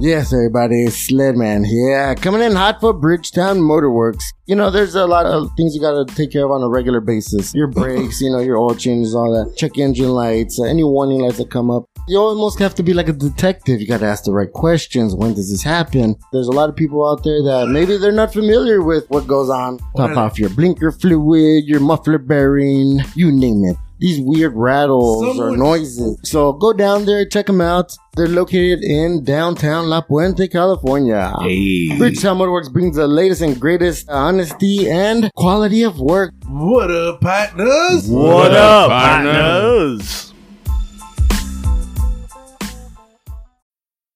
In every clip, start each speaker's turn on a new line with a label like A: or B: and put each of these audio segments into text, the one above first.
A: Yes, everybody, it's Sledman here. Coming in hot for Bridgetown Motorworks. You know, there's a lot of things you gotta take care of on a regular basis. Your brakes, you know, your oil changes, all that. Check engine lights, uh, any warning lights that come up. You almost have to be like a detective. You gotta ask the right questions. When does this happen? There's a lot of people out there that maybe they're not familiar with what goes on. Top off your blinker fluid, your muffler bearing, you name it these weird rattles or
B: Someone-
A: noises. So go down there, check them out. They're located in downtown La Puente, California. Bridgetown Motorworks brings the latest and greatest honesty and quality of work.
B: What up, partners?
C: What up,
D: partner?
C: partners?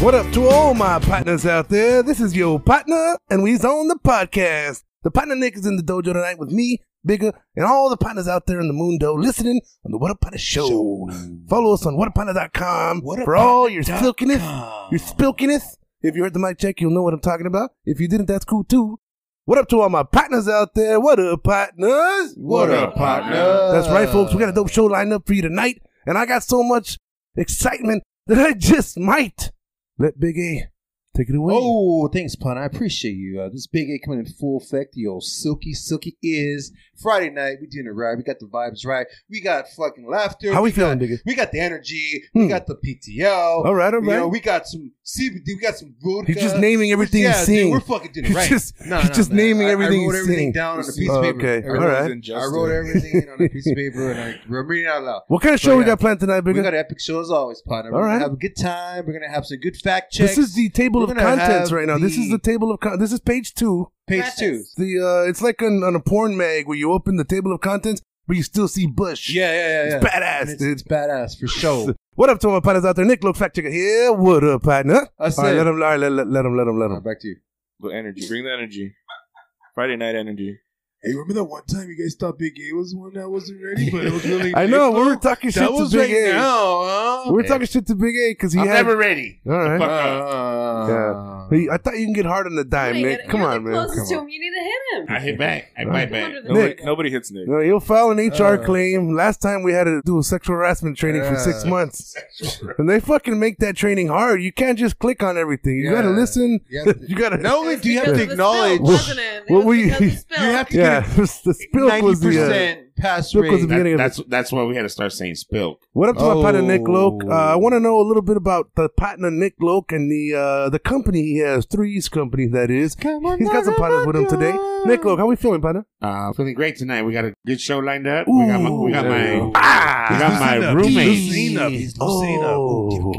B: What up to all my partners out there? This is your partner, and we's on the podcast. The partner Nick is in the dojo tonight with me, Bigger, and all the partners out there in the Mundo listening on the What Up Partner Show. Follow us on whatapartner.com for all your silkiness, your spilkiness. If you heard the mic check, you'll know what I'm talking about. If you didn't, that's cool too. What up to all my partners out there? What up, partners?
D: What up, partner?
B: That's right, folks. We got a dope show lined up for you tonight, and I got so much excitement that I just might let Big A take it away.
D: Oh, thanks, pun. I appreciate you. Uh, this big A coming in full effect. The old silky, silky is Friday night. We doing it right. We got the vibes right. We got fucking laughter.
B: How we
D: got-
B: feeling, Biggie?
D: We got the energy.
B: Hmm.
D: We got the PTO.
B: All right, all
D: You know,
B: right.
D: we got some CBD. We got some vodka.
B: He's just naming everything
D: yeah,
B: he's seeing.
D: Dude, we're fucking doing it
B: He's
D: right.
B: just- he's just naming
D: I-
B: everything
D: I wrote
B: he's
D: everything
B: seeing.
D: down on a piece
B: Oh,
D: of paper.
B: okay.
D: Everything-
B: All right.
D: I wrote everything in on a piece of paper and I I'm reading it out loud.
B: what kind of
D: So,
B: show we
D: yeah.
B: got planned tonight,
D: We
B: Bigger?
D: got an epic show as always, partner.
B: All
D: We're
B: right.
D: gonna have a good time. We're gonna have some good fact checks.
B: This is the table
D: We're
B: of
D: gonna
B: contents
D: have
B: right now. This is
D: the-
B: the table of con- this is page two.
D: page two.
B: The uh, it's like on, on a porn mag where you open the table of contents, but you still see Bush.
D: Yeah, yeah, yeah.
B: It's
D: yeah.
B: badass,
D: And it's,
B: dude.
D: It's badass for sure.
B: What up to all my partners out there? Nick, look, fact checker here. What up, partner?
D: I
B: all right,
D: said-
B: let him, all right, let, let, let him, let him, let
D: All right,
B: him.
D: back to you.
C: The energy. Bring the energy. Friday night energy.
D: Hey, remember that one time you guys thought Big A was one that wasn't ready, but it was really
B: I know we were talking shit to Big A.
D: now.
C: Oh,
B: We were talking shit to Big A because he had.
D: ready.
B: all right.
D: Uh,
B: Hey, I thought you can get hard on the dime,
E: Wait,
B: Nick.
E: you're
B: Come
E: the
B: on, man.
E: Closest
B: Come
E: to him. You need to hit him.
F: I hit back. I
B: Right.
F: bite
E: Come
F: back.
E: under the
C: Nobody,
E: hood.
C: nobody hits Nick.
B: No, he'll file an HR
D: Uh.
B: claim. Last time we had to do a sexual harassment training for six
D: Uh.
B: months, and they fucking make that training hard. You can't just click on everything. You gotta
D: Yeah.
B: listen.
D: You have to-
B: you gotta.
D: not only do you
E: Because
D: have
E: of
D: to
E: the
D: acknowledge
E: Spill, wasn't it? It
B: Well,
E: was
B: we-
E: because of the spill.
D: you have to
B: Yeah, the spilk was the. Uh,
D: 90% pass
B: Spilk was the
D: rate.
B: beginning of
F: That's that's why we had to start saying spilk.
B: What up to my partner Nick Loke? Uh, I
D: Oh.
B: want to know a little bit about the partner Nick Loke and the uh, the company he has, Three's company that is. He's got some partners with him today. Nick Loke, how we feeling, partner?
F: Uh, feeling great tonight. We got a good show lined up. we got my, we got
B: Ooh, there
F: my,
B: we go.
F: we got my roommates.
B: up. He's loosening up. Oh.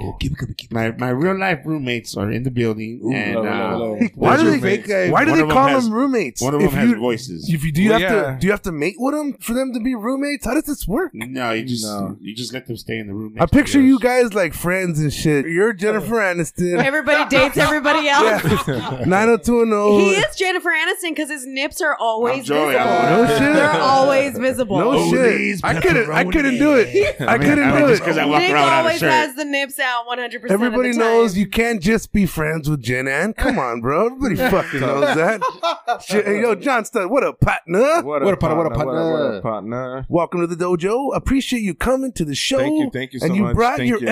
F: My my real life roommates are in the building, and uh,
B: Why do
F: Those
B: they
F: roommates.
B: Why do
F: One
B: they
F: of 'em
B: call
F: has-
B: them roommates?
F: One of them
B: If
F: has
B: you-
F: voices.
B: If you do, you
D: Well,
B: have to
D: yeah.
B: do you have to mate with them for them to be roommates? How does this work?
F: no, you just
D: No.
F: you just let them stay in the room.
B: I
F: next to
B: picture
F: yours.
B: you guys like friends and shit. You're Jennifer Aniston,
E: Oh. Everybody dates everybody else.
B: nine hundred two and oh.
E: He is Jennifer Aniston because his nips are always
F: Oh. I'm Joey.
E: visible.
F: I'm-
B: No shit.
E: They're always visible.
B: No shit.
F: Oldies,
B: I couldn't. I couldn't do it. I couldn't
F: I
B: do
F: just 'cause
B: it.
F: I walk
E: Nick
F: around without a
E: always
F: shirt.
E: has the nips out 100. percent
B: Everybody knows you can't just be friends with Jen Ann. Come on, bro. Everybody fucking knows that. Shit. Hey, Yo, John Stud, what up, partner?
D: What up, partner? What up,
C: What
D: partner?
C: up, partner?
B: Welcome to the dojo. Appreciate you coming to the show.
C: Thank you, thank you so
B: And you
C: much.
B: brought
C: Thank
B: your Mm.
C: you.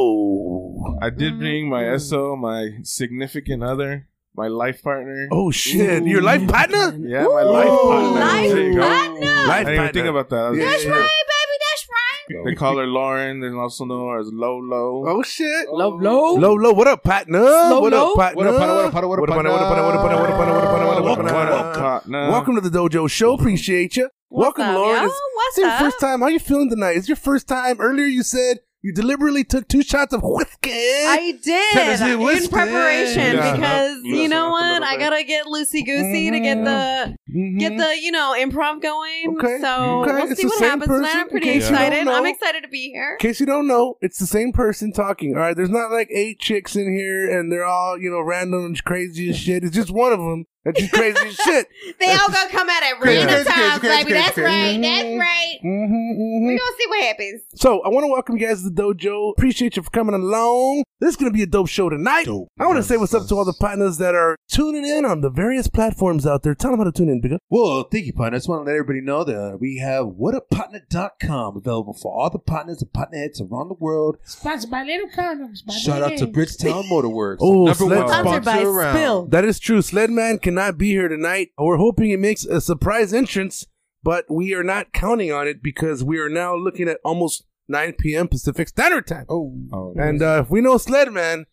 B: SO.
C: I did bring my SO, my significant other, my life partner.
B: Oh shit! Your life partner?
C: Yeah, my life partner.
E: Life
C: There you go.
E: partner.
B: Life
C: I didn't even
B: partner.
C: think about that. I was
B: Yeah,
C: like,
B: yeah.
C: shit.
E: Hey, baby, that's right.
D: though.
C: They call her Lauren. They also know her as Lolo.
B: Oh shit.
E: Low, low.
B: Lolo, what up, partner? What
E: Lolo?
B: up, partner?
D: What up, partner? What up, partner? What up, partner?
B: What up, partner? What up, partner? What up, partner? What up, partner? What up, partner?
C: What up, partner?
B: uh, Welcome to the Dojo Show. Appreciate you.
E: What's
B: Welcome,
E: up,
B: Lauren.
E: yo?
B: It's- it's
E: What's
B: your
E: up?
B: first time. How you feeling tonight? It's your first time. Earlier you said you deliberately took two shots of whiskey.
E: I did
B: Tennessee
E: in
B: whiskey.
E: preparation
C: Yeah.
E: because
C: Yeah.
E: you know
C: Yeah.
E: what? I gotta get loosey goosey to get the get the you know improv going.
B: Mm-hmm. Okay.
E: So
B: Okay.
E: we'll
B: It's
E: see
B: the
E: what
B: same
E: happens tonight.
B: person,
E: I'm pretty
B: in case you don't
E: excited. I'm
B: know.
E: excited to be here.
B: In case you don't know, it's the same person talking. All right, there's not like eight chicks in here, and they're all you know random and crazy as shit. It's just one of them that's just crazy as shit.
E: They all gonna come out at
D: Crazy,
E: random
D: crazy, crazy,
E: times,
D: crazy,
E: baby. That's
D: crazy,
E: right.
B: crazy.
E: That's right.
B: Mm-hmm,
E: We're gonna see what happens.
B: So I want to welcome you guys to the dojo. Appreciate you for coming along. This is gonna be a dope show tonight. I want to say what's up to all the partners that are tuning in on the various platforms out there. Tell them how to tune in, bigger.
D: Well, thank you, partner. I just want to let everybody know that we have whatuppartner.com available for all the partners and partnerheads around the world.
G: Sponsored by Little Condoms. by
D: Shout out to
G: Big.
D: Bridgetown Motorworks.
B: Oh,
D: number
B: Sled
D: one
B: Sponsored
D: sponsor around.
B: That is true. Sledman cannot be here tonight. We're hoping it makes a surprise entrance, but we are not counting on it because we are now looking at almost 9 p.m. Pacific Standard Time.
D: Oh,
B: And uh, if we know Sledman,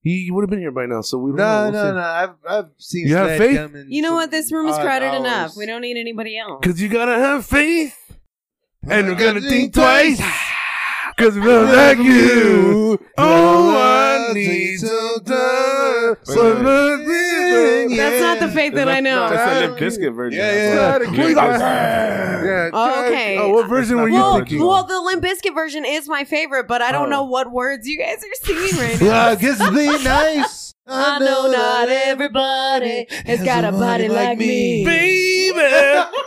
B: he would have been here by now. So we don't
D: no,
B: know.
D: no, no. I've, I've seen
B: You have
D: Sled
B: faith?
D: come in
E: You know
D: some
E: what? This room is
D: odd
E: crowded
D: hours.
E: enough. We don't need anybody else.
B: Because you gotta have faith, and we're
D: Gotta
B: gonna
D: think
B: think twice. Because we love like you. Oh, I need some time. So nothing.
E: That's not the faith that I know.
C: That's the Limp Bizkit version.
D: Yeah,
C: That's
D: yeah,
C: what-
D: yeah.
B: Yeah, try-
E: Okay.
B: Oh, what version were
C: That's
B: you
C: not
E: Well,
B: thinking? Oh.
E: well, the Limp Bizkit version is my favorite, but I don't know what words you guys are singing right now.
D: Well, I guess it's being nice.
E: I know not everybody has got a body like me.
B: Baby.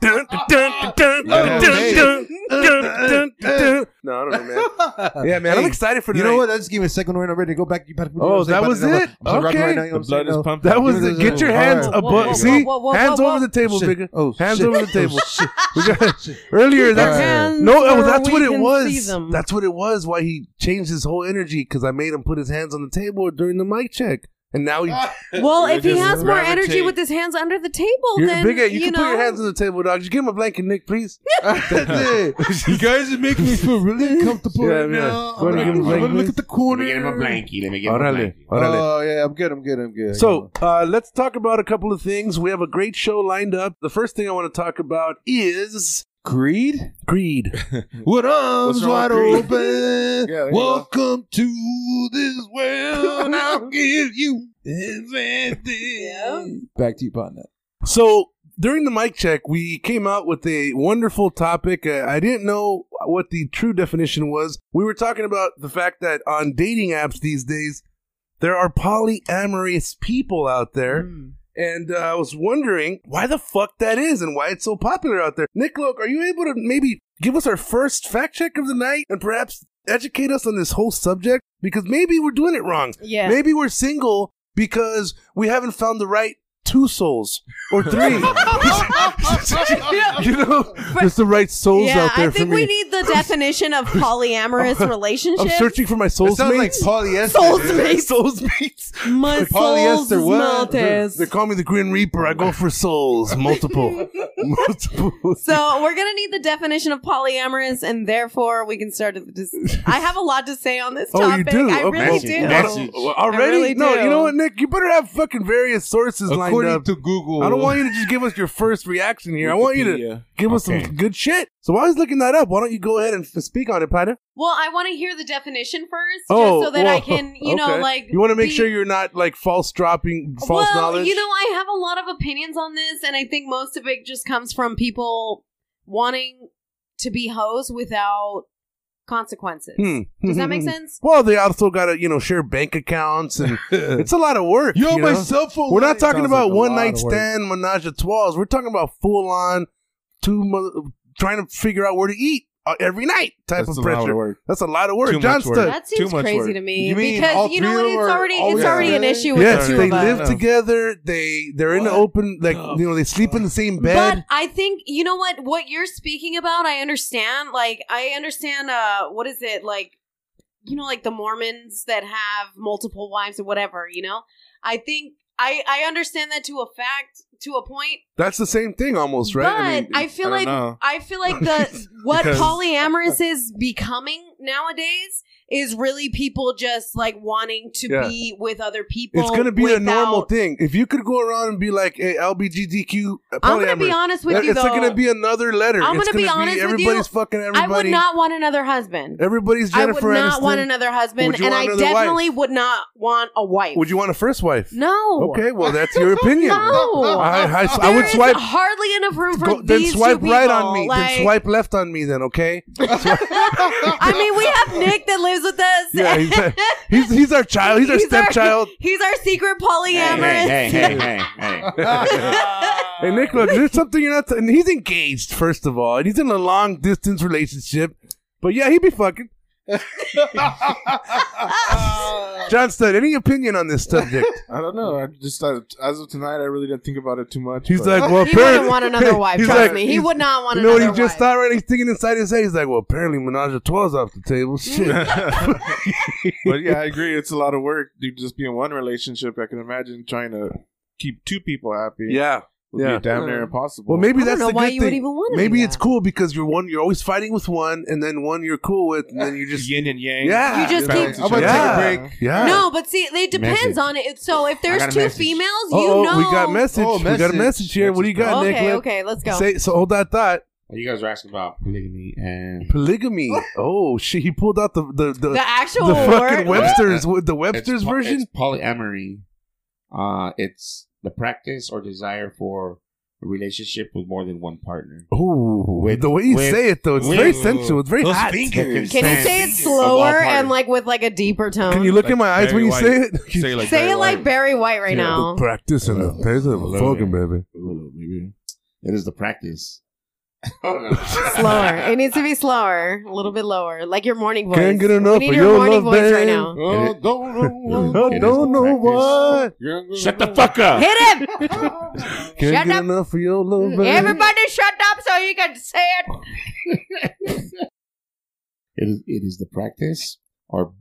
B: Dun, dun, dun, dun, dun,
D: Yeah,
B: dun,
D: hey.
B: dun, dun, dun, dun. No, I don't know, man. Yeah, man, I'm
D: Hey,
B: excited for
D: You
B: tonight.
D: know what? I just gave me a second right. I'm ready to go back. You better-
B: Oh, that was
D: I'm
B: it?
D: so rocky
B: Okay.
D: Right now, you know what
C: The
D: I'm saying?
C: blood is
D: No.
C: pumping.
B: That was the get your hands
D: All right.
B: above.
E: Whoa, whoa,
B: See,
E: whoa, whoa,
B: hands
E: whoa,
B: over
E: whoa.
B: the table,
D: Shit.
B: bigger.
D: Oh,
B: hands
D: shit.
B: over the table.
D: Oh, shit.
B: We got- earlier, that's
E: hands
B: no, oh,
E: where
B: that's
E: we
B: what it
E: can see
B: was.
E: them.
B: That's what it was. Why he changed his whole energy because I made him put his hands on the table during the mic check, and now he.
E: Well, if he
C: Just
E: has more energy
C: gravitate.
E: with his hands under the table,
B: You're
E: then
B: bigger. You,
E: you
B: can
E: know.
B: put your hands on the table, dog. Just give him a blanket, Nick, please.
D: That's it. You guys are making me feel really uncomfortable
B: Yeah,
D: right
B: yeah.
D: now.
B: Go
D: I'm gonna,
B: ahead and give him a
D: I'm gonna
B: break.
D: look at the corner.
F: Let me get him a blankie. Let me get him a
B: Orale,
F: blankie.
B: orale.
D: Oh yeah, I'm good. I'm good. I'm good.
B: So uh, let's talk about a couple of things. We have a great show lined up. The first thing I want to talk about is
D: greed.
B: greed.
D: With arms
C: What's wrong
D: wide
C: with
D: open.
C: Yeah, there you
D: Welcome to this world. I'll give you everything.
E: Yeah.
D: Back to you, partner.
B: So during the mic check, we came out with a wonderful topic. Uh, I didn't know what the true definition was. We were talking about the fact that on dating apps these days, there are polyamorous people out there. And uh, I was wondering why the fuck that is and why it's so popular out there. Nick Loke, are you able to maybe give us our first fact check of the night and perhaps educate us on this whole subject? Because maybe we're doing it wrong.
E: Yeah.
B: Maybe we're single because we haven't found the right two souls or three. you know, there's the right souls
E: yeah,
B: out there
E: I
B: for
E: think
B: me.
E: we need the definition of polyamorous
B: I'm
E: relationship.
B: searching for my
D: It
B: soul's
D: sounds like
B: mates.
D: polyester.
E: Soul's mates.
B: Soul's mates.
E: My
D: polyester
E: soul's
D: what?
E: mates.
B: They call me the Grim Reaper. I go for souls, multiple, multiple.
E: So we're gonna need the definition of polyamorous, and therefore we can start. The dis- I have a lot to say on this
B: Oh,
E: topic.
B: you do?
E: I
B: Okay.
E: really
F: Message.
E: do.
F: Message.
B: Already?
E: I really
B: no,
E: do.
B: you know what, Nick? You better have fucking various sources lined
D: According
B: up.
D: to Google,
B: I don't want you to just give us your first reaction here. I want you to
C: Wikipedia.
B: give us
F: Okay.
B: some good shit. So while I was looking that up, why don't you go ahead and f- speak on it, Pata?
E: Well, I want to hear the definition first,
B: Oh,
E: just so that
B: whoa.
E: I can, you know,
B: Okay.
E: like
B: you want to make
E: be-
B: sure you're not like false dropping, false
E: well,
B: knowledge.
E: you know, I have a lot of opinions on this, and I think most of it just comes from people wanting to be hoes without consequences.
B: Hmm.
E: Does that make sense?
B: Well, they also got to you know share bank accounts, and it's a lot of work.
D: Yo,
B: you
D: my
B: know?
D: cell phone.
B: We're not
D: light.
B: talking
D: Sounds
B: about
D: like a
B: one
D: lot
B: night
D: of work.
B: stand, menage a trois. We're talking about full on two mother, trying to figure out where to eat uh, every night type of
C: That's a lot of
B: pressure.
C: work.
B: That's a lot of work.
C: Too
B: John
C: much work.
B: Studd.
E: That seems
C: Too much
E: crazy
C: work.
E: to me
D: You mean all
E: because you know
D: three of
E: what? It's
D: them are
E: already it's
D: always
E: already an
D: together?
E: issue with
B: Yes,
E: the two
B: they
E: of us.
B: live
C: Yeah.
B: together. They they're in the
D: What
B: open, like
D: the
B: you know, they sleep in the same bed.
E: But I think you know what what you're speaking about. I understand. Like I understand. Uh, what is it like? You know, like the Mormons that have multiple wives or whatever. You know, I think I I understand that to a fact to a point,
B: That's the same thing almost, right?
E: but I,
B: mean,
E: feel
C: I don't
E: like
C: know.
E: I feel like the what
C: Because-
E: polyamorous is becoming nowadays is really people just like wanting to
B: Yeah.
E: be with other people.
B: it's going to be a normal
E: without-
B: thing. If you could go around and be like, hey, LBGTQ, uh,
E: I'm going to be
B: polyamorous,"
E: honest with you
B: it's
E: though.
B: not going to be another letter.
E: I'm
B: It's
E: gonna be
B: gonna
E: honest with you.
B: Everybody's fucking
E: I
B: everybody.
E: would not want another husband.
B: everybody's
E: I
B: Jennifer
E: would not
B: Aniston.
E: want another husband,
B: Would you
E: and
B: want
E: I
B: another wife?
E: definitely would not want a wife.
B: Would you want a first wife?
E: No.
B: Okay, well, that's your opinion.
E: No.
B: I, I, I
E: There
B: would
E: is
B: swipe.
E: hardly enough room for
B: Go, then
E: these
B: swipe
E: two
B: right
E: people.
B: on me.
E: Like,
B: Then swipe left on me. Then okay.
E: I mean, we have Nick that lives with us.
B: Yeah, he's, he's he's our child. He's our stepchild.
E: he's our secret
F: Hey,
E: polyamorous.
F: hey, hey, hey, hey, hey.
B: Hey Nick, look, there's something you're not. and he's engaged, first of all, and he's in a long distance relationship. But yeah, he'd be fucking. Johnston, any opinion on this subject?
C: I don't know. I just uh, as of tonight, I really didn't think about it too much.
B: He's
C: but-
B: like, well,
E: he wouldn't
B: apparent-
E: want another wife.
B: He's
E: Trust
B: like-
E: me, he
B: he's-
E: would not want
B: You know what
E: another
B: he
E: wife.
B: just thought right? He's thinking inside his head. He's like, well, apparently Menage a Trois off the table. Shit.
C: but yeah, I agree. It's a lot of work. Dude, just be in one relationship. I can imagine trying to keep two people happy.
B: yeah.
C: would
B: yeah.
C: be damn near impossible.
B: Well, maybe
E: I don't
B: that's
E: know
B: the
E: why
B: good
E: you would
B: thing.
E: even want to do
B: Maybe it's
E: that.
B: cool because you're one. You're always fighting with one, and then one you're cool with, and then you just
C: yin and yang.
B: yeah.
E: You just
C: Balance
E: keep-
C: each
B: I'm gonna
C: other
B: take a
C: out.
B: yeah.
E: No, but see, it depends
F: Message.
E: on it. So if
F: I
E: there's
F: got a
E: two
F: message.
E: females, you
B: Uh-oh,
E: know.
B: we got message.
D: Oh,
B: We got a
D: message.
B: message here. What do you got,
E: Okay,
B: Nick? Let-
E: okay, let's go.
B: Say, so hold that thought.
F: Oh, You guys were asking about polygamy and
B: Polygamy. oh shit! He pulled out the the the,
E: the actual
B: the fucking
E: word.
B: Webster's the
F: It's
B: Webster's
F: po-
B: version.
F: It's polyamory. Uh, it's the practice or desire for a relationship with more than one partner.
B: Ooh,
F: With-
B: the way you
F: with-
B: say it though, it's
F: with-
B: very sensual. It's very
F: Those
B: hot.
F: fingers.
E: Can you say it
F: Of all
E: slower
F: parties.
E: and like with like a deeper tone?
B: Can you look
C: Like
B: in my eyes when
C: Barry
B: you
C: White.
B: say it?
C: Say it like,
E: say
C: Barry
E: it like
C: White.
E: Barry White right
C: Yeah.
E: now?
B: Practice and a face of a fucking baby.
F: Ooh, maybe. It is the practice.
E: Slower. It needs to be slower. A little bit lower. Like your morning voice.
B: Can't get enough
E: we need
B: of
E: your
B: your
E: morning
B: love,
E: voice
B: babe.
E: right now.
F: Oh,
D: don't know.
B: I
F: It
B: don't
F: is
B: know
F: practice.
B: why.
F: Shut the fuck up.
E: Hit him!
B: Can't
E: Shut
B: get
E: up.
B: enough of your love, baby.
E: Everybody shut up so you can say it.
F: It is, it is the practice or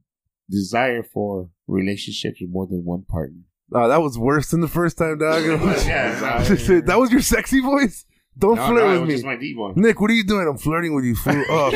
F: desire for relationships with more than one partner.
B: Oh, that was worse than the first time, dog.
F: Yeah, sorry.
B: that was your sexy voice. Don't
F: No,
B: flirt
F: no, it
B: with
F: was
B: me,
F: just my D one.
B: Nick. What are you doing? I'm flirting with you, fool. Oh,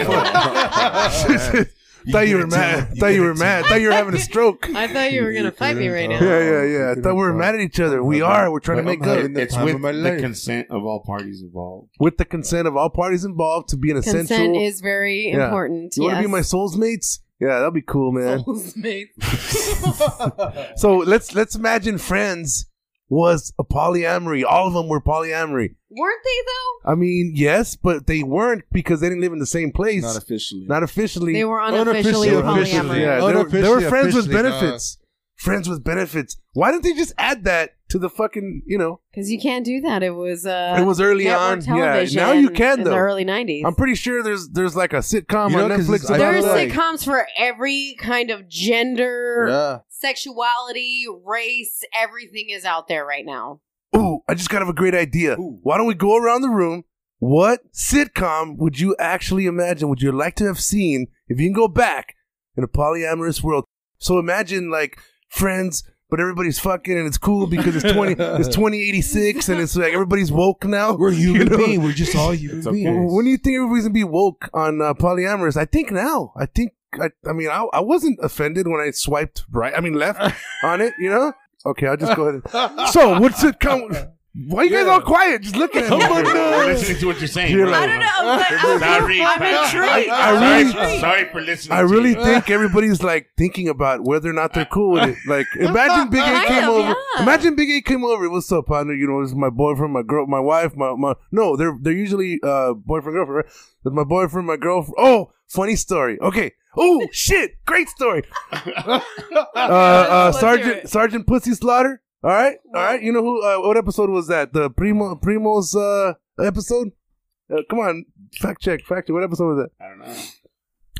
B: fuck. thought you were mad. Thought you were mad. Thought you were having a stroke.
E: I thought you were gonna fight me right now.
B: Yeah, yeah, yeah. I thought we were mad at each other. We are. We're trying to make up.
D: having the
F: It's
D: time
F: with
D: of my
F: the
D: life.
F: consent of all parties involved.
B: With the consent of all parties involved to be an
E: Consent
B: essential.
E: is very
B: Yeah.
E: important.
B: you want to be
E: yes.
B: my soul's mates? Yeah, that'd be cool, man.
E: Soulmate.
F: Oh.
B: So let's let's imagine Friends was a polyamory. All of them were polyamory.
E: Weren't they though?
B: I mean, yes, but they weren't because they didn't live in the same place.
C: Not officially.
B: Not officially.
E: They were unofficially,
B: They were
E: polyamory.
B: officially- Yeah, they were, they were
D: Unofficially,
B: friends with
D: officially, uh,
B: benefits. friends with benefits. Why didn't they just add that to the fucking? You know,
E: Because you can't do that. It was uh
B: it was early
E: network
B: on. Yeah,
E: television
B: now you can
E: in the
B: though.
E: early nineties.
B: I'm pretty sure there's there's like a sitcom
D: You know,
B: on
D: 'cause
B: Netflix.
D: it's- I
E: there are
B: about that.
E: sitcoms for every kind of gender,
D: Yeah.
E: sexuality, race, everything is out there right now.
B: Ooh, I just got of a great idea. Why don't we go around the room? What sitcom would you actually imagine? Would you like to have seen if you can go back in a polyamorous world? So imagine like friends, but everybody's fucking and it's cool because it's twenty it's twenty eighty six and it's like everybody's woke now.
D: We're human
B: You know?
D: beings. We're just all human
C: It's okay.
D: beings.
B: When do you think everybody's gonna be woke on uh, polyamorous? I think now. I think. I, I mean, I, I wasn't offended when I swiped right. I mean, left on it. You know. Okay, I'll just go ahead. and- so, what's it come? Why you guys all quiet? Just looking at
D: Oh
B: me.
F: We're listening to what you're saying.
B: You're
F: bro.
B: like- I don't
E: know, but I'm-
F: sorry,
E: I'm
F: pal.
E: intrigued.
B: I really-
F: sorry, sorry for listening.
B: I
F: to
B: really
F: you.
B: think everybody's like thinking about whether or not they're cool with it. Like, imagine Big A
E: Kind
B: came
E: of,
B: over.
E: yeah.
B: Imagine Big A came over. What's up, partner? You know, this is my boyfriend, my girl, my wife, my my. No, they're they're usually uh boyfriend girlfriend. Right? That's my boyfriend, my girlfriend. Oh, funny story. Okay. Oh shit, great story. uh, uh,
E: let's hear
B: Sergeant
E: it.
B: Sergeant Pussy Slaughter. All right, all right. You know who? Uh, what episode was that? The Primo Primo's uh episode. Uh, come on, fact check, fact check. What episode was that?
F: I don't know.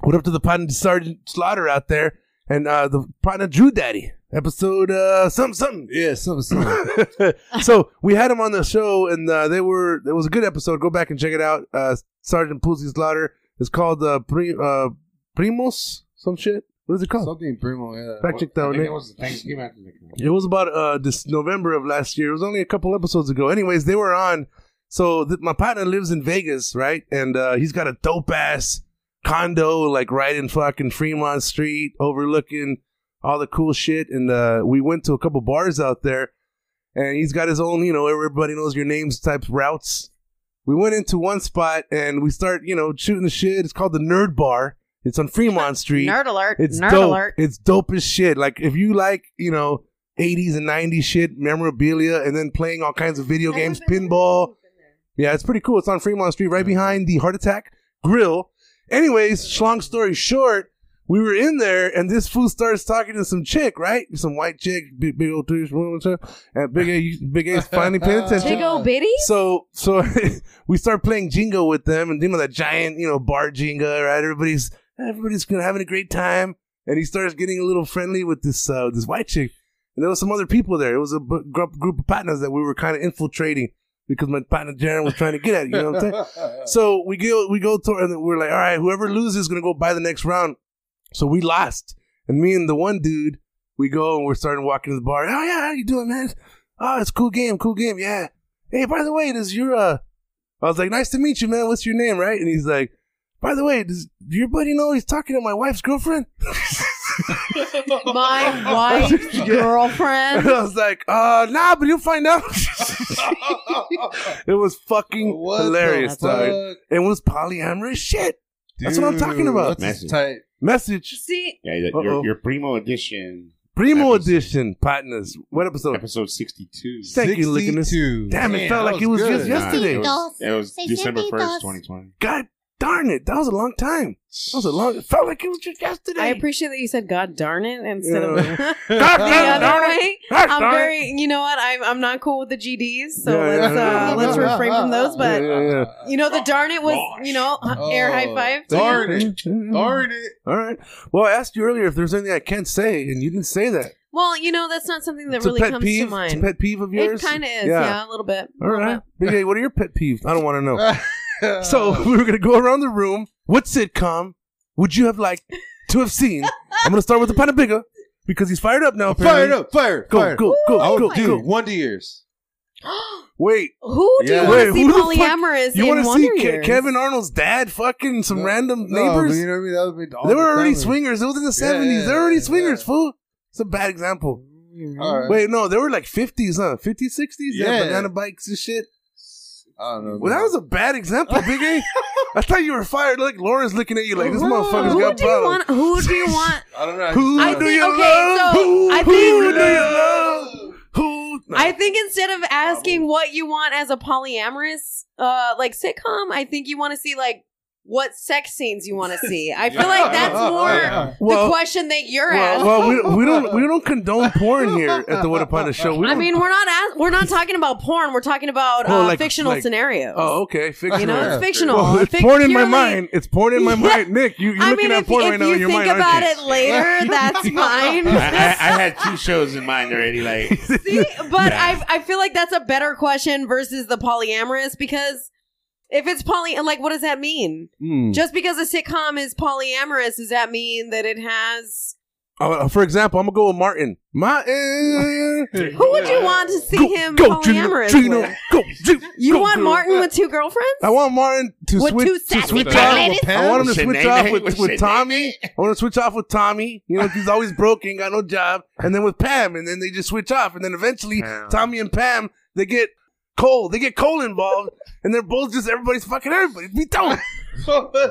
B: What up to the partner Sergeant Slaughter out there and uh, the partner Drew Daddy episode uh, something something.
D: Yeah, something, something.
B: so we had him on the show and uh, they were it was a good episode. Go back and check it out. Uh, Sergeant Pussy Slaughter. It's called uh, Pri- uh, Primos some shit. What is it called?
D: Something Primo, yeah.
B: Fact check that
F: I
B: one. eh?
F: think
B: Nick.
F: it was Thanksgiving. after the-
B: It was about uh this November of last year. It was only a couple episodes ago. Anyways, they were on. So th- my partner lives in Vegas, right? And uh, he's got a dope ass condo, like right in fucking Fremont Street, overlooking all the cool shit. And uh, we went to a couple bars out there, and he's got his own, you know, everybody knows your names type routes. We went into one spot and we start, you know, shooting the shit. It's called the Nerd Bar. It's on Fremont Street.
E: Nerd alert.
B: It's
E: nerd
B: dope.
E: alert.
B: It's dope as shit. Like if you like, you know, 80s and 90s shit, memorabilia, and then playing all kinds of video games, pinball. Yeah, it's pretty cool. It's on Fremont Street, right behind the Heart Attack Grill. Anyways, long story short, we were in there, and this fool starts talking to some chick, right? Some white chick, big, big old douche, and Big A, Big A's finally paying attention.
E: Big old bitty?
B: So so we start playing Jingo with them, and you know that giant you know bar Jenga, right? Everybody's everybody's gonna having a great time, and he starts getting a little friendly with this uh, this white chick, and there was some other people there. It was a bu- group group of partners that we were kind of infiltrating because my partner Jaron was trying to get at you. You know what I'm saying? So we go we go to and we're like, all right, whoever loses is gonna go buy the next round. So we lost, and me and the one dude, we go and we're starting walking to the bar. Oh yeah, how you doing, man? Oh, it's a cool game, cool game, yeah. Hey, by the way, does your uh? I was like, nice to meet you, man. What's your name, right? And he's like, by the way, does your buddy know he's talking to my wife's girlfriend?
E: My wife's
B: And
E: girlfriend.
B: I was like, uh, nah, but you'll find out. it was fucking hilarious, dog. It was polyamorous shit. That's what I'm talking about.
F: Message.
D: Tight.
B: Message.
E: See,
F: Yeah, your,
B: Uh-oh.
F: your, your primo edition,
B: Primo
F: Episode.
B: edition, partners. What episode?
F: episode sixty-two.
B: Thank you, Lickinus.
D: 62.
B: Damn, it
D: Man,
B: felt
D: that
B: like it was
D: good.
B: just yesterday.
F: It was,
H: Sixty-dos.
F: it was
H: Sixty-dos.
F: December first, twenty twenty.
B: God darn it. That was a long time. That was a long It felt like it was just yesterday.
E: I appreciate that you said "God darn it" instead
B: Yeah.
E: of
B: God
E: the
B: damn,
E: other
B: darn it.
E: way.
B: God
E: I'm
B: darn it.
E: very, you know what? I'm I'm not cool with the GDs, so
B: Yeah, yeah,
E: let's
B: yeah, yeah.
E: uh, let's
B: Yeah,
E: refrain from those. But
B: yeah, yeah.
E: you know, the darn it was, you know, air
B: Oh.
E: high five. to you.
D: Oh, Darn it. Darn it.
B: All right. Well, I asked you earlier if there's anything I can't say, and you didn't say that.
E: Well, you know, that's not something that
B: It's a
E: really
B: pet
E: comes
B: peeve.
E: to
B: It's a
E: mind.
B: pet peeve of
E: It
B: yours.
E: kind of is, yeah.
B: Yeah.
E: a little bit.
B: All right. Big A, what are your pet peeves? I don't want to know. so
D: so
B: we were gonna go around the room. What sitcom would you have liked to have seen? I'm gonna start with the Pana Bigger because he's fired up now. Apparently.
D: fired up, fired,
B: Go,
D: fired.
B: go, go,
D: I
B: go,
D: would do
B: go.
D: Wonder Years.
B: Wait,
E: Who do
D: Yeah.
B: Wait,
E: you want to see
B: who the fuck-
E: polyamorous
B: you
E: in
B: want to see
E: Wonder
B: Ke-
E: Years?
B: Kevin Arnold's dad fucking some
D: No,
B: random
D: no, but
B: neighbors?
D: you know what I mean? That would've been all
B: they were
D: the
B: already
D: family.
B: swingers. It was in the
D: Yeah,
B: 70s. They're already
D: yeah,
B: swingers,
D: yeah.
B: fool. It's a bad example.
E: Mm-hmm.
D: All right.
B: Wait, no, they were like 50s, huh? 50s, 60s?
D: Yeah.
B: banana bikes and shit.
E: Mm-hmm.
D: I don't know.
B: Well, that was a bad example, Big A. I thought you were fired. Look, Lauren's looking at you like this motherfucker's
E: Who
B: got
E: do you
B: problems.
E: want? Who do you want?
D: I don't know.
B: Who
E: I
B: do
E: think-
B: you
E: okay,
B: love?
E: so
B: who
E: I
B: who
E: think-
B: do you love? Who? No.
E: I think instead of asking what you want as a polyamorous uh like sitcom, I think you want to see like what sex scenes you want to see. I feel like that's more
B: Well-
E: the question that you're
B: well,
E: asking.
B: well we, we don't we don't condone porn here at the What Upon the Show. We
E: I
B: don't-
E: mean, we're not as- we're not talking about porn. We're talking about uh,
B: Oh, like-
E: fictional
B: like-
E: scenarios.
B: oh, okay, fictional.
E: you know,
D: yeah.
E: it's fictional.
B: Well, it's
E: Fic-
B: porn in my
E: purely-
B: mind. It's porn in my mind. Nick, you, you're
E: I
B: looking
E: mean,
B: at
E: if,
B: porn
E: if
B: right now
E: you
B: in your
E: think
B: mind.
E: about
B: aren't you?
E: it later, that's fine.
F: I, I, I had two shows in mind already. Like
E: See, but I I feel like that's a better question versus the polyamorous because if it's poly, like, what does that mean?
B: Hmm.
E: Just because a sitcom is polyamorous, does that mean that it has?
B: Uh, for example, I'm gonna go with Martin. Martin.
E: Who would you want to see him polyamorous with?
B: Go, Gino,
E: You
B: go,
E: want
B: Gino.
E: Martin with two girlfriends?
B: I want Martin to
E: With
B: switch
E: two
B: to
E: sassy
B: switch
F: black
B: off.
F: ladies?
B: I want him to
F: With
B: switch
F: Sinead,
B: off
F: with
B: with, with
F: Sinead.
B: Tommy. I want to switch off with Tommy. You know, he's always broke, ain't got no job. And then with Pam, and then they just switch off. And then eventually,
F: Pam.
B: Tommy and Pam, they get Cole. They get Cole involved, and they're both just everybody's fucking everybody. We don't.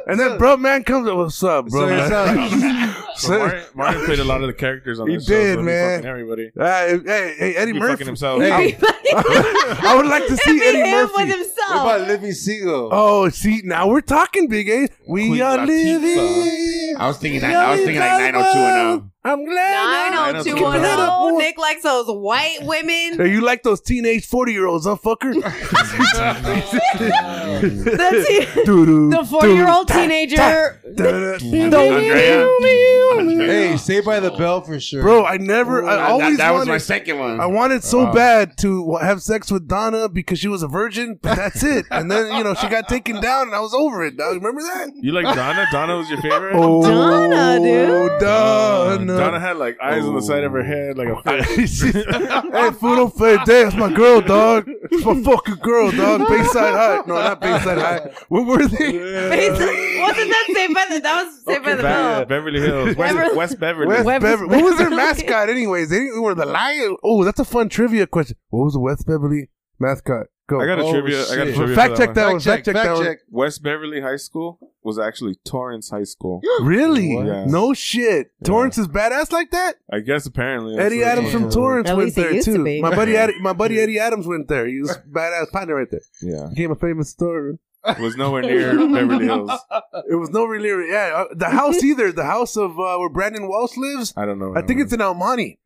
B: And then bro man comes up. What's up, bro?
D: So
B: man?"
D: it's, uh,
C: So Martin, Martin played a lot of the characters on
B: He
C: this show, so
B: did,
C: be
B: man.
C: Fucking everybody.
B: Uh, hey, hey, Eddie
C: He be
B: Murphy.
C: fucking himself.
B: Hey, I would like to see
E: Be
B: Eddie
E: him
B: Murphy.
E: with
D: What
E: himself.
D: about Living Single?
B: Oh, see, now we're talking, Big A. We
F: Queen
B: are
F: Latifah.
B: living.
F: I was thinking, that, I was thinking like nine hundred two and oh.
B: I'm glad. I-
E: 90210. Nick likes those white women.
B: Hey, you like those teenage 40 year olds, huh, fucker?
E: That's it. The
B: the
E: four-year-old teenager.
F: Andrea.
D: Hey, Saved by the Bell for sure.
B: Bro, I never,
F: That-
B: I always
F: that, that was
B: wanted,
F: my second one. Uh-huh.
B: I wanted so
D: Uh-huh.
B: bad to have sex with Donna because she was a virgin, but that's it. And then, you know, she got taken down and I was over it. Now, remember that?
C: You like Donna? Donna was your favorite?
B: Oh,
E: Donna, dude.
B: Donna.
C: Donna had like eyes on the side of her head, like a
B: Hey, fool, don't play dead. That's my girl, dog. It's my fucking girl, dog. Bayside High. No, not Bayside High. Where were they?
E: Basically- Wasn't that Saved by the That was Saved by the Bell.
C: Beverly Hills,
E: Beverly-
C: West, West Beverly.
B: West
E: Web-
B: Beverly. What was their mascot, anyways? They didn't- were the lion. Oh, that's a fun trivia question. What was the West Beverly mascot? Go.
C: I got a
D: Oh,
C: trivia. I got a
D: shit.
C: trivia.
B: fact
C: for
B: check
C: that.
B: that one. Fact check that one.
C: one. West Beverly High School was actually Torrance High School.
B: Really?
C: What?
B: No shit. Torrance is badass like that.
C: I guess apparently that's
B: Eddie
C: what-
B: Adams from Torrance
E: At
B: went
E: least it
B: there
E: used to
B: too.
E: be.
B: My buddy, Ad- my buddy Eddie Adams went there. He was a badass partner right there.
C: Yeah,
B: Became a famous story.
C: was nowhere near Beverly Hills.
B: It was no really, yeah. uh, The house either. The house of uh, where Brandon Walsh lives.
C: I don't know.
B: I think it's in Almani.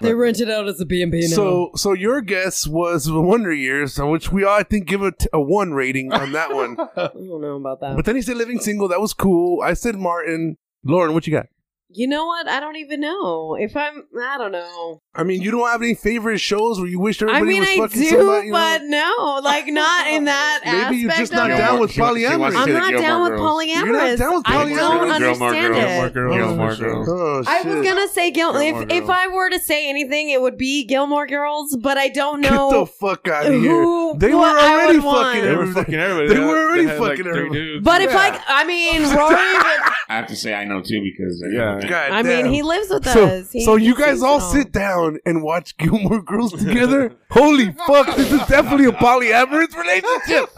E: They rented out as a B&B
B: So, so your guess was the Wonder Years, on which we all I think give a, t- a one rating on that one.
E: I don't know about that.
B: but then he said Living Single. That was cool. I said Martin. Lauren, what you got?
E: You know what? I don't even know. If I'm, I don't know.
B: I mean, you don't have any favorite shows where you wished everybody
E: I mean,
B: was
E: I
B: fucking
E: do,
B: somebody. you know?
E: but no, like not in that
B: Maybe you're
E: aspect.
B: just
E: of
B: not
E: it.
B: down with
C: She wants- she wants
B: polyamory.
C: to
E: I'm
C: the
E: not
C: Gilmore
E: down with
C: Girls.
E: polyamorous.
B: You're not down with
E: I
B: polyamory.
E: don't
B: Gilmore
C: Girls,
E: understand
C: Gilmore
E: it.
C: Girls, Gilmore Girls.
B: Oh,
E: I
B: shit.
E: was gonna say Gil-
C: Gilmore
E: if, if
C: Girls.
E: I were to say anything, it would be Gilmore Girls, but I don't know.
B: Get the fuck out of
E: who-
B: here. They
E: who
B: were
E: I
B: already
E: would
B: fucking
E: want.
C: They were
B: everybody.
C: fucking everybody.
B: They
C: had-
B: were already
C: had, like,
B: fucking
C: three
B: everybody.
C: dudes.
E: but if I, I mean Rory,
F: I have to say I know too because uh,
C: Yeah.
B: God
E: I
B: damn.
E: mean he lives with
B: So,
E: us. He-
B: so
E: he
B: you guys
E: sees
B: all
E: it
B: sit down and watch Gilmore Girls together? Holy fuck, this is definitely a polyamorous relationship.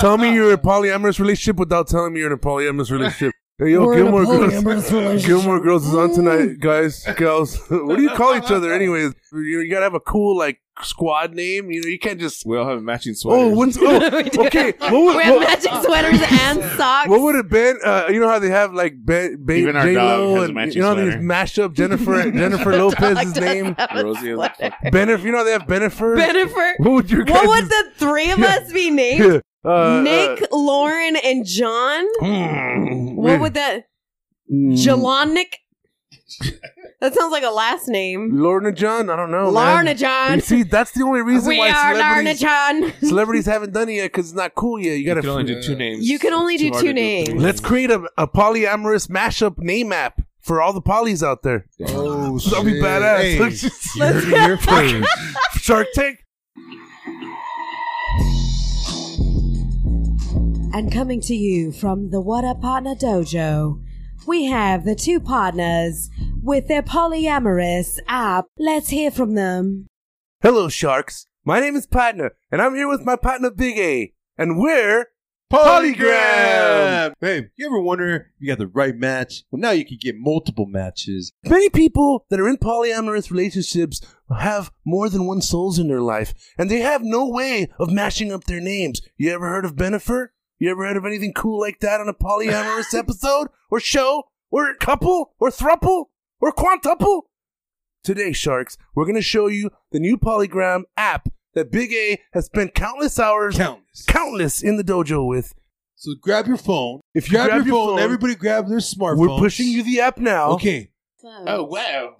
B: tell me you're in a polyamorous relationship without telling me you're in a polyamorous relationship. Hey, yo,
E: We're in a
B: Gilmore Girls.
E: polyamorous relationship.
B: Gilmore Girls is on tonight, guys, gals. what do you call each other, anyways? You, you gotta have a cool like squad name. You know, you can't just.
C: we all have matching sweaters.
B: Oh, what's oh, okay? What would,
E: We have
B: what,
E: magic sweaters and socks.
B: what would it been? Uh, you know how they have like ba- ba-
F: Even our
B: J
F: dog
B: Lo
F: has a
B: and
F: matching
B: you know how they
F: sweater.
B: mash up Jennifer Jennifer Lopez's
E: Does
B: name.
E: have a
C: Rosie has a
E: sweater.
B: Benef, you know they have Benifer.
E: Bennifer.
B: What would your
E: What
B: guys-
E: would the three of us be named?
B: Yeah, uh,
E: Nick, Lauren, and John.
B: uh, mm,
E: What would that?
B: mm,
E: Jelonic. That sounds like a last name.
B: Lorna John? I don't know. man.
E: Larna John.
B: You see, that's the only reason
E: We
B: why
E: are Larna
B: celebrities,
E: John.
B: celebrities haven't done it yet because it's not cool yet. You
C: You
B: gotta.
C: can only do two names.
E: You can only
C: It's
E: do
C: too hard
E: two
C: to
E: names.
C: three
B: Let's create a, a polyamorous mashup name app for all the polys out there.
D: Oh, shit.
B: That'll be badass.
D: Hey,
B: Look, just-
D: you heard it here first.
B: Shark Tank.
H: And coming to you from the What Up Partner Dojo, we have the two partners with their polyamorous app. Let's hear from them.
B: Hello, sharks. My name is Patna, and I'm here with my partner Big A, and we're Polygram.
D: Hey, you ever wonder if you got the right match? Well, now you can get multiple matches.
B: Many people that are in polyamorous relationships have more than one souls in their life, and they have no way of mashing up their names. You ever heard of Benefer? You ever heard of anything cool like that on a polyamorous episode, or show, or couple, or thruple, or quantuple? Today, Sharks, we're going to show you the new Polygram app that Big A has spent countless hours
D: Countless.
B: countless in the dojo with.
D: So grab your phone.
B: If you
D: grab,
B: grab
D: your,
B: your
D: phone,
B: phone,
D: everybody grab their smartphone.
B: We're pushing you the app now.
D: Okay.
F: Oh wow!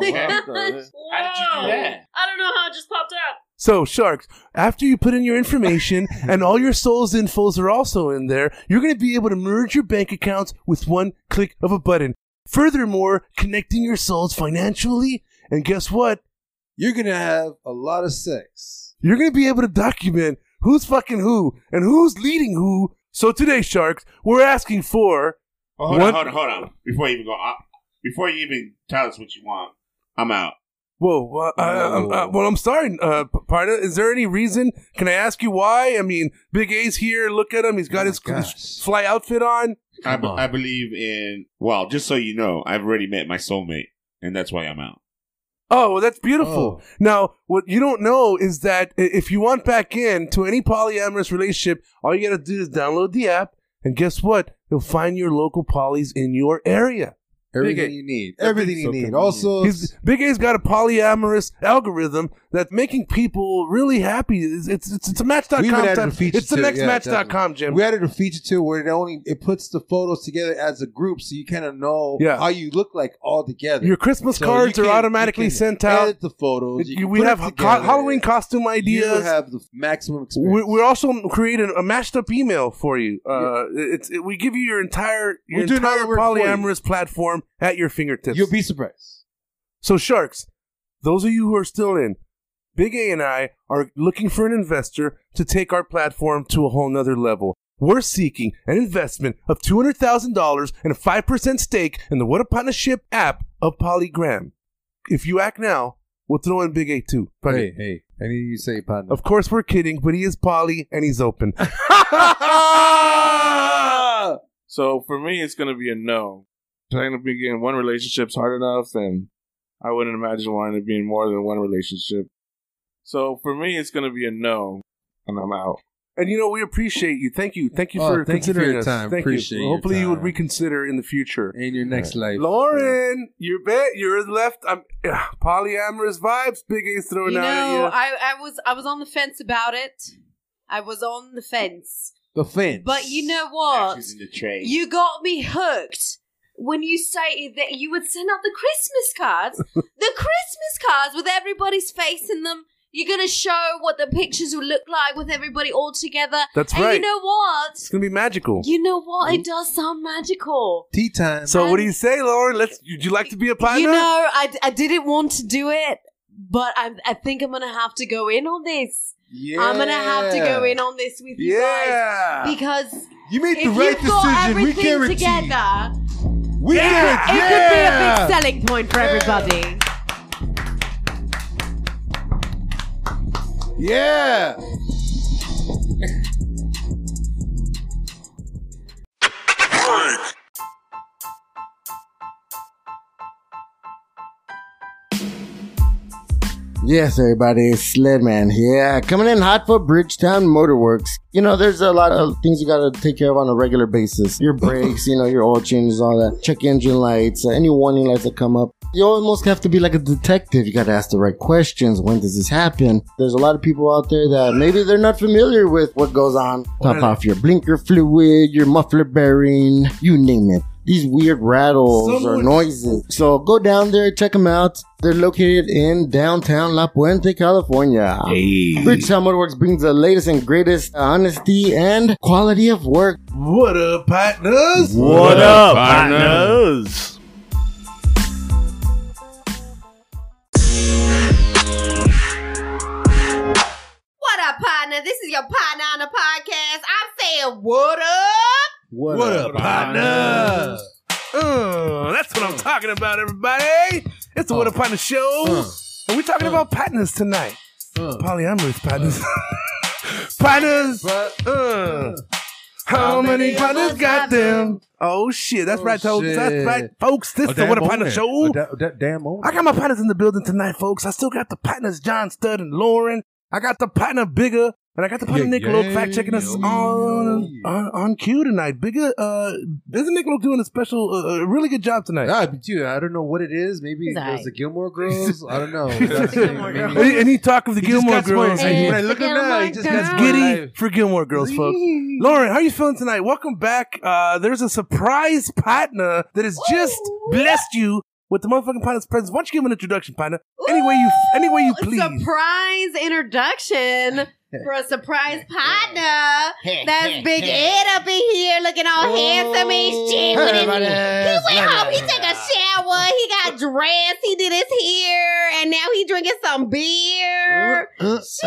F: Oh,
E: my
F: wow.
E: gosh.
C: How did you do
E: Wow.
F: that?
E: I don't know how it just popped up.
B: So, Sharks, after you put in your information and all your soul's infos are also in there, you're going to be able to merge your bank accounts with one click of a button. Furthermore, connecting your souls financially. And guess what?
D: You're going to have a lot of sex.
B: You're going to be able to document who's fucking who and who's leading who. So today, Sharks, we're asking for
F: Oh, hold
B: What-
F: on, hold on, hold on. Before you even go, uh, before you even tell us what you want, I'm out.
B: Whoa. Uh, uh, uh, well, I'm sorry, uh, p- partner. Is there any reason? Can I ask you why? I mean, Big A's here. Look at him. He's got
D: Oh
B: his
D: my
B: his
D: gosh.
B: fly outfit on.
F: I,
D: Come on.
F: I believe in. Well, just so you know, I've already met my soulmate, and that's why I'm out.
B: Oh, well, that's beautiful.
D: Oh.
B: Now, what you don't know is that i- if you want back in to any polyamorous relationship, all you got to do is download the app, and guess what? You'll find your local polys in your area.
D: Everything
B: Big A.
D: you need. Everything you
C: So
D: need.
C: convenient.
D: Also,
B: He's, Big A's got a polyamorous algorithm that's making people really happy. It's it's, it's, it's a match.com.
D: We even added
B: type-
D: a feature
B: it's the
D: to it.
B: next
D: Yeah,
B: match.com, Jim.
D: we added a feature to it where it only it puts the photos together as a group, so you kind of know
B: Yeah.
D: how you look like all together.
B: Your Christmas
D: So
B: cards
D: you
B: are
D: can-
B: automatically
D: you can
B: sent out.
D: Edit the photos. you
B: You-
D: can
B: we
D: put it
B: have co-
D: together.
B: Halloween costume
D: You
B: ideas.
D: have the maximum experience.
B: We- We're also creating a mashed up email for you. Uh, it's it, we give you your entire your
D: We do
B: entire
D: another work for you.
B: polyamorous platform at your fingertips.
D: You'll be surprised.
B: so sharks, those of you who are still in, Big A and I are looking for an investor to take our platform to a whole nother level. We're seeking an investment of two hundred thousand dollars and a five percent stake in the What a Partnership app of PolyGram. If you act now, we'll throw in Big A too. Fuck it.
D: Hey, hey, I need you to say partner.
B: Of course, we're kidding, but he is poly and he's open.
C: So for me, it's gonna be a no. Trying to be in one relationship's hard enough, and I wouldn't imagine wanting to be in more than one relationship. So for me, it's gonna be a no, and I'm out.
B: And you know, we appreciate you. Thank you. Thank you
D: Oh,
B: for
D: thank you for
B: considering
D: your
B: us.
D: time.
B: Thank
D: Appreciate
B: you.
D: your
B: Hopefully, you would
D: time.
B: reconsider in the future.
D: in your next life,
B: Lauren, you're bet you're left. I'm ugh, polyamorous vibes. Big A's throwing
E: You know,
B: out at you.
E: I, I was I was on the fence about it. I was on the fence.
D: the fence.
E: But you know what?
F: Using the tray.
E: You got me hooked when you stated that you would send out the Christmas cards. the Christmas cards with everybody's face in them. You're gonna show what the pictures will look like with everybody all together.
B: That's
E: and
B: right. Mm-hmm.
E: you know what?
B: It's gonna be magical.
E: You know what? It does sound magical.
D: tea time.
B: so, what do you say, Lauren? Let's. Would you like to be a partner?
E: You know, I, I didn't want to do it, but I, I think I'm gonna have to go in on this.
D: Yeah.
E: I'm gonna have to go in on this with you
B: yeah.
E: guys because
D: You made
E: if
D: the right
E: you've got
D: decision. We
E: everything
D: guarantee.
E: together,
D: We
E: it
D: guarantee.
E: could be a big selling point for everybody.
D: Yeah.
A: Yes, everybody, it's Sledman here. Coming in hot for Bridgetown Motorworks. You know, there's a lot of things you gotta take care of on a regular basis. Your brakes, you know, your oil changes, all that. Check engine lights, uh, any warning lights that come up. You almost have to be like a detective. You gotta ask the right questions. When does this happen? There's a lot of people out there that maybe they're not familiar with what goes on. Top off your blinker fluid, your muffler bearing, you name it. These weird rattles or
B: Someone-
A: noises. So go down there, check them out. They're located in downtown La Puente, California. Bridgetown Motorworks brings the latest and greatest honesty and quality of work.
B: What up, partners?
I: What up, partners?
E: What up, partner? This is your partner on the podcast. I'm saying, what up?
D: What, up,
B: partners? Uh, that's what I'm talking about, everybody. It's the
D: Uh,
B: What a Partner Show. and we're talking about partners tonight.
D: Uh.
B: Polyamorous partners. partners. Uh, how many partners got them? Oh, shit. That's
D: Oh,
B: right, folks. That's
D: shit. Oh,
B: right, folks. This is the What a Partner Show.
D: damn moment.
B: I got my partners in the building tonight, folks. I still got the partners, John Stud and Lauren. I got the partner, Bigger. And I got the partner,
D: Yeah,
B: Nick Loke,
D: yeah,
B: fact checking us
D: yeah,
B: on,
D: yeah.
B: on on cue tonight. Bigger, uh, isn't Nick Loke doing a special, uh, a really good job tonight?
D: Ah, but dude, I don't know what it is. Maybe
H: It's
D: it was
H: alright.
D: the Gilmore Girls. I don't know.
B: It's the
E: Gilmore
D: Maybe-
E: Girls.
B: Any talk of the
D: He just
B: Gilmore
D: got spoiled.
B: Girls.
D: Hey,
E: It's
D: When I
E: the
D: look at that, he
E: Gilmore
D: just got
E: Girls.
D: spoiled.
B: Giddy for Gilmore Girls, folks. Lauren, how are you feeling tonight? Welcome back. Uh, there's a surprise partner that has just blessed you with the motherfucking partner's presence. Why don't you give him an introduction, partner? Any way you, any way you
E: Ooh,
B: please.
E: Surprise introduction for a surprise partner. That's Big Ed up in here looking all handsome and shit. With his, he went home, he took a shower, he got dressed, he did his hair, and now he drinking some beer.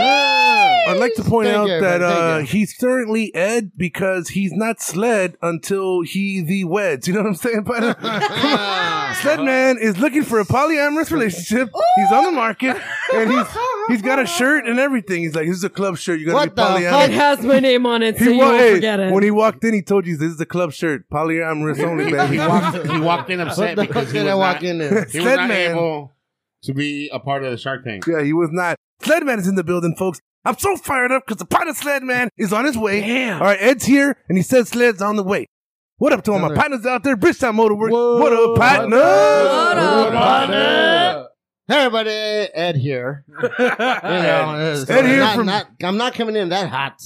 B: I'd like to point
A: Uh, Thank
B: out
A: you,
B: that
A: everybody.
B: uh,
A: Thank
B: he's currently Ed because he's not sled until he the weds. You know what I'm saying? partner? Come on. Sled man is looking for a polyamorous relationship. He's on the market and he's he's got a shirt and everything. He's like, "This is a club shirt. You gotta
A: What
B: be
A: the
B: polyamorous."
A: fuck?
H: has my name on it,
B: He wa- hey, when he walked in, he told you this is a club shirt, polyamorous only, baby.
F: he walked. He walked in upset
A: What the
F: because
A: fuck
F: he
A: did
F: was
A: I walk
F: not,
A: in there?
F: he was not
B: Sledman.
F: able to be a part of the Shark Tank.
B: Yeah, he was not. Sledman is in the building, folks. I'm so fired up because the pilot Sledman is on his way. All right, Ed's here, and he said Sled's on the way. What up to all my partners out there? Bridgetown Motorworks. What up, partner?
A: What up, partner? Hey, everybody, Ed here. You know, it's-
B: Ed here
A: not-
B: from-
A: not- I'm not coming in that hot.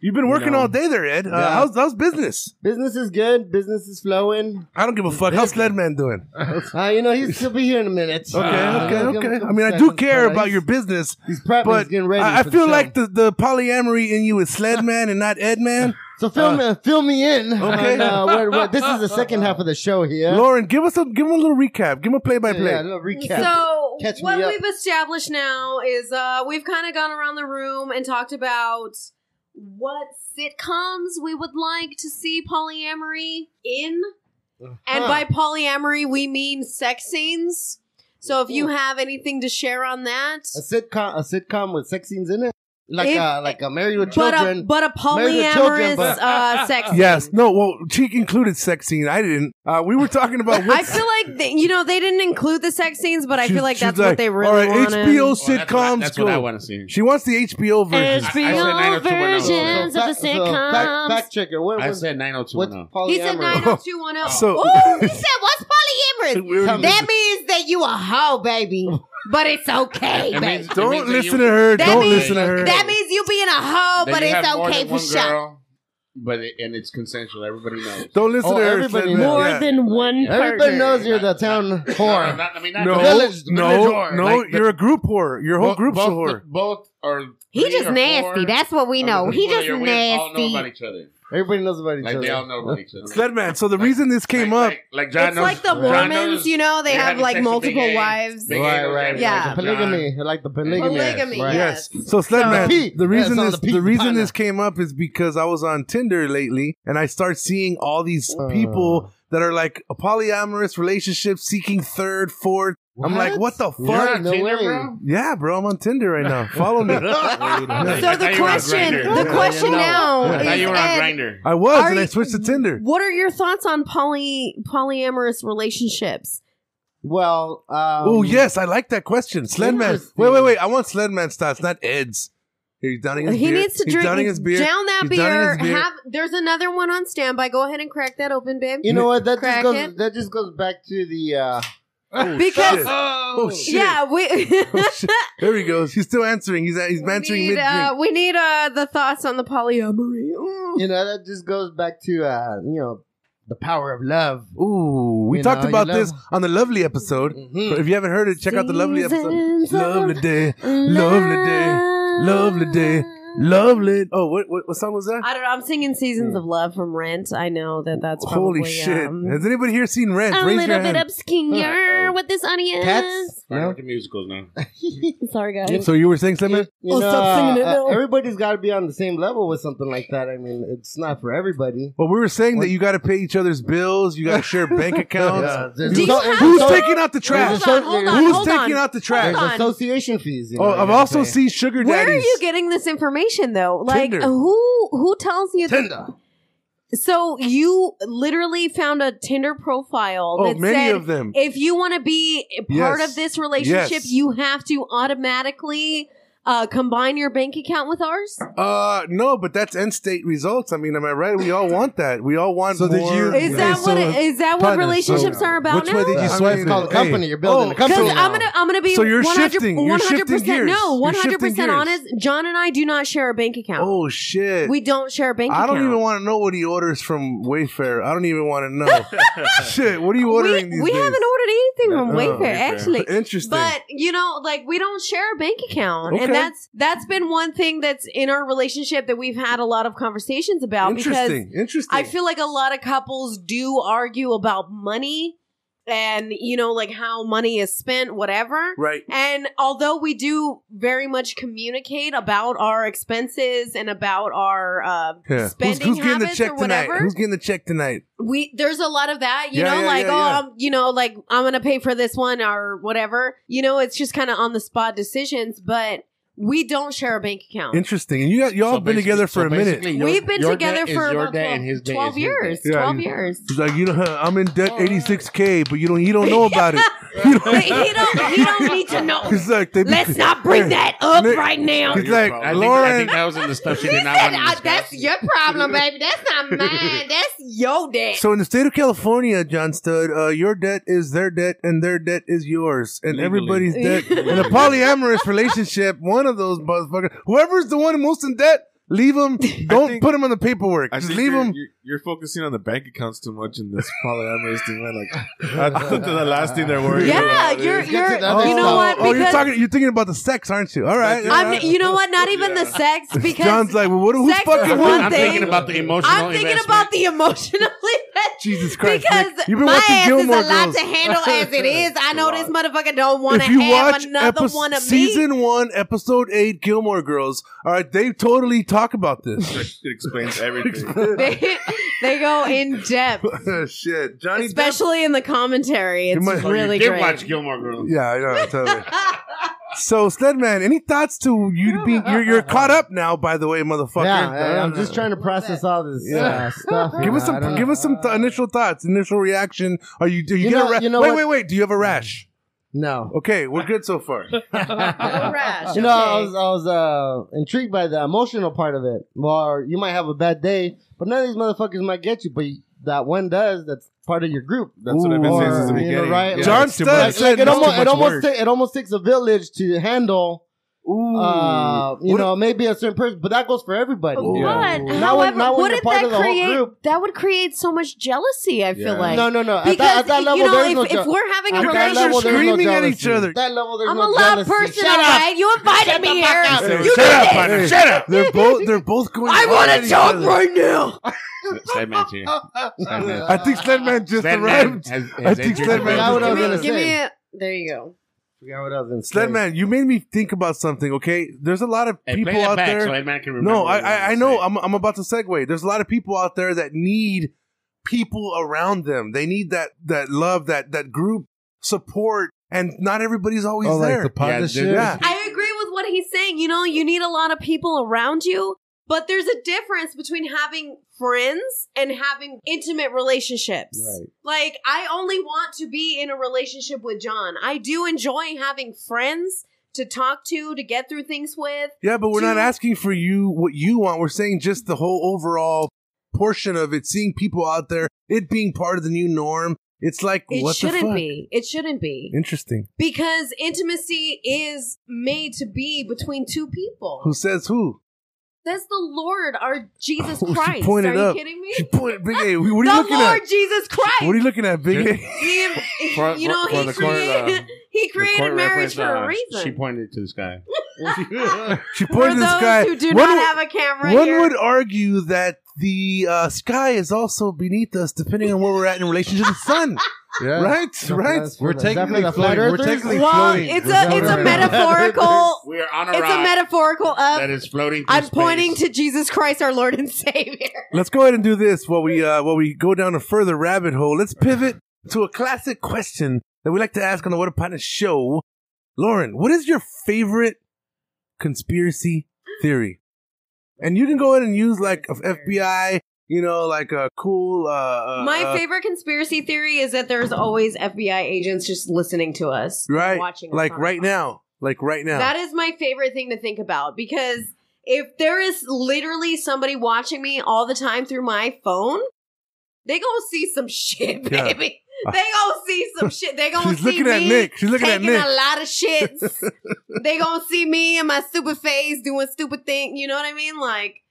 B: You've been working
A: No.
B: all day there, Ed. Uh,
A: Yeah.
B: how's, how's business?
A: Business is good. Business is flowing.
B: I don't give a fuck. How's Sledman doing?
A: Uh, you know, he's, he'll be here in a minute.
B: Okay,
A: Uh,
B: okay,
A: give him a
B: okay.
A: couple
B: I mean, I do
A: seconds,
B: care
A: but
B: about
A: he's-
B: your business,
A: He's prepping.
B: but
A: he's getting ready.
B: I, I
A: for the
B: feel
A: show.
B: like the, the polyamory in you is Sledman and not Edman.
A: So fill me, fill me in.
B: okay.
A: on, uh, what- what- this is the second half of the show here.
B: Lauren, give us a give him a little recap. Give him a play by
A: Yeah, a
B: play.
A: little recap.
E: So
A: Catch me
E: what
A: up.
E: we've established now is uh, we've kind of gone around the room and talked about what sitcoms we would like to see polyamory in. And by polyamory, we mean sex scenes. So if you have anything to share on that,
A: a sitcom, a sitcom with sex scenes in it, like
E: If-
A: a, like a Married with
E: but a,
A: Children.
E: but a
A: Married with Children,
E: polyamorous
A: but-
E: uh, sex scene.
B: Yes. No. Well, she included sex scene. I didn't. Uh, we were talking about.
E: I
B: What,
E: feel like they, you know they didn't include the sex scenes, but I
B: She's-
E: feel like
B: she's
E: that's
B: like,
E: what they really
B: all right,
E: wanted.
B: HBO
F: Well, that's what I-
B: sitcoms.
F: That's what I
B: cool.
F: want to see.
B: She wants the HBO version.
F: I- I
B: oh
E: HBO
F: said 90210.
E: versions of
A: Fact-
E: the
A: so fact,
E: sitcoms.
A: fact checker. What
F: I
A: was
F: said
A: what's
F: 90210.
A: polyamory?
E: Um, He said 90210.
B: So-
E: Ooh, he said, what's polyamorous?
B: We were-
E: That means that you a hoe, baby. But it's okay,
F: It
E: baby.
F: means- it
B: Don't
F: means that
B: listen
F: you-
B: to her.
E: That
B: Don't
E: means-
B: listen to her.
E: That means you being a hoe,
F: that
E: but
F: you
E: it's
F: have more
E: okay
F: than
E: for
F: one
E: sure.
F: girl, But it, and it's consensual. Everybody knows.
B: Don't listen
A: Oh,
B: to her.
A: everybody
B: Sledman.
A: knows. More
B: Yeah.
G: than one
A: Everybody knows you're the town
F: No,
A: whore.
F: not, I mean, not
B: No,
F: the
A: village- the
B: no,
A: village whore.
B: no!
F: Like the-
B: you're a group whore. Your whole
F: Both-
B: group's
F: both,
B: a whore.
F: the- both are.
E: He
F: three
E: just
F: or
E: nasty.
F: four
E: That's what we
F: of
E: know.
F: the
E: He
F: people
E: just
F: you're with All know about
E: nasty.
F: each other.
A: Everybody knows about each
F: Like
A: other.
F: they all know about each other.
B: Sledman. So the reason this came
F: Like-
B: up,
F: like, like John
E: It's
F: knows-
E: like the
F: John
E: Mormons,
F: knows
E: you know, they
F: you're
E: have
F: having
E: like
F: sex with
E: multiple
F: Big A,
E: wives.
F: Big A
A: Right,
F: knows
A: right,
F: everything.
E: Yeah.
A: The polygamy, I like the polygamy.
E: Polygamy,
A: Right.
B: yes.
E: yes.
B: So Sledman,
A: The P.
B: the reason
A: Yes, on
B: this
A: the P,
B: the reason
A: partner.
B: this came up is because I was on Tinder lately, and I start seeing all these
A: Uh.
B: people that are like a polyamorous relationship, seeking third, fourth. I'm like, what the
A: You're
B: fuck?
A: on Tinder, bro?
B: Yeah, bro, I'm on Tinder right now. Follow me.
E: So the question, the question now
F: I thought
E: is,
F: you were on
E: Ed,
F: Grinder.
B: I was,
E: Are
B: and I
E: you-
B: switched to Tinder.
E: what are your thoughts on poly polyamorous relationships?
A: Well, um,
B: oh yes, I like that question, Sledman.
A: Interesting.
B: Wait, wait, wait! I want Sledman's thoughts, not Ed's. He's downing his
E: He
B: beer.
E: needs to
B: He's
E: drink.
B: Downing his beer.
E: Down that
B: He's downing
E: beer.
B: his beer.
E: Have there's another one on standby. Go ahead and crack that open, babe.
A: You know what? That just
E: Crack
A: goes.
E: it.
A: That just goes back to the. Uh,
B: Oh,
E: Because-
B: shit. oh shit!
E: yeah, we
B: Oh, shit. There he goes. He's still answering. He's he's
E: we
B: answering
E: need
B: mid
E: uh,
B: drink.
E: we need uh, the thoughts on the polyamory. Ooh.
A: you know that just goes back to uh, you know the power of love.
B: Ooh, we
A: you
B: talked
A: know,
B: about
A: you love-
B: this on the lovely episode.
A: Mhm.
B: If you haven't heard it, check out the lovely episode.
E: Mm-hmm. Seasons of
B: Lovely day, lovely day, lovely day, lovely. Oh, what what, what song was that?
E: I don't know. I'm singing "Seasons of Love" from Rent. I know that that's probably,
B: Holy shit!
E: um,
B: Has anybody here seen Rent?
E: I'm a
B: Raise
E: little
B: your
E: bit
B: hand.
E: obscure with this audience.
A: Cats.
F: Right,
A: No?
F: with the musicals now.
E: Sorry, guys.
B: so you were saying something?
A: You
E: Oh,
A: know,
E: stop singing it
A: uh,
E: now.
A: everybody's got to be on the same level with something like that. I mean, it's not for everybody.
B: Well, we were saying that you got to pay each other's bills. You got to share bank accounts.
A: Yeah, there's
E: Do you
A: so-
E: have-
B: Who's
A: so-
B: taking out the trash?
A: There's
E: Hold on,
A: a-
E: hold on,
B: Who's
E: hold
B: taking
E: on.
B: out the trash?
A: There's
E: Hold on.
A: association fees. You know,
B: Oh,
A: you
B: I've
A: gotta
B: also
A: pay.
B: seen sugar daddies.
E: Where are you getting this information though? Like
B: Tinder.
E: who who tells you Tinder? So you literally found a Tinder profile
B: Oh,
E: that
B: many
E: said
B: of them.
E: if you want to be a part
B: Yes.
E: of this relationship,
B: Yes.
E: you have to automatically uh, combine your bank account with ours.
B: Uh, no, but that's end state results. I mean, am I right? We all want that. We all want.
D: So did
B: more-
D: you- Okay,
E: Is that
D: so
E: what it- is that what
B: partners,
E: relationships
B: so
E: are about
D: which
E: now?
D: way did you
B: I
D: swipe
B: mean,
D: it?
A: called a company. You're building a company
E: Because
A: now.
E: I'm gonna, I'm gonna be
B: Oh, So you're
E: 100,
B: shifting. You're
E: 100%
B: shifting gears.
E: no,
B: You're
E: 100
B: shifting
E: percent
B: gears.
E: honest. John and I do not share a bank account.
B: Oh shit!
E: we don't share a bank
B: I
E: account.
B: don't even want to know what he orders from Wayfair. I don't even want to know. shit, what are you ordering
E: we,
B: these
E: we
B: days?
E: haven't ordered anything from
B: Oh,
E: Wayfair,
B: okay.
E: actually.
B: Interesting.
E: But you know, like we don't share a bank account,
B: Okay.
E: and that's that's been one thing that's in our relationship that we've had a lot of conversations about because
B: interesting. Interesting.
E: I feel like a lot of couples do argue about money and you know like how money is spent, whatever.
B: right.
E: And although we do very much communicate about our expenses and about our uh,
B: Yeah. Who's,
E: spending
B: who's getting the
E: habits
B: check
E: or
B: tonight?
E: whatever,
B: Who's getting the check tonight?
E: we there's a lot of that you
B: Yeah,
E: know
B: yeah,
E: like
B: yeah,
E: oh
B: yeah.
E: I'm, you know like i'm gonna pay for this one or whatever you know it's just kind of on the spot decisions but we don't share a bank account
B: Interesting. And you got, y'all
F: So
B: been together
F: basically-
B: for a
F: so
B: minute.
F: basically your-
E: we've been
F: your
E: together
F: day
E: for
F: is your
E: about
F: day
E: 12,
F: and his day
E: 12
F: is Oh, his
E: years
B: Yeah,
E: 12
B: you-
E: years
B: He's like, you know, I'm in debt 86k, but you don't you don't know about it. You don't-
E: But he don't he don't need to no.
B: He's like, they be-
E: Let's not bring that up
B: Nick-
E: right now.
B: He's like,
F: I think, I
B: Lauren,
F: think that was in the stuff she
E: He
F: did not
E: said,
F: want to
E: "Uh,
F: discuss.
E: that's your problem, baby. That's not mine. That's your debt.
B: So in the state of California, John Stud, uh, your debt is their debt and their debt is yours, and
F: Legally.
B: everybody's debt. in a polyamorous relationship, one of those motherfuckers, whoever's the one most in debt, leave them. Don't
C: think-
B: put them on the paperwork.
C: I
B: Just
C: think
B: leave
C: you're,
B: them.
C: You're, you're focusing on the bank accounts too much in this polyamorous thing. Man. Like that's the last thing they're worried
E: Yeah,
C: about.
E: you're
C: is-
E: you're.
A: that
E: You know
A: stuff.
E: what?
B: Oh, you're
E: Because
B: talking. You're thinking about the sex, aren't you? All right. all
E: I'm.
B: right.
E: You know what? Not even the sex because
B: uh, John's like, well, what? Who's
E: sex is
B: fucking
E: one
B: with
F: I'm
B: you?
E: thing.
F: thinking about the emotional
E: I'm thinking
F: investment.
E: about the emotional investment.
B: Jesus Christ!
E: because
B: Nick. You've been
E: my
B: watching
E: ass
B: Gilmore
E: is a lot
B: Girls.
E: to handle as it is. I know this motherfucker don't want to
B: if you
E: have
B: watch
E: another
B: epi-
E: one of me.
B: season one, episode eight, Gilmore Girls, all right, they totally talk about this.
C: It explains everything.
E: They, they go in depth,
B: Shit, Johnny. Depp-
E: especially in the commentary. It's
B: might- Oh, you
E: really
F: did
E: great.
F: watch Gilmore Girls.
B: Yeah, I know. Totally. so, Sledman, any thoughts to you being you're, you're caught up now? By the way, motherfucker.
A: Yeah, I, am just trying to process all this
B: Yeah.
A: uh, stuff.
B: Give us
A: I
B: some.
A: don't
B: Give
A: know.
B: us some th- initial thoughts, initial reaction. Are you? Do you,
A: You
B: get
A: know-
B: a rash?
A: you know
B: wait,
A: what-
B: wait, wait. Do you have a rash?
A: No.
B: Okay, we're good so far.
E: Rash,
A: You know, I
E: okay.
A: was, I was uh, intrigued by the emotional part of it. Well, you might have a bad day, but none of these motherfuckers might get you, but you- that one does. That's part of your group.
C: That's what I've been saying since the
A: Or, you know,
C: beginning.
A: right?
C: Yeah.
B: John
C: It's too
B: Studd
C: much.
A: Like, like, it
B: That's too
A: almost,
B: much
A: it
B: work.
A: almost, ta- it almost takes a village to handle,
B: Ooh.
A: uh, you
B: What-
A: know, maybe a certain person, but that goes for everybody.
E: But,
C: Yeah.
A: Not when-
E: however,
A: not when you're
E: wouldn't
A: part
E: that
A: of the whole
E: create
A: group.
E: that would create so much jealousy? I
F: Yeah.
E: feel like
A: No, no, no. At
E: because
A: that, at that level,
E: you know,
A: there's
E: if,
A: no
E: if
A: jealousy.
E: we're having
B: You
E: a
A: At
B: guys are
E: relationship,
A: that level, there's no
B: screaming at each
A: jealousy.
B: other.
A: That level, there's
E: I'm
A: no
E: a loud
A: jealousy.
E: person,
A: Shut
E: all
A: up.
E: right? You invited me here.
B: Sarah,
E: You
B: shut
E: did
B: up,
E: this.
B: partner. Shut up. They're both. They're both going.
E: I
B: want to
E: talk right now.
F: Sledman too. Sledman.
B: I think Sledman just
F: Sledman
B: arrived.
F: has, has
B: I think
F: injured
B: Sledman-
F: himself.
A: That would
E: Give
A: have
E: me,
A: been
E: give me a, there you go.
A: Forgot what I was gonna say.
B: Sledman, you made me think about something. Okay, there's a lot of
F: Hey,
B: people
F: play that
B: out
F: back
B: there.
F: so Sledman can remember
B: No, I
F: what he
B: I, I
F: wanted to
B: know.
F: say.
B: I'm I'm about to segue. There's a lot of people out there that need people around them. They need that that love, that that group support, and not everybody's always
D: Oh, like
B: there.
D: the partnership?
B: Yeah.
E: I agree with what he's saying. You know, you need a lot of people around you, but there's a difference between having friends and having intimate relationships.
D: Right.
E: Like, I only want to be in a relationship with John. I do enjoy having friends to talk to, to get through things with.
B: Yeah, but we're not
E: Dude.
B: asking for you what you want. We're saying just the whole overall portion of it, seeing people out there, it being part of the new norm. It's like
E: It
B: what the
E: shouldn't
B: fuck?
E: be. It shouldn't be.
B: Interesting.
E: Because intimacy is made to be between two people.
B: Who says who?
E: That's the Lord, our Jesus
B: Oh, she
E: Christ. Are
B: pointed
E: you
B: up.
E: kidding me?
B: She pointed, Big A. What are you
E: the
B: looking
E: Lord
B: at?
E: Jesus Christ.
B: What are you looking at, Big A?
E: He,
F: For-
E: you know,
F: for
E: he
F: the
E: created
F: court, uh,
E: he
F: The court
E: created marriage
F: reference,
E: for a
F: uh,
E: reason.
F: She pointed to the sky.
B: She
E: for
B: pointed to
E: those
B: the sky.
E: who do
B: One
E: not
B: would-
E: have a camera
B: One
E: here,
B: would argue that the uh, sky is also beneath us, depending on where we're at in relation to the sun.
D: Yeah.
B: right, right.
A: That's for
D: We're
A: the-
D: technically
A: definitely the
D: floating.
A: flat
D: We're
A: earthers.
D: technically
E: Wrong.
D: floating.
E: It's
D: We're
E: a it's a
D: floating.
E: metaphorical.
F: We are on a
E: it's
F: rock
E: a metaphorical
F: that
E: up.
F: is floating. through
E: I'm pointing
F: space.
E: to Jesus Christ, our Lord and Savior.
B: Let's go ahead and do this while we uh, while we go down a further rabbit hole. Let's pivot to a classic question that we like to ask on the What a Partner show. Lauren, what is your favorite conspiracy theory? And you can go ahead and use like of FBI, you know, like a cool. Uh, uh,
E: My
B: uh,
E: favorite conspiracy theory is that there's always FBI agents just listening to us,
B: right,
E: Watching, us
B: like
E: on
B: right
E: our-
B: now, like right now.
E: That is my favorite thing to think about because if there is literally somebody watching me all the time through my phone, they gonna see some shit,
B: Yeah.
E: baby. They gonna see some shit. They gonna
B: She's
E: see
B: looking
E: me
B: at Nick. She's looking at
E: taking
B: Nick.
E: a lot of shits. they gonna see me and my stupid face doing stupid thing. You know what I mean? Like,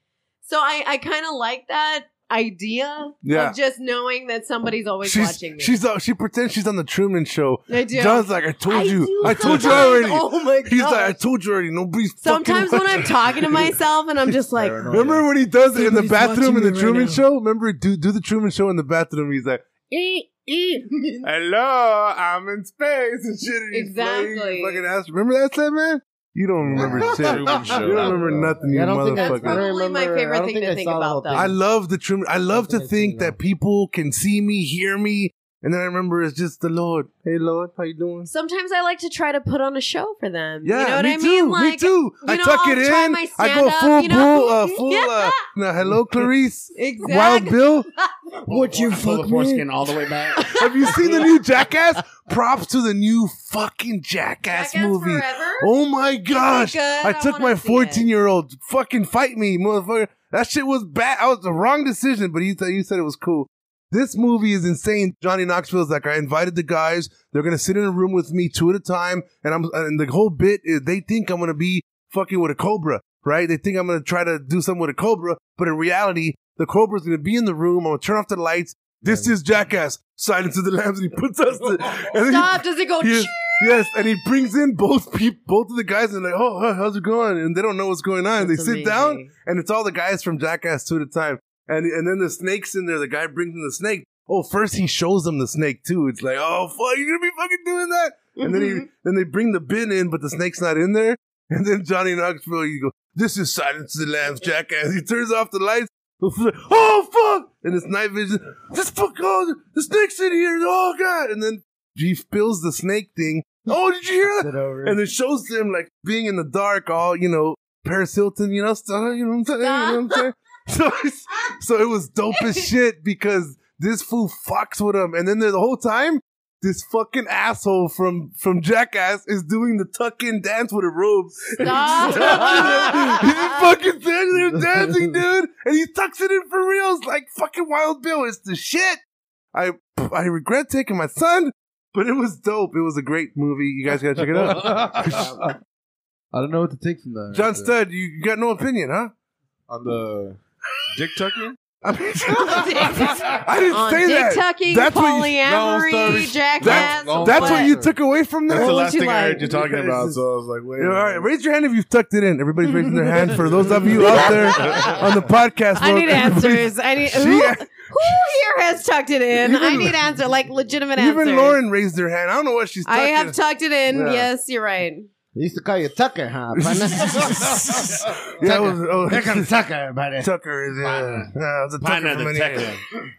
E: so I I kind of like that idea
B: Yeah.
E: of just knowing that somebody's always
B: she's
E: watching me.
B: she's uh, she pretends she's on the Truman Show.
E: I do.
B: John's like, I told
E: I
B: you,
E: do
B: I told you
E: sometimes.
B: already.
E: Oh my god.
B: He's like, I told you already. Nobody's fucking
E: Sometimes when I'm talking to myself and I'm just like,
B: Remember when he does it in the
E: Somebody's
B: bathroom in
E: watching
B: the
E: me right
B: Truman
E: now.
B: Show? Remember do do the Truman Show in the bathroom? He's like,
E: E
B: "Hello, I'm in space and shit." and he's
E: Exactly.
B: playing his Fucking ass. Remember that shit, man? You don't remember shit. you
C: Truman Show.
B: don't remember nothing, you
A: Yeah, I don't think I- I
E: That's
A: don't
B: motherfucker.
E: probably my
A: remember-
E: favorite
A: I don't
E: thing to
A: I
E: think
A: saw the
E: about,
A: whole
E: though.
A: thing.
B: I love the Truman. I love to
A: think I've seen
B: think that people can see me, hear me, And then I remember it's just the Lord. Hey, Lord, how you doing?
E: Sometimes I like to try to put on a show for them.
B: Yeah,
E: you know what
B: me
E: I
B: too.
E: mean?
B: me
E: Like,
B: too. I
E: know,
B: tuck
E: I'll
B: it
E: try
B: in.
E: my
B: I go
E: stand-up,
B: full
E: you know?
B: bull, uh, full. Uh, now, hello, Clarice.
E: Exact-
B: Wild Bill.
A: What you
F: Pull the
A: fuck me?
F: foreskin all the way back.
B: Have you seen the new Jackass? Props to the new fucking Jackass, movie.
E: Forever?
B: Oh my gosh!
E: good?
B: I
E: I
B: took my
E: wanna see it.
B: 14 year old. Fucking fight me, motherfucker! That shit was bad. I was the wrong decision, but you said you said it was cool. This movie is insane. Johnny Knoxville's like, I invited the guys. They're gonna sit in a room with me two at a time, and I'm and the whole bit is they think I'm gonna be fucking with a cobra, right? They think I'm gonna try to do something with a cobra, but in reality, the cobra's gonna be in the room. I'm gonna turn off the lights. This is Jackass. Silence of the Lambs, and he puts us. To, and then he-
E: Stop. Does it go?
B: Yes, yes, and he brings in both peop both of the guys, and like, oh, huh, how's it going? And they don't know what's going on.
E: That's
B: they sit down,
E: amazing.
B: and it's all the guys from Jackass two at a time, and and then the snakes in there. The guy brings in the snake. Oh, first he shows them the snake too. It's like, oh fuck, you're gonna be fucking doing that. And then he then they bring the bin in, but the snake's not in there. And then Johnny Knoxville, you go, this is Silence of the Lambs, Jackass. He turns off the lights. Oh fuck! And it's night vision. This fuck! Oh, the snake's in here. Oh god! And then he spills the snake thing. Oh, did you hear that? And it shows them like being in the dark, all you know, Paris Hilton, you know, so, you know what I'm saying? You know what I'm saying? So, it's- so it was dope as shit because this fool fucks with him, and then the whole time, this fucking asshole from from Jackass is doing the tuck in dance with a robe. he's fucking standing there dancing, dude, and he tucks it in for real. It's like fucking Wild Bill. It's the shit. I I regret taking my son, but it was dope. It was a great movie. You guys gotta check it out.
D: I don't know what to take from that.
B: John Stud, you got no opinion, huh?
F: on the dick tucking.
B: I, mean, I didn't
E: On
B: say
E: dick
B: that.
E: tucking,
B: that's what you,
E: polyamory,
F: No, sorry.
E: jackass.
B: that's,
F: Long
B: that's
F: story.
B: what you took away from
F: That's the
B: that.
E: would
F: last
E: you
F: thing I
E: like?
F: heard you talking about. So I was like, wait. a
B: All right,
F: minute.
B: raise your hand if you've tucked it in. Everybody's raising their hand for those of you out there on the podcast.
E: I
B: world,
E: need
B: everybody's-
E: answers. I need who, who
B: She-
E: here has tucked it in. I
B: Even-
E: need answer, like legitimate answers.
B: Even Lauren raised her hand. I don't know what she's.
E: I
B: tucking.
E: have tucked it in.
B: Yeah.
E: Yes, you're right.
A: They used to call you Tucker, huh? partner?
B: Yeah, it was, oh,
A: Here comes Tucker, buddy.
B: Tucker is uh,
F: Partner.
B: yeah, it's a Tucker
F: Partner
B: from
F: the
B: Indiana.
F: tucker.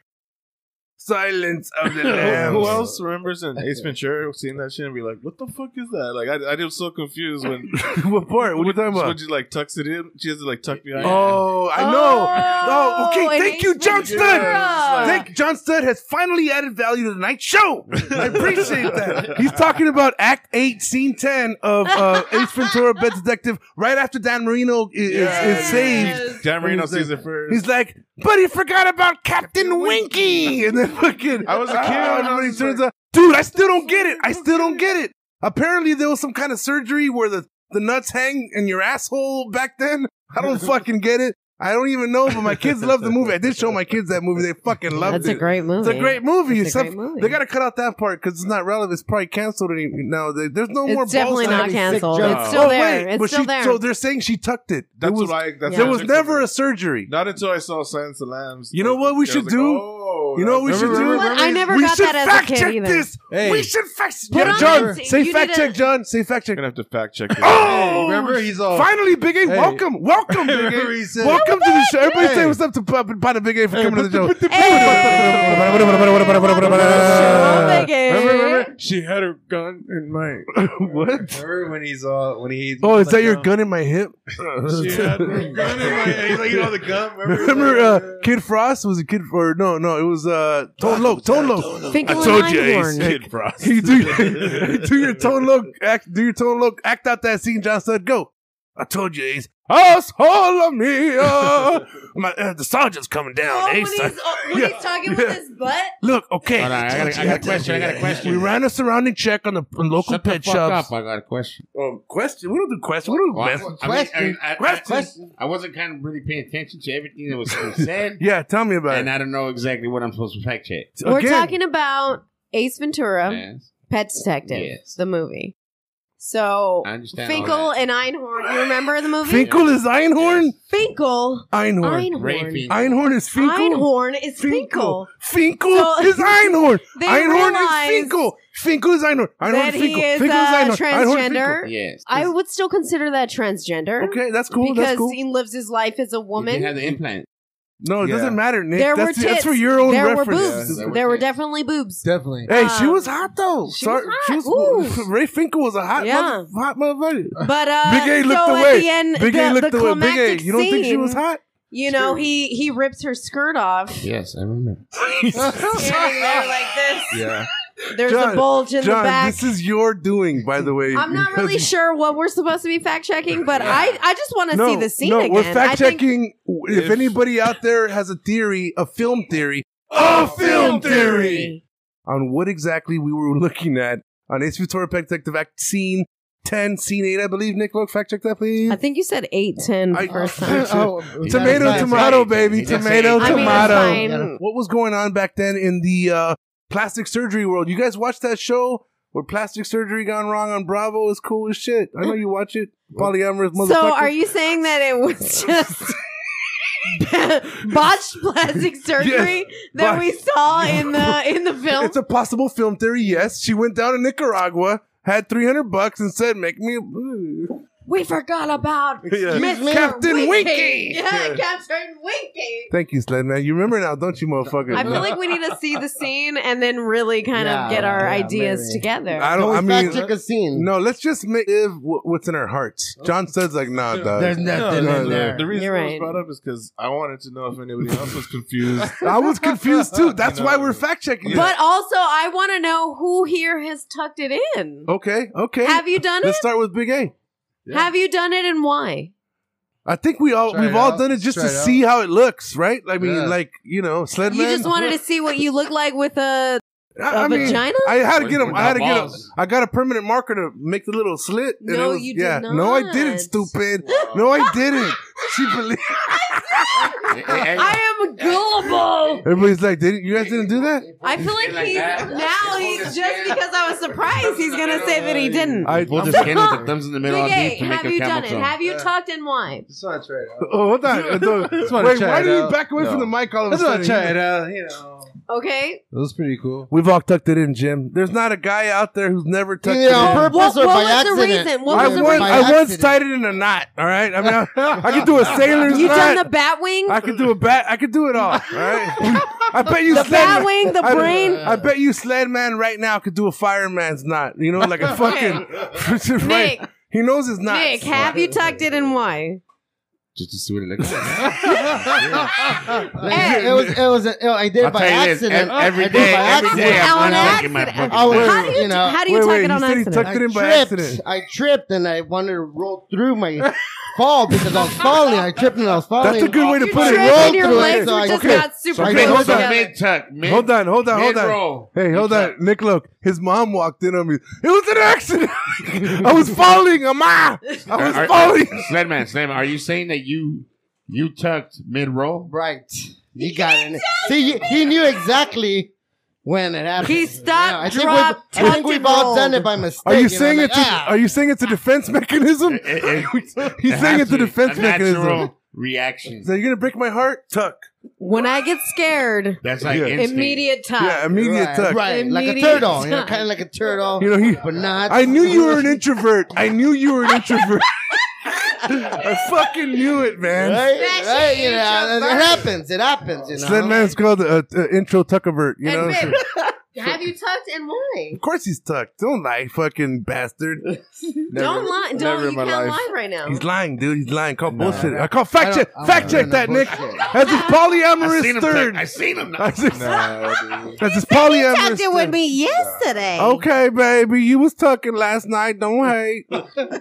B: Silence of the
C: Who
B: Lambs.
C: who else remembers an Ace Ventura seeing that shit and be like, "What the fuck is that?" Like, I, I was so confused when
B: what part? What are you talking
C: when
B: about?
C: she like tucks it in. She has to like tuck behind.
B: Oh, I know. Oh, okay.
E: an
B: Thank you,
E: Ace
B: John
E: Ventura.
B: Stud. Thank John Stud has finally added value to tonight's show. I appreciate that. He's talking about Act Eight, Scene Ten of uh, Ace Ventura: Pet Detective. Right after Dan Marino is, is- is saved,
C: Dan Marino
B: Who's the-
C: sees it first.
B: He's like, but he forgot about Captain Winky. And then fucking,
C: I was a kid,
B: Ah,
C: and I
B: everybody
C: was
B: turns out, dude, I still don't get it. I still don't get it. Apparently, there was some kind of surgery where the, the nuts hang in your asshole back then. I don't fucking get it. I don't even know, but my kids love the movie. I did show my kids that movie. They fucking loved
E: That's
B: it.
E: a great movie.
B: it's a great movie.
E: It's a
B: Except
E: great movie.
B: They got to cut out that part because it's not relevant. It's probably canceled any, now. There- There's no
E: It's
B: more.
E: definitely
B: balls to
E: not
B: have any sick
E: canceled.
B: jokes.
C: It's
E: still
B: Oh,
E: there.
B: wait,
E: It's
B: but
E: still
B: she-
E: there.
B: So they're saying she tucked it. There
C: That's
B: was,
C: what I. That's what
B: there
C: I
B: was
C: took
B: never
C: from
B: a
C: it.
B: surgery.
C: Not until I saw Silence of the Lambs.
B: You know what we
C: I was
B: should
C: like,
B: do?
C: oh,
B: You know what we
C: that's-
B: should do?
E: What? I never
B: we
E: got
B: should
E: that as a
B: fact
E: kid
B: check
E: either.
B: this.
D: Hey.
B: We should fact.
E: Put
B: yeah,
E: on
B: John,
E: the-
B: say
E: you
B: fact
E: need
B: check,
E: to-
B: John. Say fact check.
C: I'm gonna have to fact check.
B: Oh,
D: Remember, he's all.
B: finally, Big A,
D: Hey.
B: welcome, welcome, Big A.
D: Remember he said-
B: Welcome to the show. Everybody
D: Hey.
B: say what's up to Pop and Pop and Big A for coming to the show.
E: Oh, Hey.
C: Remember, remember, she had her gun in my.
B: what?
D: Remember when he's all when he?
B: Oh, is that your
D: gun?
B: gun in my hip?
C: She had her gun in my.
D: He's like, you know, the gum.
B: Remember uh, Kid Frost? Was it Kid or no, no, it was uh Tone Loc. Tone Loc.
E: Finkel
B: I told
E: and
B: you, Ace.
E: Einhorn.
C: Kid Frost.
B: You do, your- do your tone look, act, do your tone look, act out that scene. John said, "Go." I told you, Ace. House all of me. uh, my, uh, the sergeant's coming down,
E: Oh, when
B: Ace.
E: he's, oh, when
B: Yeah,
E: he's talking
B: yeah.
E: with his butt.
B: Look, okay.
F: Hold on, I got a- I got a question, I got a question.
B: We ran a surrounding check on the on local
F: Shut the
B: pet
F: fuck
B: shops.
F: up! I got a question.
B: Oh, question? We don't do questions. We don't do
F: Well,
B: mess-
F: I- I mean, I mean, I- I-
B: Question.
F: I wasn't kind of really paying attention to everything that was being said,
B: Yeah, tell me about
F: and
B: it.
F: I don't know exactly what I'm supposed to fact check.
E: We're
B: Again,
E: talking about Ace Ventura,
F: Yes,
E: Pet Detective,
F: Yes.
E: the movie. So
F: I understand. all
E: Finkel
F: that.
E: and Einhorn. You remember the movie?
B: Finkel is Einhorn.
E: Finkel.
B: Einhorn.
E: Einhorn.
F: Rapey.
B: Einhorn is Finkel.
E: Einhorn is Finkel.
B: Finkel
E: So-
B: is Einhorn.
E: They
B: Einhorn
E: realize
B: is Finkel. Finkel is Einhorn. Einhorn
E: that
B: is Finkel.
E: he is
B: Finkel
E: uh,
B: is Einhorn. Einhorn is Finkel.
E: transgender.
F: Yes,
E: I would still consider that transgender.
B: Okay, that's cool.
E: Because
B: that's cool.
E: he lives his life as a
F: He
E: woman.
F: had the implant.
B: No, it
D: Yeah.
B: doesn't matter, Nick.
E: there
B: that's,
E: were
B: that's
E: tits.
B: for your own
E: there
B: reference.
E: were boobs. there, were definitely boobs.
D: Definitely.
B: Hey, she
E: Um,
B: was hot though.
E: she
B: Sorry,
E: was
B: she
E: hot.
B: was. Ray Finkel was a hot,
E: Yeah.
B: mother, hot motherfucker.
E: But uh,
B: Big A looked
E: so
B: away.
E: At the end,
B: Big A
E: the,
B: looked
E: the
B: away. Big A,
E: climactic
B: you don't think she
E: scene,
B: was hot?
E: You know, he he ripped her skirt off.
F: Yes, I remember.
E: standing there like this.
B: Yeah.
E: There's a
B: John,
E: bulge in
B: John,
E: the back.
B: this is your doing, by the way.
E: I'm not really
B: because-
E: sure what we're supposed to be fact checking, but I, I just want to see the scene
B: no,
E: again.
B: we're
E: I
B: fact
E: think-
B: checking. If, anybody out there has a theory, a film theory, a film theory on what exactly we were looking at on Ace Ventura: Pet Detective Act Scene Ten, Scene Eight, I believe. Nick, look, fact check that, please.
E: I think you said eight ten
B: I-
E: first time.
B: Oh,
D: He
B: tomato,
D: doesn't
B: tomato,
D: say.
B: baby,
D: He doesn't
B: tomato,
D: say.
E: I mean,
B: tomato.
E: it's fine.
B: What was going on back then in the uh, plastic surgery world? You guys watch that show where plastic surgery gone wrong on Bravo is cool as shit. I know you watch it. Polyamorous motherfucker.
E: Mm. So are you saying that it was just botched plastic surgery that
B: botched.
E: we saw in the in the film?
B: It's a possible film theory. Yes, she went down to Nicaragua, had three hundred bucks, and said, "Make me." A-
H: We forgot about
B: Yeah.
H: Mr.
B: Captain Winky.
E: Yeah,
B: Yeah.
E: Captain Winky.
B: Thank you, Sled Man. You remember now, don't you, motherfucker?
E: I feel like we need to see the scene and then really kind
A: Yeah,
E: of get our
A: yeah,
E: ideas
A: maybe.
E: together.
B: I don't. I
A: Can we fact
B: mean,
A: check a scene.
B: no. Let's just make live wh- what's in our hearts. John says, "Like, nah, dog.
A: There's nothing
B: no,
A: in
B: no.
A: there.
C: The reason
E: You're
C: it was
E: right.
C: brought up is because I wanted to know if anybody else was confused.
B: I was confused too. That's why we're fact checking.
E: But also, I want to know who here has tucked it in.
B: okay, okay.
E: Have you done
B: Let's
E: it?
B: start with Big A.
E: Have you done it and why?
B: I think we all
D: Try
B: we've
D: it
B: all
D: out.
B: done it just
D: Try
B: to
D: it out.
B: see how it looks, right? I mean,
D: Yeah.
B: like you know, Sled
E: You
B: Man.
E: just wanted to see what you look like with a.
B: I
E: A vagina?
B: I had to get him.
F: Or
B: I had to get him.
F: balls.
B: I got a permanent marker to make the little slit. and
E: No,
B: it was-
E: you did
B: yeah. No, I
E: not.
B: didn't. Stupid. No, I didn't. She believed.
F: Hey, hey,
E: I am gullible.
B: Everybody's like, didn't you guys didn't do that?
E: I feel like he's now he's just because I was surprised he's gonna say that he didn't.
B: I
F: Pull the skin with the thumbs in the middle.
E: Big
F: I'll
E: eight,
F: deep to make
E: have
F: a
E: you
F: camel
E: done it?
F: toe.
E: Have you tucked and why?
D: Just want to try it out.
B: Oh, hold on. I don't-
D: wanna
B: Wait,
D: try
B: why
D: it
B: did you
D: out.
B: back away from
F: No.
B: the mic all of a
D: Just want to
B: sudden?
D: try it
C: uh,
D: out. You know,
E: Okay.
D: it was pretty cool.
B: We've all tucked it in, Jim. There's not a guy out there who's never tucked
A: Either on
B: it in.
A: purpose
E: What,
A: or
E: what
A: by
E: was the
A: accident.
E: reason?
B: I
E: What was the
B: once,
A: By
E: reason?
B: I once
A: accident.
B: tied it in a knot. All right, I mean, I, I could do a sailor's
E: You
B: knot.
E: done the bat wing?
B: I could do a bat. I could do it all. All right. I bet you
E: The
B: Sled
E: bat
B: Man-
E: wing, the
B: I-
E: brain.
B: I bet you sled man right now could do a fireman's knot. You know, like a fucking. right.
E: Nick.
B: He knows it's not.
E: Nick, have you tucked it and why?
F: Just to see what it looks like.
E: Hey.
A: It was. It was. It, I did
F: I'll
A: it by
F: tell you this,
A: accident.
F: ev- every
A: I did
F: day,
A: by
F: every
A: accident.
F: day, I'm
E: On
F: gonna tuck it in my
E: accident.
F: pocket.
A: I was-
E: How do you,
A: you know.
E: how do you
B: Wait,
E: tuck
B: wait,
E: it
B: you
E: on
B: said he
E: accident?
B: tucked it
A: I
B: in by
A: tripped.
B: accident.
A: I tripped and I wanted to roll through my fall because I was falling. I tripped and I was falling.
B: That's a good way to
E: You
B: put it.
E: tripped
B: Roll
E: and your
B: through it.
E: legs
A: So
E: were
A: I-
E: just
A: okay.
E: got super
B: So I
E: close
B: hold
F: Hold
B: on.
F: on,
E: together.
F: mid tuck, mid.
B: Hold on, hold on, hold on.
F: Mid-roll.
B: Hey, hold
F: Mid-tuck.
B: on, Nick. Look, his mom walked in on me. It was an accident. I was falling, Ama. I was
F: Are- are-
B: falling.
F: Sledman, Sledman, are you saying that you you tucked mid roll?
A: Right. You got it. See, he, he knew exactly when it happened.
E: He stopped,
A: I think
E: dropped,
A: we've, I think
E: tucked,
A: we've
E: and
A: all
E: rolled.
A: done it by mistake.
B: Are you
A: know,
B: saying
A: like,
B: it's a,
A: ah.
B: Are you saying it's a defense mechanism?
F: It- it-
B: He's
F: It
B: saying
F: has
B: it's a
F: to be
B: defense mechanism.
F: Natural reaction.
B: So you're gonna break my heart? Tuck.
E: When I get scared,
F: That's like
B: Yeah.
F: instinct.
E: immediate tuck.
B: Yeah, immediate
A: right,
B: tuck.
A: Right, like a
E: Immediate
A: turtle. You know,
E: time.
A: kind of like a turtle.
B: You know, he,
A: but not.
B: I knew you were an introvert. I knew you were an introvert. I fucking knew it, man.
A: Right,
E: That's
A: right, you
E: an
A: know, it
E: introvert.
A: happens. It happens. You know,
B: Sledman's called an intro tuckovert, you know?
E: Admit. have you tucked and why?
B: Of course he's tucked. Don't lie, fucking bastard.
E: don't lie. Don't
C: never
E: you
C: in my
E: can't
C: life.
E: lie right now.
B: He's lying, dude. He's lying. Call bullshit. I call fact check.
A: I'm
B: Fact
A: not
B: check
A: gonna
B: that, Nick.
A: bullshit.
B: That's his
F: I
B: polyamorous
F: seen him.
B: third.
F: Tuck. I seen him. Now.
B: That's his,
C: Nah, dude.
B: that's his
E: You
B: polyamorous
E: tucked it with
B: third.
E: me yesterday.
B: Okay, baby. You was tucking last night. Don't hate.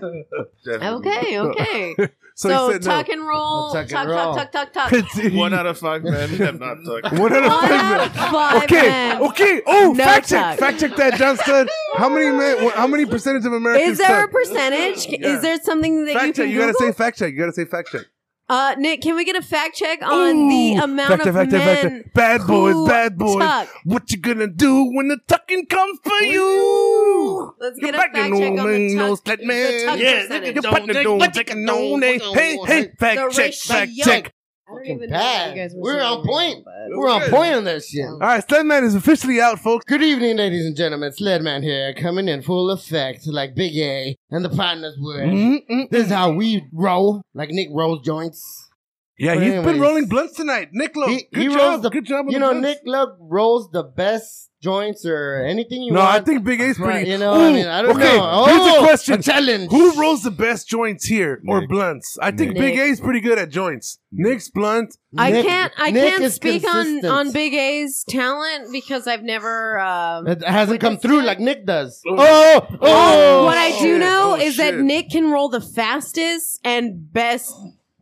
E: Okay. Okay.
B: So,
E: So,
B: he said
E: tuck and roll.
A: Tuck
E: Tuck,
A: and
E: tuck,
A: roll.
E: tuck, tuck, tuck,
B: no. 'Cause he-
C: One out of five men have not tucked.
B: One out of
E: One
B: five.
E: out of five
B: Okay,
E: men.
B: okay. Oh,
E: No
B: fact check,
E: tuck.
B: fact check that, Johnston. How many men? wh- How many percentage of Americans?
E: Is there a
B: tuck?
E: percentage?
B: Yeah.
E: Is there something that
B: fact
E: you can
B: check? You
E: Google?
B: gotta say fact check. You gotta say fact check.
E: uh, Nick, can we get a fact check on the amount
B: fact check,
E: of
B: fact check,
E: men
B: fact check. Bad boys,
E: who
B: bad boys.
E: tuck?
B: What you gonna do when the tucking comes for you?
E: Let's
B: Your
E: get a fact check
B: partner
E: on the tuck,
B: don't know
E: the
B: that
E: tuck
B: man.
E: percentage.
B: Your partner don't take a no name. Hey, hey, fact
E: The
B: check,
E: ratio.
B: fact check.
E: I don't
A: Fucking
E: even know what
A: bad.
E: you guys were
A: We're
E: saying
A: on
E: right
A: point.
E: now, but-
A: We're on point on that shit.
B: All right, Sledman is officially out, folks.
A: Good evening, ladies and gentlemen. Sledman here, coming in full effect, like Big A and the partners would.
B: Mm-mm.
A: This is how we roll, like Nick rolls joints.
B: Yeah,
A: But
B: he's
A: anyways.
B: been rolling blunts tonight. Nick Lowe,
A: He,
B: good
A: he
B: job.
A: rolls the,
B: good job. on the
A: You know,
B: blunts.
A: Nick Luck rolls the best joints or anything you
B: no,
A: want.
B: I think Big A's
A: Right,
B: pretty.
A: you know, I mean, I don't
B: okay,
A: know.
B: here's
A: Oh,
B: the question:
A: a challenge.
B: Who rolls the best joints here or blunts? I think
E: Nick.
B: Big A's pretty good at joints. Nick's blunt.
E: I
A: Nick-
E: can't. I
A: Nick
E: can't
A: is
E: speak
A: consistent.
E: on on Big A's talent because I've never. Um,
A: It hasn't come through like Nick does.
B: Oh, oh,
E: what I do
B: shit,
E: know
B: oh,
E: is that
B: shit.
E: Nick can roll the fastest and best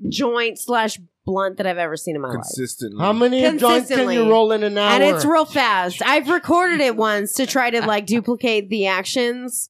E: joint slash blunt that I've ever seen in my life.
B: consistently.
A: How many joints can
E: Consistently.
A: you roll in an hour?
E: and it's real fast. I've recorded it once to try to like duplicate the actions.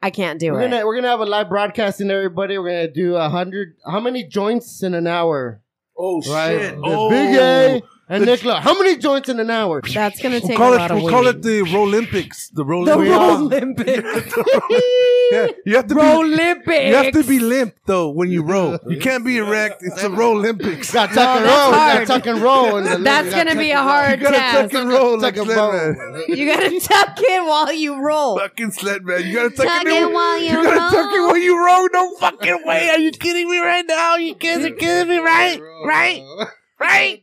E: I can't do
A: We're
E: it.
A: gonna we're gonna have a live broadcast and everybody. We're gonna do a hundred. How many joints in an hour?
B: Oh
A: Right.
B: shit!
A: There's
B: Oh.
A: Big A and
B: The-
A: Nick Luck. How many joints in an hour?
E: That's gonna
B: We'll
E: take
B: call
E: a
B: it.
E: lot of
B: We'll call
E: winning.
B: it the Rolympics. The
E: the
B: Rolympics.
E: Rolympics.
B: Yeah, you have to be.
E: Rolympics.
B: You have to be limp though when you roll. You can't be erect. It's the Rolympics.
A: Got tuck
E: that's
A: and roll. Got
E: hard.
A: tuck and roll. in the
E: That's
A: got
E: gonna be
A: tuck
E: a
A: and
E: hard
B: You gotta
E: task.
B: tuck and roll like
A: Tuck and
B: Sled
A: roll.
B: Man.
E: You gotta tuck in while you roll.
B: Fucking sled man. You gotta tuck,
E: Tuck
B: it
E: it
B: in.
E: while
B: you
E: you
B: gotta
E: roll.
B: tuck it while you roll. No fucking way. Are you kidding me right now? You kids are kidding me, right? Right? Right?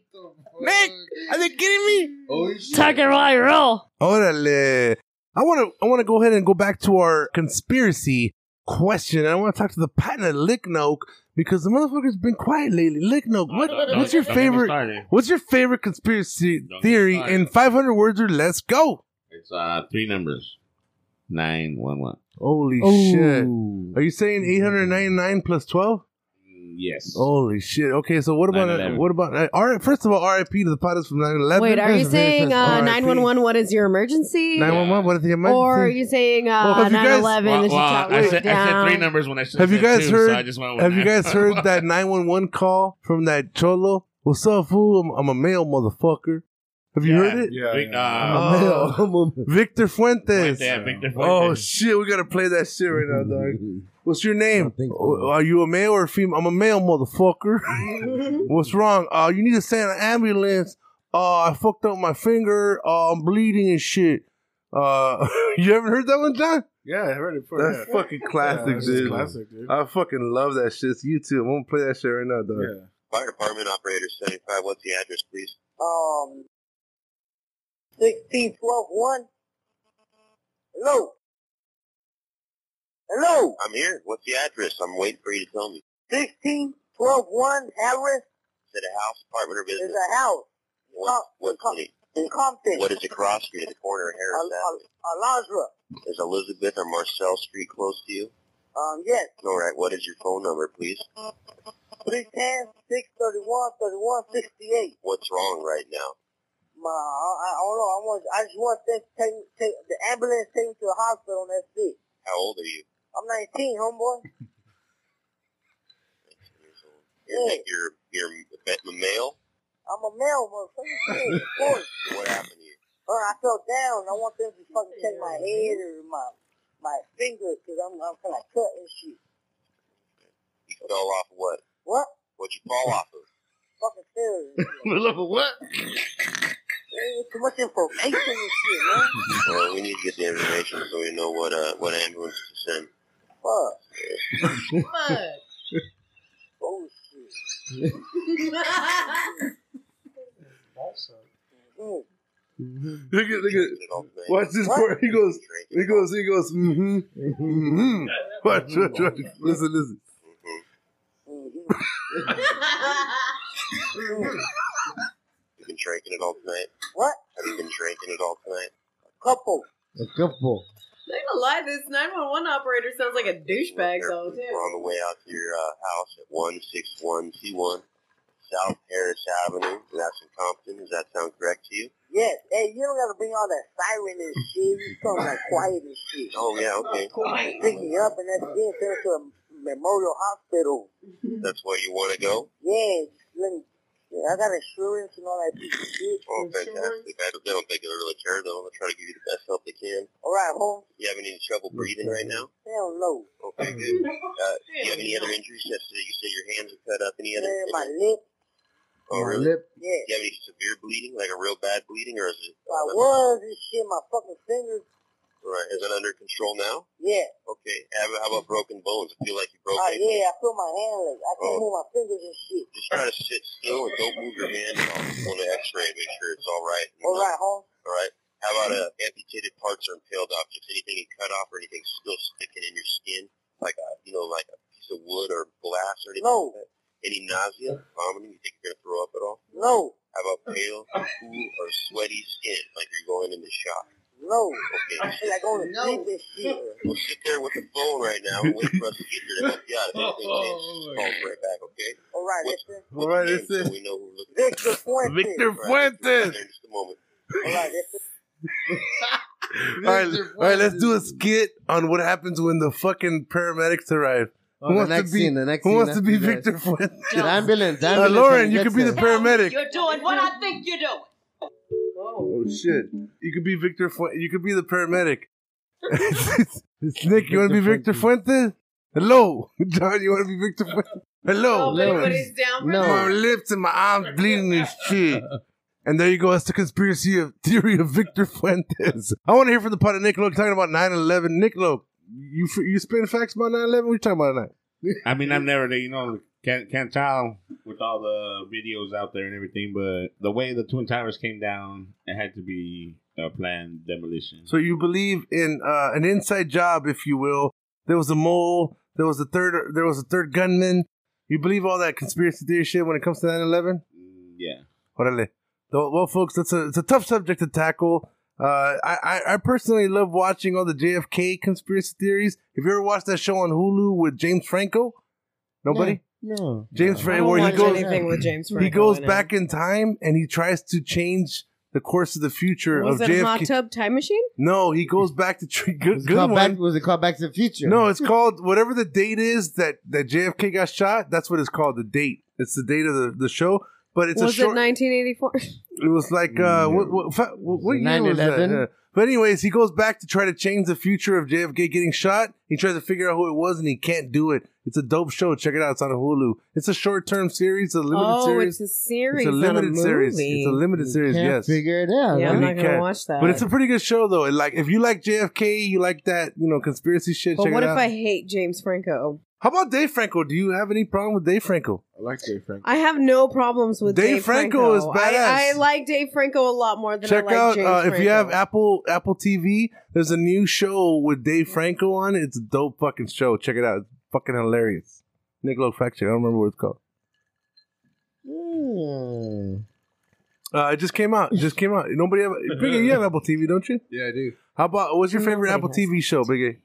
B: Nick, are they kidding me?
D: Oh, shit.
E: Tuck it while you roll.
B: Orale. I wanna I wanna go ahead and go back to our conspiracy question. I wanna talk to the patent Licknoak because the motherfucker's been quiet lately. Licknoak, what, what's your
F: Don't get me
B: favorite
F: started.
B: what's your favorite conspiracy
F: Don't get
B: theory
F: started.
B: in five hundred words or less? Go.
F: It's uh three numbers. Nine one one.
B: Holy shit. Are you saying 899 plus 12?
F: Yes.
B: Holy shit. Okay, so what about
F: 9/11.
B: what about uh, all right, first of all, RIP to the pilots from 9/11.
E: Wait, are you
B: That's very
E: saying
B: first-
E: uh,
B: RIP.
E: 911? What is your emergency?
B: 911 what is the emergency?
E: Or are you saying uh,
B: Well, have you guys-
E: 911?
F: Well,
E: that you
F: well,
E: shot
F: I,
E: right
F: said, I said
E: down?
F: three numbers when I said
B: have you guys
F: two,
B: heard
F: So I just went with
B: Have you
F: nine.
B: guys heard that 911 call from that cholo? What's up, fool? I'm, I'm a male motherfucker. Have you
F: Yeah,
B: heard it?
C: Yeah, Oh.
F: Big-
B: I'm
F: uh,
B: a male. Victor Fuentes.
F: Fuente, Victor
B: Oh
F: Fuente.
B: shit, we gotta play that shit right now, dog. What's your name? Oh, Are you a male or a female? I'm a male, motherfucker. What's wrong? Uh, you need to send an ambulance. Uh, I fucked up my finger. Uh, I'm bleeding and shit. Uh, you haven't heard that one, John?
C: yeah, I heard it before.
B: That's
C: yeah.
B: fucking classic,
C: Yeah, that's
B: dude. Uh,
C: Classic, dude.
B: I fucking love that shit. It's YouTube. I'm gonna play that shit right now, dog.
C: yeah.
J: Fire department operator 75, what's the address, please? Um, 16121. Hello? Hello? I'm here. What's the address? I'm waiting for you to tell me. 16121 Harris. Is it a house, apartment, or business? It's a house. What, what's the name? What is across from you, the corner of Harris Avenue? Alazra. Is Elizabeth or Marcel Street close to you? Um, yes. All right. What is your phone number, please? 310 631 3168. What's wrong right now? My, I, I don't know. I, want, I just want them to take, take the ambulance take me to the hospital and that's it. How old are you? I'm 19, homeboy. You're, you're, you're a male? I'm a male, motherfucker. Shit, of course. What happened to you? Uh, I fell down. I want them to fucking take my head or my my fingers because I'm, I'm kind of cut and shit. You fell off of what? What? What'd you fall off of? Fucking stairs.
A: what?
J: Man, too much information and shit, man. Well, we need to get the information so we know what uh what ambulance to send. Fuck. Oh shit. Mm.
B: Look at, look at. Mm-hmm. Watch this
J: What?
B: part. He goes. He goes. He goes. Mm-hmm. Mm-hmm. Watch, watch, watch. Listen, listen.
J: Mhm. Mm. you been drinking it all tonight? What? Have you been drinking it all tonight? Couple.
A: A couple.
E: Not gonna lie, this 911 operator sounds like a douchebag though,
J: We're on
E: too.
J: the way out to your uh, house at 16121 South Harris Avenue. And that's in Compton. Does that sound correct to you? Yes. Hey, you don't gotta bring all that siren and shit. You sound like quiet and shit. Oh, yeah, okay. Pick me up and that's it. Send us to a memorial hospital. That's where you want to go? Yeah. Let me, yeah, I got insurance and all that piece of shit. Oh, fantastic. I don't- they don't think it'll really care, though. They'll try to give you the best help they can. All right, home. You having any trouble breathing right now? Hell no. Okay, good. Uh, do you have any other injuries? Yes, sir. you say your hands are cut up. Any other? my lip. Oh,
A: My
J: really?
A: lip.
J: Yeah. Do you have any severe bleeding, like a real bad bleeding, or is it? I was and shit. My fucking fingers Right. Is it under control now?
K: Yeah.
J: Okay. How about- how about broken bones? I feel like you broke
K: Mm-hmm. Oh,
J: anything.
K: yeah, I feel my hand like I can't
J: Oh.
K: move my fingers and shit.
J: Just try to sit still and don't move your hand. I want to x-ray and make sure it's all right.
K: All right, home.
J: All right. How about
K: Mm-hmm.
J: uh, amputated parts or impaled objects? Anything you cut off or anything still sticking in your skin, like a you know like a piece of wood or glass or anything.
K: No.
J: Like that? Any nausea, vomiting? You think you're gonna throw up at all?
K: No.
J: How about pale, cool, or sweaty skin, like you're going into shock?
K: No.
J: Okay.
K: I feel like going to sleep and shit.
J: We'll sit there with the phone right now and wait for us to get here to help you out. If anything
K: Oh,
J: changes, just call us right back, okay?
K: All right, listen.
J: All right, that's it. We know who we're looking
K: Victor Fuentes.
J: Victor Fuentes. Just a moment.
K: All right, listen.
B: All right, all right, let's do a skit on what happens when the fucking paramedics arrive.
A: Oh, the next
B: to be,
A: scene, the next
B: who
A: scene,
B: wants to
A: that's
B: be
A: the best.
B: Victor Fuentes?
A: An ambulance,
B: Uh,
A: ambulance
B: Lauren,
A: when
B: you
A: it
B: could be the
A: gets there.
B: paramedic.
L: You're doing what I think you're doing.
B: Oh shit! You could be Victor. Fu- you could be the paramedic. Nick, you want to be Victor Fuentes? Hello, John. You want to be Victor Fuentes? Hello.
L: Oh, but he put his down for
B: no.
L: that?
B: My lips and my arms bleeding and shit. And there you go. That's the conspiracy of theory of Victor Fuentes. I want to hear from the part of Niccolo talking about 9-11. Niccolo, you f- you spin facts about 9-11? What you talking about tonight?
F: I mean, I've never, you know, can't can't tell with all the videos out there and everything, but the way the twin towers came down, it had to be a planned demolition.
B: So you believe in uh, an inside job, if you will. There was a mole. There was a third. There was a third gunman. You believe all that conspiracy theory shit when it comes to 9-11?
F: Yeah.
B: Orale. So, Well, folks, that's a it's a tough subject to tackle. Uh, I, I I personally love watching all the JFK conspiracy theories. Have you ever watched that show on Hulu with James Franco? Nobody.
E: No.
B: James
E: No. I
B: Franco.
E: don't
B: Where
E: watch
B: he goes,
E: anything with James
B: He
E: Franco
B: goes
E: in it.
B: back in time and he tries to change the course of the future
E: Was
B: of
E: it
B: JFK.
E: a hot tub time machine?
B: No, he goes back to tree. Good, good
A: called
B: one.
A: Back- was it called Back to the Future?
B: No, it's called whatever the date is that that JFK got shot. That's what it's called. The date. It's the date of the, the show. But it's
E: was
B: a short.
E: it 1984?
B: It was like uh,
A: Mm,
B: what what, fa- what, what year was that?
A: 9/11?
B: Yeah. But anyways, he goes back to try to change the future of JFK getting shot. He tries to figure out who it was, and he can't do it. It's a dope show. Check it out. It's on Hulu. It's a short term series, a limited
E: Oh,
B: series.
E: it's a series,
B: It's a
E: not a
B: limited series.
E: movie.
B: It's a limited series.
A: can't
B: yes,
A: figure it out.
E: Yeah, I'm
B: And
E: not
B: you
E: gonna
B: can't.
E: watch
B: But
E: that.
B: it's a pretty good show though. And like, if you like JFK, you like that, you know, conspiracy shit.
E: But
B: check
E: what
B: it
E: if
B: out.
E: I hate James Franco?
B: How about Dave Franco? Do you have any problem with Dave Franco?
F: I like Dave Franco.
E: I have no problems with
B: Dave
E: Dave,
B: Franco is
E: I,
B: badass.
E: I like Dave Franco a lot more than
B: Check
E: I like
B: out
E: James
B: uh,
E: Franco.
B: if you have Apple Apple TV. There's a new show with Dave Franco on it. It's a dope fucking show. Check it out. It's fucking hilarious. Niccolo fact check. I don't remember what it's called.
E: Hmm.
B: Uh, it just came out. It just came out. Nobody have Biggie. You have Apple TV, don't you?
D: Yeah, I do.
B: How about what's your favorite Apple TV show, Biggie?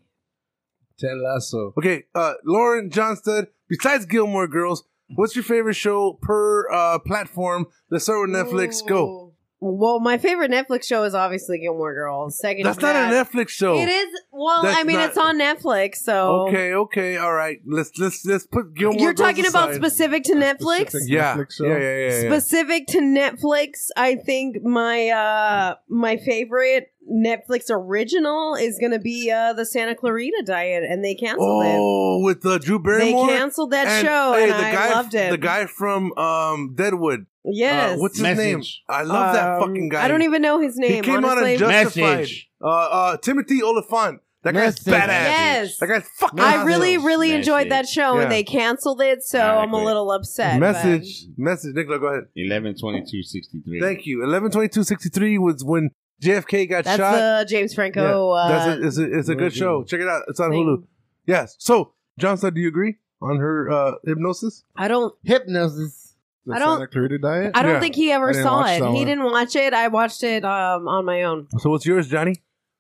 D: Ted Lasso.
B: Okay, uh, Lauren Johnston. Besides Gilmore Girls, what's your favorite show per uh, platform? Let's start with Netflix. Go.
E: Well, my favorite Netflix show is obviously Gilmore Girls. Second,
B: That's
E: to
B: not
E: that-
B: a Netflix show.
E: It is. Well,
B: That's
E: I mean,
B: not-
E: it's on Netflix, so
B: Okay, okay, all right. Let's let's let's put Gilmore.
E: You're
B: Girls
E: talking about
B: aside.
E: specific to Netflix.
B: yeah. yeah, yeah, yeah, yeah, yeah.
E: Specific to Netflix, I think my uh my favorite Netflix original is going to be uh the Santa Clarita Diet, and they canceled it.
B: Oh, with uh, Drew Barrymore.
E: canceled that show, and I
B: guy,
E: loved it.
B: The guy from um, Deadwood. Uh,
E: Yes.
B: what's his name?
E: Message.
B: I love that
E: Um,
B: fucking guy.
E: I don't even know his name.
B: He came
E: honestly.
B: out of Justified. Uh, uh, Timothy Oliphant. That guy's
E: Message.
B: badass.
E: Yes.
B: That guy's fucking.
E: I really,
B: awesome.
E: really enjoyed that show,
B: Yeah.
E: and they canceled it, so I'm a little upset. but-
B: Message, message, Nicola, go ahead.
F: 11 22 63.
B: Thank you. Eleven twenty two sixty three was when JFK got
E: That's
B: shot.
E: the James Franco.
B: Yeah.
E: Uh,
B: That's a, it's a, it's a good show. Check it out. It's on
E: thing.
B: Hulu. Yes. So, Johnson, do you agree on her uh, hypnosis?
E: I don't.
A: Hypnosis.
E: The I don't- Santa
B: Clarita diet.
E: I don't think he ever saw it. He didn't watch it. I watched it um, on my own.
B: So what's yours, Johnny?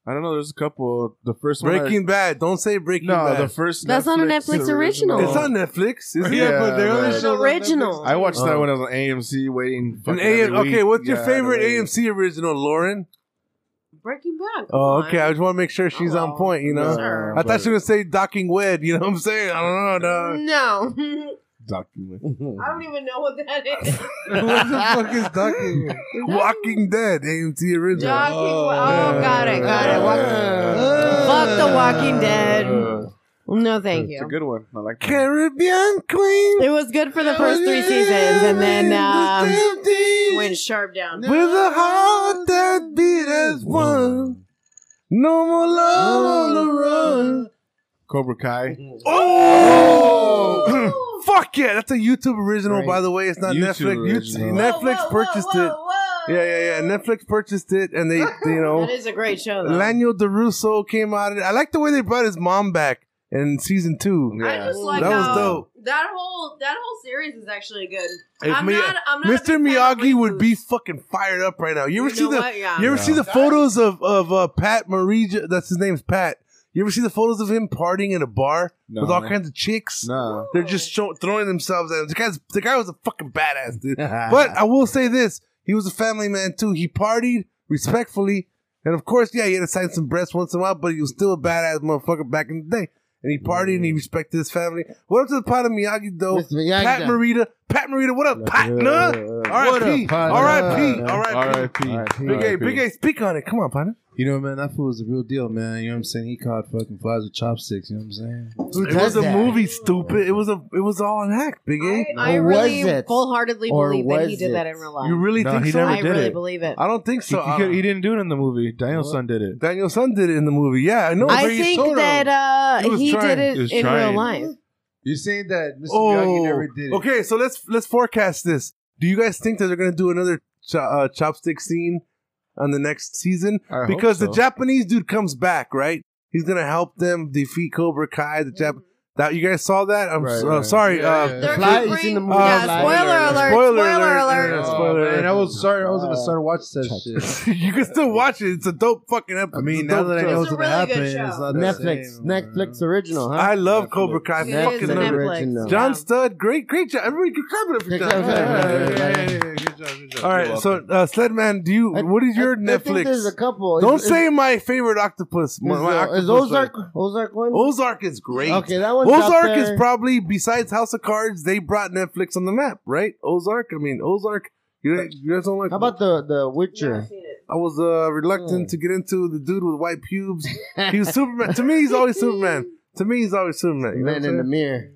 C: I don't know. There's a couple. The first one I-
B: Breaking Bad. Don't say Breaking
C: No,
B: Bad.
C: the first.
E: That's not a Netflix original.
B: It's on Netflix. Isn't
C: Yeah,
B: it?
C: but there are
E: It's an original.
C: I watched that
B: Oh.
C: when I was on AMC waiting.
B: An
C: fucking
B: AM,
C: every week.
B: okay, what's your
C: Yeah,
B: favorite
C: the wait.
B: AMC original, Lauren?
E: Breaking Bad.
B: Oh, okay. I just want to make sure she's on point. You know,
E: Oh, Sure.
B: I thought she was gonna say docking wed. You know what I'm saying? I don't know. Dog.
E: No,
B: Docking wed.
E: I don't even know what that is.
B: what the fuck is Docking Wed? Walking Dead, AMT original.
E: Docking- oh, got it, got it. Walk- Fuck the Walking Dead. No, thank
C: Uh, It's a
E: you.
C: good one. I like.
B: Caribbean Queen.
E: It was good for the first three seasons, and then um, went sharp down.
B: With a heart that beat as one. No more love on the run.
C: Cobra Kai.
B: Oh! Fuck yeah! That's a YouTube original, by the way. It's not
C: YouTube
B: Netflix. You-
C: original.
B: Netflix purchased it. Yeah, yeah, yeah. Netflix purchased it, and they, they, you know,
M: That is a great show, though.
B: Laniel DeRusso came out. Of it. I like the way they brought his mom back in season two.
M: I just like
B: that was
M: how
B: dope.
M: That whole that whole series is actually good.
B: If
M: I'm
B: Mi-
M: not. I'm not. a
B: Mr. Miyagi would be fucking fired up right now. You ever
M: You
B: see
M: know
B: the
M: what? Yeah.
B: you ever
M: Yeah.
B: see the photos of of uh, Pat Marija? That's his name's Pat. You ever see the photos of him partying in a bar
C: No.
B: with all kinds of chicks? No, they're just show, throwing themselves at him. The guy's the guy was a fucking badass, dude. Ah. but I will say this: he was a family man too. He partied respectfully, and of course, yeah, he had to sign some breasts once in a while, but he was still a badass motherfucker back in the day. And he partied and he respected his family. What up to the pot of Miyagi though?
A: Miyagi.
B: Pat Morita. Pat Morita, what up, partner? R.I.P. R.I.P. R.I.P.
D: R.I.P.
B: Big A, Big A, speak on it. Come on, partner.
D: You know, man, that fool was the real deal, man. You know what I'm saying? He caught fucking flies with chopsticks. You know what I'm saying?
B: it was a movie, stupid. It was a, it was all an act, Big A.
M: I
D: Or
M: really
D: was it?
M: wholeheartedly
D: Or
M: believe that he
D: was
M: did
D: it?
M: that in real life.
B: You really
M: No,
B: think
M: he
B: so?
M: never I did really it. believe it.
B: I don't think so. Uh,
C: He, he could- he didn't do it in the movie. Danielson did it.
B: Daniel Sun did it in the movie. Yeah, I know.
M: I
B: but he
M: think
B: showed
M: that
B: him.
M: uh,
B: was
M: he
B: trying.
M: did
B: He
M: it
B: was
M: in real
B: trying.
M: life.
D: You're saying that Mr.
B: Oh,
D: Miyagi never did it.
B: okay. So let's let's forecast this. Do you guys think that they're gonna do another ch- uh, chopstick scene on the next season?
C: hope
B: because
C: so.
B: the Japanese dude comes back, right? He's gonna help them defeat Cobra Kai. The Jap. That you guys saw that? I'm so-
C: right.
B: sorry.
C: Yeah,
B: uh,
C: yeah, yeah. The
B: Fl-
A: fly is in the movie.
B: uh,
A: Fly.
B: Spoiler alert! Yeah,
D: Oh,
B: spoiler
D: man,
B: alert.
D: I was sorry. I was gonna start watching that shit.
B: you can still watch it. It's a dope fucking episode.
D: I mean,
B: It's a
D: now
B: dope
D: that I
B: show.
D: know what's gonna happen, it's not the
A: Netflix,
D: same.
A: Netflix original, huh?
B: I love Cobra Kai.
A: Netflix
B: fucking love it.
A: original.
B: John Stud, great, great job. Everybody, good clap it up for John. Yeah, yeah, yeah, yeah, yeah. All right, so uh, Sledman, do you? what is your
A: I think
B: Netflix?
A: there's a couple.
B: Don't
A: Is- is-
B: say my favorite octopus. My,
A: Is,
B: my
A: uh,
B: octopus
A: is Ozark
B: like-
A: Ozark one?
B: Ozark is great.
A: Okay, that one's out
B: Ozark is
A: there.
B: probably besides House of Cards, they brought Netflix on the map, right? Ozark. I mean, Ozark. You, you guys don't like.
A: How about the the Witcher? Hmm.
B: I was uh, reluctant to get into the dude with white pubes. He was Superman. to me, he's always Superman. To me, he's always Superman. You know
A: Man
B: what I'm
A: in
B: saying?
A: the mirror.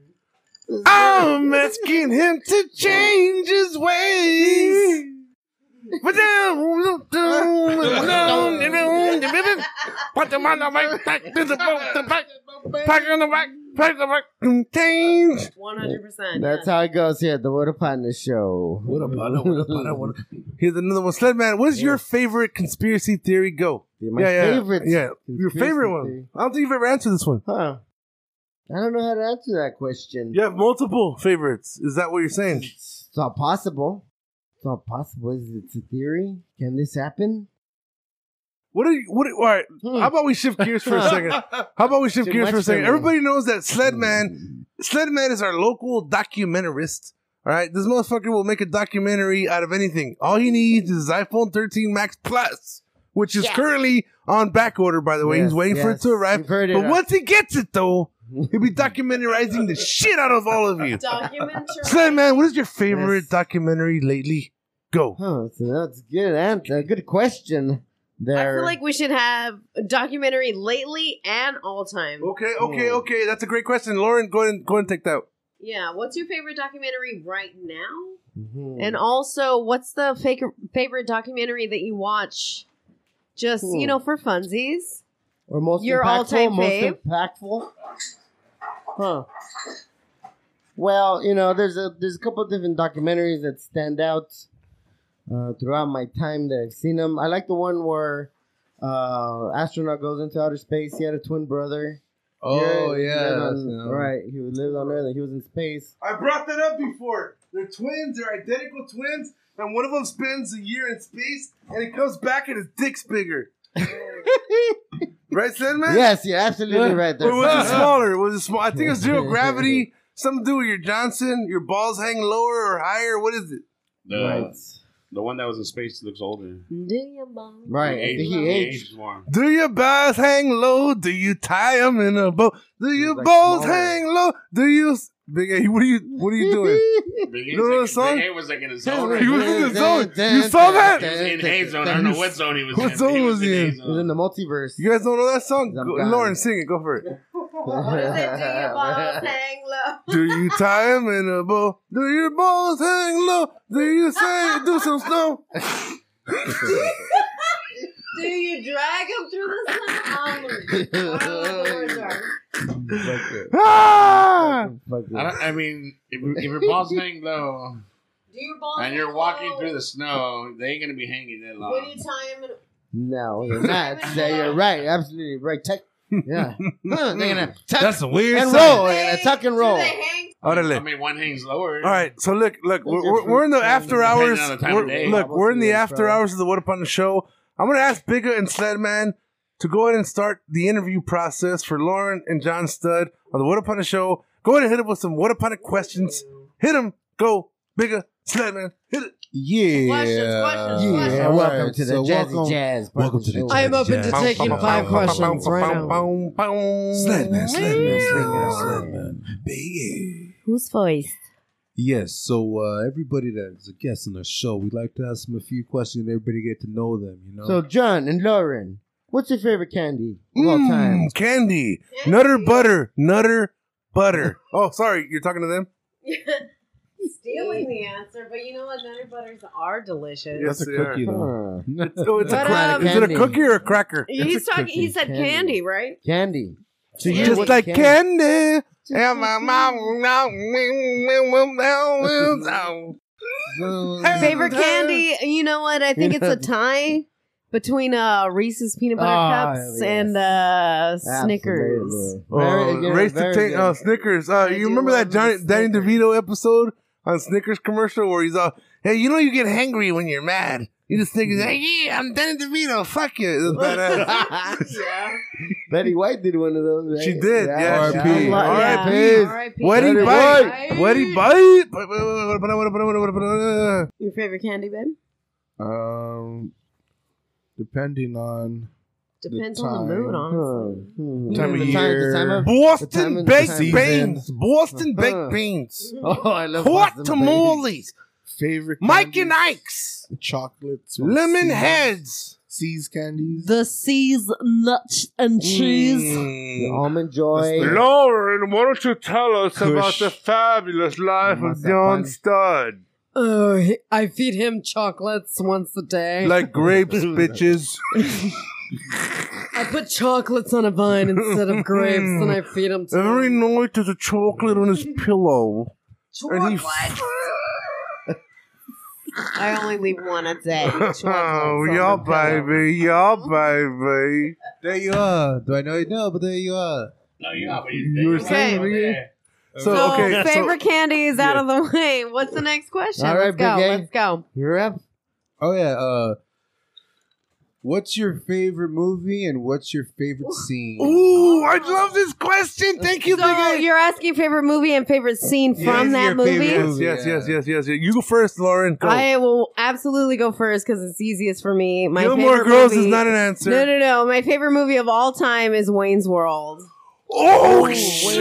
B: I'm asking him to change his ways. But now- Put them on the mic, back to the boat, the back, back on the back, back on the back, and change.
M: One hundred percent.
A: That's how it goes here at the What a Partner Show.
B: What a partner, what a partner, what a... Here's another one. Sledman, what's your favorite conspiracy theory go?
A: my favorite
B: Yeah, your
A: conspiracy
B: favorite one.
A: theory.
B: I don't think you've ever answered this one.
A: Huh. I don't know how to answer that question.
B: You have multiple Oh, favorites. Is that what you're saying?
A: It's not possible. It's not possible. Is it a theory? Can this happen?
B: What are you, what? Are, all right. How about we shift gears for a second? How about we shift
A: Hmm. Too
B: gears
A: much
B: for a second?
A: for me.
B: Everybody knows that Sledman, Sledman is our local documentarist. All right, this motherfucker will make a documentary out of anything. All he needs is his iPhone 13 Max Plus, which is currently on back order. By the way, he's
A: Yes,
B: waiting for it
A: yes.
B: to arrive.
A: We've heard it. uh,
B: But once he gets it, though, he'll be documentarizing the shit out of all of you.
M: Documentary.
B: Sledman, what is your favorite documentary lately? Go.
A: Huh, so that's a good answer. A good question
M: I
A: there.
M: feel like we should have a documentary lately and all time.
B: Okay, okay, okay. That's a great question, Lauren. Go ahead and go ahead and take that.
M: Yeah. What's your favorite documentary right now?
A: Mhm.
M: And also, what's the fake, favorite documentary that you watch? Just you know, for funsies.
A: or Hmm. most
M: your
A: impactful,
M: all-time
A: most
M: fave?
A: impactful. Huh. Well, you know, there's a there's a couple of different documentaries that stand out uh, throughout my time that I've seen them. I like the one where uh, astronaut goes into outer space. He had a twin brother.
D: Oh,
A: he
D: yeah,
A: lived on-
D: that's the one.
A: right. He lived on Earth. and He was in space.
B: I brought that up before. They're twins. They're identical twins, and one of them spends a year in space, and it comes back and his dick's bigger. right, Sandman?
A: Yes, you're absolutely right there.
B: Or was it smaller? Was it small? I think it's zero gravity. Something to do with your Johnson. Your balls hang lower or higher. What is it?
F: The,
A: Right.
F: the one that was in space looks older.
M: Do you mind?
A: Right.
F: He
A: I think
F: aged,
A: he aged.
F: more.
B: Do your balls hang low? Do you tie them in a bow? Do your balls
A: smaller.
B: hang low? Do you? Big A, what are you? What are you doing?
F: Big A's
B: You know
F: like-
B: that song?
F: Big A was like in his
B: He
F: zone.
B: was in the zone. You saw
F: He was
B: that?
F: in A zone. I don't know what zone he was in.
B: What
F: but
B: zone was he
F: A
B: in?
A: He was in the multiverse.
B: You guys don't know that song?
A: I'm
B: Go,
A: gone.
B: Lauren, sing it. Go for it.
M: What is it? Do your balls hang low?
B: Do you tie 'em in a bow? Do your balls hang low? Do you say do some snow?
N: Do you drag him through the sun? Onward.
F: Ah! I, don't, I mean, if, if your balls hang low
N: Do your balls
F: and you're
N: hang
F: walking
N: low?
F: through the snow, they ain't gonna be hanging that
N: When
F: long.
N: you tie him in
A: No, they're not. Yeah, you're right. Absolutely right. Tuck- yeah. Huh, they're gonna tuck
B: That's a weird
A: and
B: song.
A: roll. They're gonna tuck and roll.
B: Órale.
F: I mean, one hangs lower.
B: All right, so look, look, we're, we're, we're in the after
F: Depending
B: hours.
F: on the time of
B: we're-
F: day.
B: look, we're in the
F: Probably.
B: after hours of the What Upon the Show. I'm going to ask Bigger and Sledman to go ahead and start the interview process for Lauren and John Stud on the What Upon the Show. Go ahead and hit them with some What Upon it questions. Hit them. Go. Bigger. Sledman. Hit it.
D: Yeah.
B: questions,
D: yeah.
B: questions.
D: all
B: Welcome
D: right,
B: to the
D: so
B: Jazzy
D: welcome,
B: Jazz
D: Welcome to the
B: I am
D: Jazzy
B: open to
D: Jazz.
B: taking five questions right now.
D: Sledman, Sledman, Sledman, Sledman.
O: Who's voice?
D: Yes, so uh, everybody that's a guest on the show, we like to ask them a few questions. and Everybody get to know them, you know.
A: So John and Lauren, what's your favorite candy of all time?
B: Mm, candy. Nutter butter. Nutter butter. oh, sorry. You're talking to them?
E: Stealing the answer, but you know what? Nutter butters are delicious.
B: Yes, they are.
A: though.
B: It's- oh, it's a
E: But,
B: crack.
E: um,
B: Is it a cookie or a cracker?
E: He's talking. He said candy, right?
A: Candy. So
B: you
A: you
B: just
A: would-
B: like
A: candy.
B: candy. Yeah, my mom.
E: Favorite candy? You know what? I think it's a tie between uh, Reese's peanut butter
B: Ah,
E: cups
B: yes.
E: and uh, Snickers.
B: Oh, race to take oh, Snickers. Uh, you remember that Johnny, Danny DeVito episode on Snickers commercial where he's all, "Hey, you know you get hangry when you're mad. You just think, hey, yeah, I'm Danny DeVito. Fuck you." It's badass.
A: Betty White did one of those. Right?
B: She did, yeah.
A: she
B: R.I.P.
A: did.
B: R.I.P.
A: R.I.P.
B: Wetty
A: Betty
B: bite.
A: White.
B: Wetty bite.
E: Your favorite candy, babe?
C: Um, depending on
E: Depends
C: the
E: on the mood,
C: time.
E: honestly.
C: Hmm.
B: Time of
C: The
B: year.
C: the time of- the time
B: Boston
C: of-
B: baked
C: the time.
B: beans. Boston
C: Huh.
B: baked beans.
A: Oh, I love
B: Hot
C: Boston
B: tamales.
C: Favorite
B: Mike and Ike's.
C: chocolates,
B: Lemon heads,
C: seas candies,
O: the seas nuts and
B: Mm.
O: cheese.
A: Mm. Almond Joy.
B: Lauren, why don't you tell us
A: about the
B: fabulous life of John Stud?
O: Oh, he- I feed him chocolates once a day.
B: Like grapes, bitches.
O: I put chocolates on a vine instead of grapes, and I feed him to
B: Every night there's a chocolate on his pillow. And he
E: I only leave one a day.
B: Oh, yeah, baby. Yeah, baby.
D: There you are. Do I know you? No, but there you are.
F: No, you are.
D: You
F: were
E: saying, So, favorite candy is out of the way. What's the next question?
D: All right,
E: Let's go.
D: Big A.
E: Let's go.
A: You're up.
D: Oh yeah. Uh, what's your favorite movie and what's your favorite scene?
B: Ooh, I love this question. Thank you,
E: so You're asking favorite movie and favorite scene from that movie?
B: Yes, yes, yes, yes, yes, yes. You go first, Lauren. Go.
E: I will absolutely go first because it's easiest for me. My
B: Gilmore
E: favorite
B: Girls
E: movie-
B: is not an answer.
E: No, no, no. My favorite movie of all time is Wayne's World.
B: Oh, shit!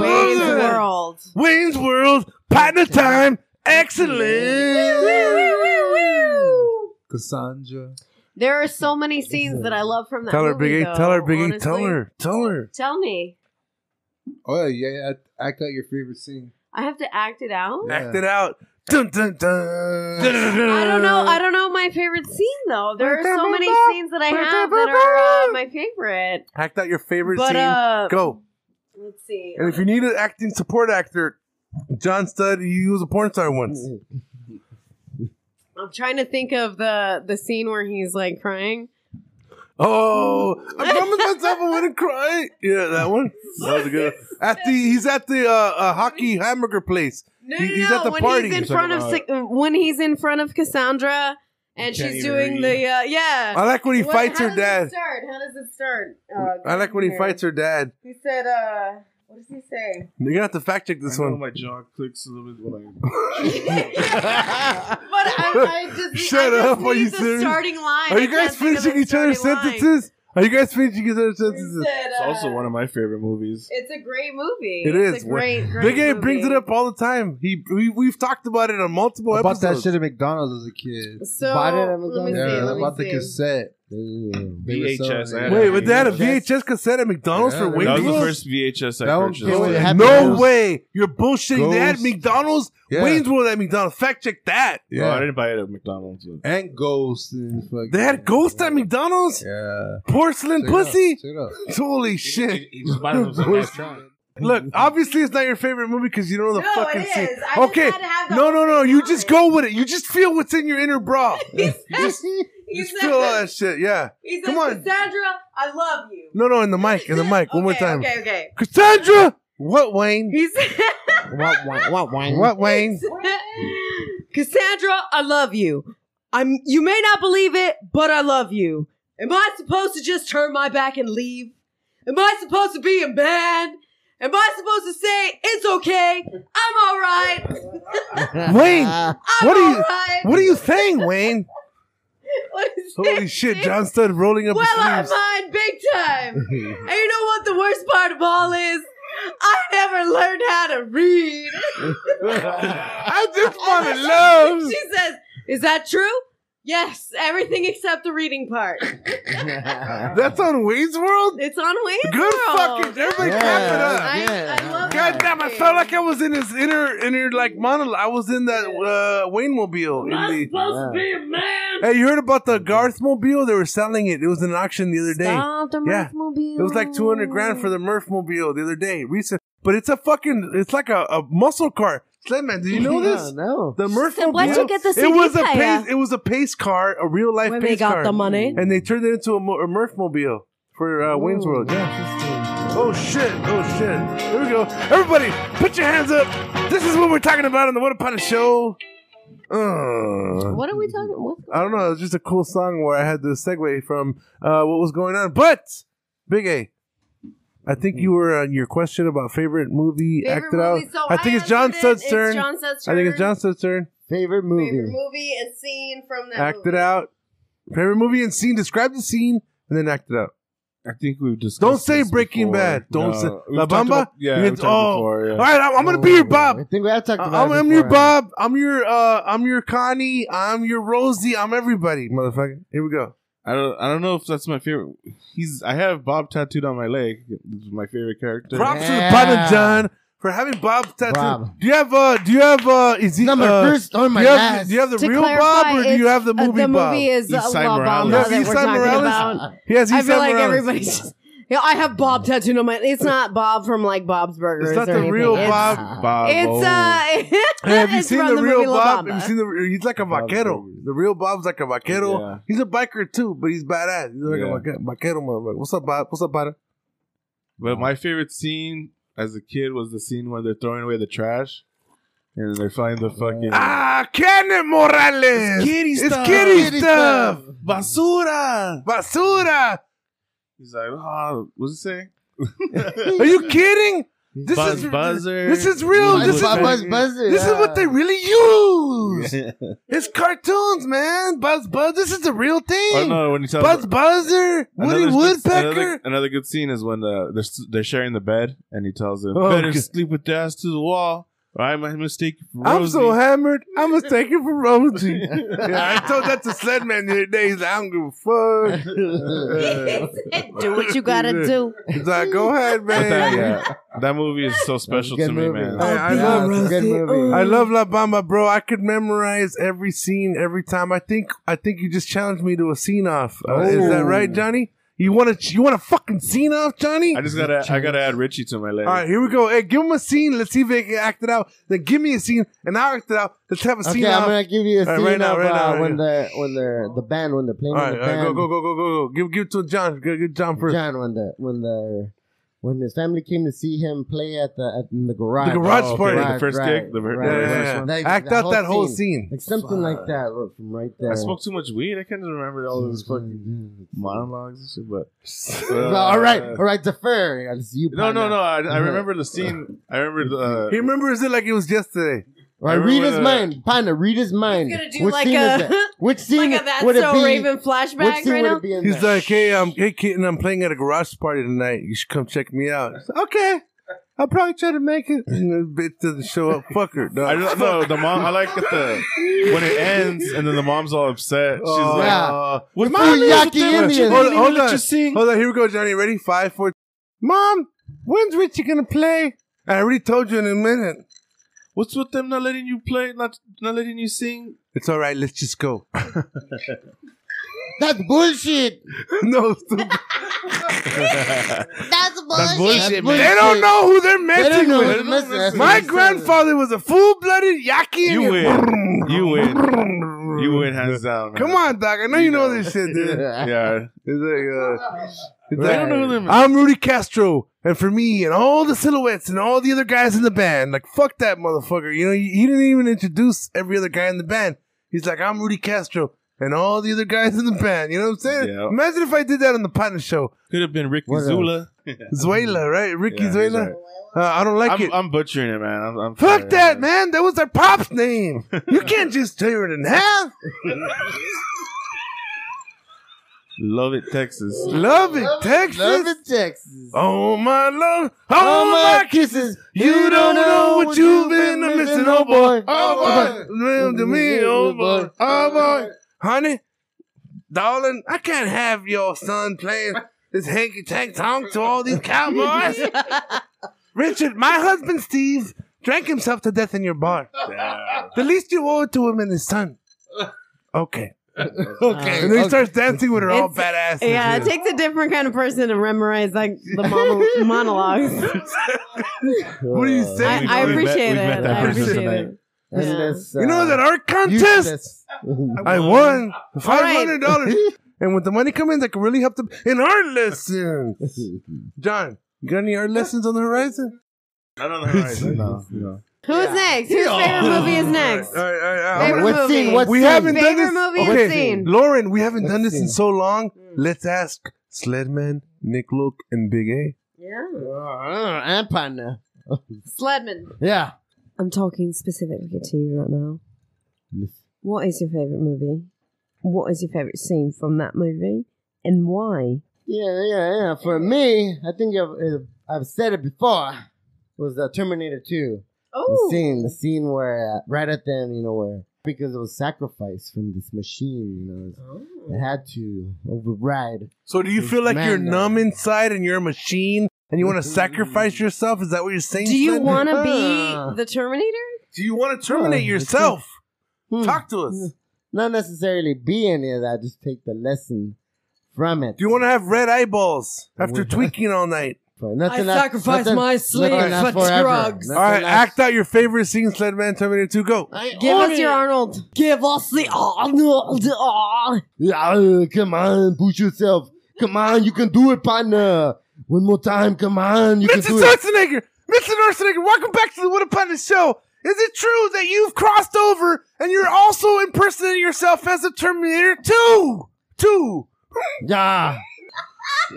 E: Wayne's World.
B: Wayne's World, partner time, excellent.
D: Cassandra.
E: There are so many scenes that I love from that
D: Tell her,
E: movie.
D: Big
E: though,
D: A. Tell her, Big A. Tell
E: honestly.
D: her.
B: Tell her.
E: Tell me.
D: Oh yeah, yeah. I, I got your favorite scene.
E: I have to act it out.
B: Act it out. Dun, dun, dun.
E: I don't know. I don't know my favorite scene though. There are so many scenes that I have that are uh, my favorite.
B: Act out your favorite
E: But,
B: scene.
E: uh,
B: Go.
E: Let's see.
B: And if you need an acting support actor, John Studd, he was a porn star once.
E: I'm trying to think of the the scene where he's like crying.
B: Oh, I promised myself I wouldn't cry. Yeah, that one. That was good. At the he's at the uh, uh, hockey hamburger place.
E: No,
B: He-
E: no,
B: he's
E: no.
B: at the
E: when
B: party.
E: he's in
B: You're
E: front of
B: talking
E: Sa- when he's in front of Cassandra and
B: Can't even
E: she's
B: read.
E: doing the uh, yeah.
B: I like when he fights
E: how
B: her
E: does it
B: dad.
E: Start? How does it start? Uh,
B: I like when he fights her dad.
E: he said, uh, "What does he say?"
B: You're gonna have to fact check this
C: I know
B: one.
C: my jaw clicks a little bit when
E: But I, I just
B: Shut
E: I just
B: up! Are
E: need
B: you
E: the
B: serious?
E: starting line.
B: Are
E: I
B: you
E: can't
B: guys
E: think of the
B: finishing each other's
E: starting line.
B: sentences? Are you guys finishing each other's sentences?
E: said, It's also uh, one
B: of my favorite movies.
E: It's a great movie.
B: It
E: It's
B: is.
E: a great, great.
B: Big A
E: movie.
B: brings it up all the time. He we, we've talked about it on multiple
D: I bought
B: episodes.
D: that shit at McDonald's as a kid.
E: So, Bought it at let me McDonald's? see,
D: yeah,
E: let
D: I
E: me
D: bought the
E: see.
D: cassette.
P: They were selling
C: VHS. I
P: it.
C: had
B: Wait, was that a VHS cassette at McDonald's for Wings?
C: That was the
B: World?
C: first VHS I
B: That one
C: purchased.
B: came with Happy No Meals. way. You're bullshitting. They had
C: Ghost.
B: McDonald's,
C: Yeah.
B: Wayne's World at McDonald's. Fact check that.
C: Yeah. Oh, I didn't buy it at McDonald's. but-
P: and Ghost and fucking
B: They had Ghost at McDonald's.
P: Yeah.
B: Porcelain
P: Straight up,
B: pussy.
P: straight up.
B: Holy shit.
F: bought them some
B: Ghost-
F: Astron.
B: Look, obviously it's not your favorite movie because you don't know the
F: No,
B: fucking
F: it
B: scene.
F: is. I just
B: okay,
F: had to have the
B: no, no, no. You just go with it. You just feel what's in your inner bra. you just,
Q: He
B: just feel all
Q: said,
B: that shit. Yeah.
Q: he said,
B: Come on.
Q: Cassandra, I love you.
B: No, no, in the mic, in the mic, one more time.
Q: okay, okay.
B: Cassandra, what Wayne?
Q: He's
B: what, what, what Wayne? What Wayne?
R: Cassandra, I love you. I'm you may not believe it, but I love you. Am I supposed to just turn my back and leave? Am I supposed to be a man? Am I supposed to say it's okay? I'm all right.
B: Wayne, what are you?
R: alright.
B: What are you saying, Wayne?
R: What is
B: Holy
R: this?
B: shit, John started rolling up
R: Well,
B: his
R: I'm
B: sleeves.
R: mine big time. and you know what the worst part of all is? I never learned how to read.
B: I just want to love.
R: She says, "Is that true?" Yes, everything except the reading part.
B: That's on Wayne's World.
R: It's on Wayne's
B: Good
R: World.
B: fucking. Everybody clap it up.
R: I, I love
B: God damn! I felt like I was in his inner, inner like monologue. I was in that uh, Wayne mobile. in the-
Q: supposed to be a man.
B: Hey, you heard about the Garth mobile? They were selling it. It was in an auction the other day.
Q: Stop the
B: yeah,
Q: Murphmobile.
B: it was like two hundred grand for the Murph mobile the other day. Recent, but it's a fucking. It's like a, a muscle car. Slim man, did you know
A: Yeah,
B: this? No. The Murph
A: So why'd you get the CD
B: It was a
A: player?
B: pace. It was a pace car, a real life
A: When
B: pace
A: they got
B: car.
A: the money?
B: and they turned it into a, mo- a Murph mobile for uh, Wayne's World. Yeah. Oh shit! Oh shit! Here we go. Everybody, put your hands up. This is what we're talking about on the What Upon a Show. Uh,
Q: What are we talking? What?
B: I don't know. It was just a cool song where I had the segue from uh, what was going on. But Big A, I think you were on your question about favorite movie
M: Favorite
B: acted
M: movie,
B: out.
M: so
B: I think
M: I
B: it's John
M: answered it.
B: Stud's
M: It's
B: turn.
M: John Stud's
B: I think it's
M: turn.
B: John Stud's turn. Favorite movie
M: favorite movie and scene from that
B: acted out. Favorite movie and scene. Describe the scene and then act it out.
C: I think we've discussed.
B: Don't say Breaking
C: before.
B: Bad. Don't
C: No,
B: say
C: we've
B: La
C: talked
B: Bamba.
C: about- yeah,
B: You
C: we
B: get-
C: talked
B: oh,
C: before, yeah. Oh,
B: all right. I'm, I'm gonna be your Bob. I
A: think we have talked about
B: I'm,
A: it
B: I'm your
A: before, huh?
B: Bob. I'm your uh, I'm your Connie. I'm your Rosie. I'm everybody, motherfucker. Here we go.
C: I don't. I don't know if that's my favorite. He's. I have Bob tattooed on my leg. This is my favorite character.
B: Props to the partner John for having Bob tattooed. Do you have uh do you have uh is he
A: Number
B: uh,
A: first on my
B: do you have,
A: last.
B: Do you have the
A: To
B: real
A: clarify,
B: Bob or do you
A: it's-
B: have the
A: uh,
B: movie
A: the
B: Bob?
A: movie is, uh,
R: La Bamba
B: Yes,
R: that we're
B: Isai
R: talking
B: Morales?
R: about.
B: He has
R: I
B: Isai
R: feel like
B: Morales.
R: everybody's. Yeah, I have Bob tattooed on my. It's not Bob from like Bob's Burgers.
B: It's not
R: or
B: the
R: anything.
B: real
R: It's-
B: Bob.
E: Oh.
R: It's uh.
B: Hey, have you
R: it's
B: seen
R: from
B: the,
R: the
B: real
R: movie La
B: Bob?
R: Bamba.
B: Have you seen the? He's like a vaquero. The real Bob's like a vaquero.
C: Yeah.
B: He's a biker too, but he's badass. He's like
C: Yeah.
B: a vaque- vaquero motherfucker. What's up, Bob? What's up, Bob? Oh.
C: But my favorite scene as a kid was the scene where they're throwing away the trash, and they find the fucking.
B: Ah, Cannon Morales. It's
C: kitty stuff.
B: kitty
C: Kitty
B: stuff.
C: stuff. Basura.
B: Basura.
C: He's like, oh, what's it say?
B: Are you kidding? This
C: Buzz
B: is
C: buzzer.
B: This is real.
C: Buzz
B: this is
C: buzz buzzer, Ah.
B: This is
C: yeah.
B: what they really use. It's cartoons, man. Buzz Buzz. This is the real thing.
C: Oh, no, when you tell-
B: Buzz Buzzer, Woody
C: Another-
B: Woodpecker.
C: Another, another good scene is when uh, they're s- they're sharing the bed, and he tells him,
B: Oh,
C: "Better
B: good.
C: sleep with your ass to the wall." Or I might mistake you for
B: I'm so
C: Rosie."
B: hammered. I'm gonna take it from Rosie. yeah, I told that to Sledman the other day. He's like, I don't give a fuck.
E: Do what you gotta do.
B: He's like, go ahead,
C: But
B: man.
C: that, yeah, that movie is so special to me, man.
B: Hey, I love I love La Bamba, bro. I could memorize every scene every time. I think I think you just challenged me to a scene off. Uh, Is that
C: Oh.
B: right, Johnny? You want to you want a fucking scene off, Johnny?
C: I just gotta I gotta add Richie to my leg.
B: All right, here we go. Hey, give him a scene. Let's see if they can act it out. Then give me a scene, and I'll act it out. Let's have a
A: Okay,
B: scene.
A: I'm
B: off.
A: gonna give you a
B: uh, All
A: scene
B: right, right now,
A: of,
B: right
A: uh,
B: now, right
A: when
B: now.
A: the when the the band when they're playing.
B: All right,
A: with
B: all
A: the
B: right, go,
A: band.
B: go, go, go, go, go. Give, give it to John. Go, give John first.
A: John when the when the when his family came to see him play at the at in the garage.
B: The garage Oh, okay, party. the first
A: right,
B: gig, the ver-
A: right,
B: yeah,
A: right.
B: yeah, yeah.
A: Like,
B: Act out that whole scene.
A: Like something like that look, from right there.
C: I smoked too much weed. I can't remember all those fucking monologues and shit. But
A: No, all right, all right, defer. It's you,
C: No, no,
A: partner.
C: no. I, I remember the scene. I remember the. uh,
B: He remembers it like it was yesterday.
A: All right, read his mind, partner. Read his mind.
B: gonna do
A: Which
B: like
A: scene
B: a-
A: is that? Which scene
B: like a That's
A: would it
B: So
A: be?
B: Raven
A: flashback What scene right would it now? be in
B: He's
A: there?
B: like, hey, um, hey, kitten, I'm playing at a garage party tonight. You should come check me out. Okay. I'll probably try to make it. And this bitch doesn't show up. Fuck her.
C: I don't know. The mom, I like that the when it ends and then the mom's all upset. She's
B: Oh,
C: like,
B: yeah.
C: uh,
B: With
C: "Mommy,
B: my
C: what
B: Yaki
C: the-
B: Indian.
C: Hold, hold
B: on.
C: on.
B: Hold on. Here we go, Johnny. Ready? Five, four. Mom, when's Richie gonna play? I already told you in a minute.
C: What's with them not letting you play, not not letting you sing?
B: It's all right. Let's just go.
A: That's bullshit.
B: no, stupid.
S: That's
B: That's
S: bullshit.
B: man. They don't know who they're messing
A: know who
B: with.
A: they're messing with.
B: My grandfather was a full-blooded Yaki
C: You
B: Indian.
C: win. You win. You win hands down. Man.
B: Come on, Doc. I know you know this shit, dude.
C: Yeah.
B: It's like, uh, it's
C: They don't
B: like,
C: know who they're-
B: I'm Rudy Castro, and for me and all the silhouettes and all the other guys in the band, like fuck that motherfucker. You know, he he didn't even introduce every other guy in the band. He's like, I'm Rudy Castro, and all the other guys in the band. You know what I'm saying?
C: Yeah.
B: Imagine if I did that on the Partner Show.
C: Could have been Ricky
B: What else?
C: Zula.
B: Zuela, right? Ricky
C: Yeah, he's
B: Zuela.
C: right.
B: Uh, I don't like
C: I'm,
B: it.
C: I'm butchering it, man. I'm, I'm
B: fuck
C: sorry.
B: that, man. That was their pop's name. you can't just tear it in half.
C: Love it, Texas.
B: Love it, Texas.
A: Love it, Texas.
B: Oh my love, oh,
A: All
B: my,
A: my kisses.
B: You don't know what you've been a missing, oh boy.
A: Oh,
B: Oh boy. Little to me, oh boy. Oh boy. Honey, darling, I can't have your son playing this hanky tank tonk to all these cowboys. Richard, my husband Steve drank himself to death in your bar. The least you owe to him and his son. Uh, Okay. okay. And then he starts dancing with her all badass. and
E: Uh, Yeah, it
B: shit.
E: takes a different kind of person to memorize like the mono- monologues.
B: What do you say?
E: I- I We've- we've appreciate met- we've met it. that I person appreciate tonight. it.
B: uh, You know that art contest? I won
E: All
B: five
E: right.
B: hundred dollars, and with the money coming, in, that could really help them in art lessons. John, you got any art lessons on the horizon?
C: I don't know. how I said no, no.
E: Who's next? Whose favorite movie is next?
B: All right, all right, all right.
E: Favorite What scene, movie. what
B: we
E: scene?
B: haven't done
E: Favorite
B: this.
E: movie and scene.
B: Lauren, we haven't done this in so long. Let's ask Sledman, Nick Luke, and Big A.
A: Yeah. And partner.
E: Sledman.
A: Yeah.
E: I'm talking specifically to you right now. What is your favorite movie? What is your favorite scene from that movie, and why?
A: Yeah, yeah, yeah. For me, I think I've, uh, I've said it before. Was uh, Terminator Two?
E: Oh,
A: The scene, the scene where uh, right at the end, you know, where because it was sacrifice from this machine, you know, it, it had to override.
B: So, do you
A: this
B: feel like you're
A: man that-
B: numb inside and you're a machine, and you want
T: Mm-hmm.
B: to sacrifice yourself? Is that what you're saying?
E: do you
B: Sledman?
E: want to
A: Ah.
E: be the Terminator?
B: Do you want to terminate
A: Huh.
B: yourself?
A: Hmm.
B: Talk to us.
A: Not necessarily be any of that. Just take the lesson from it.
B: Do you want to have red eyeballs after tweaking all night?
A: But
T: I
A: nothing lasts-
T: sacrificed
A: nothing-
T: my sleep
A: nothing lasts
T: for
A: forever.
T: drugs.
B: All
A: Nothing
B: right,
A: lasts-
B: act out your favorite scene, Sledman Terminator 2. Go.
E: Give us your Arnold.
T: Give us the Arnold. Oh.
A: Yeah, come on, push yourself. Come on, you can do it, partner. One more time, come on, you can
B: Mr.
A: do it.
B: Schwarzenegger! Mr. Schwarzenegger, welcome back to the What Upon the Show. Is it true that you've crossed over and you're also impersonating yourself as a Terminator 2? 2.
A: Yeah.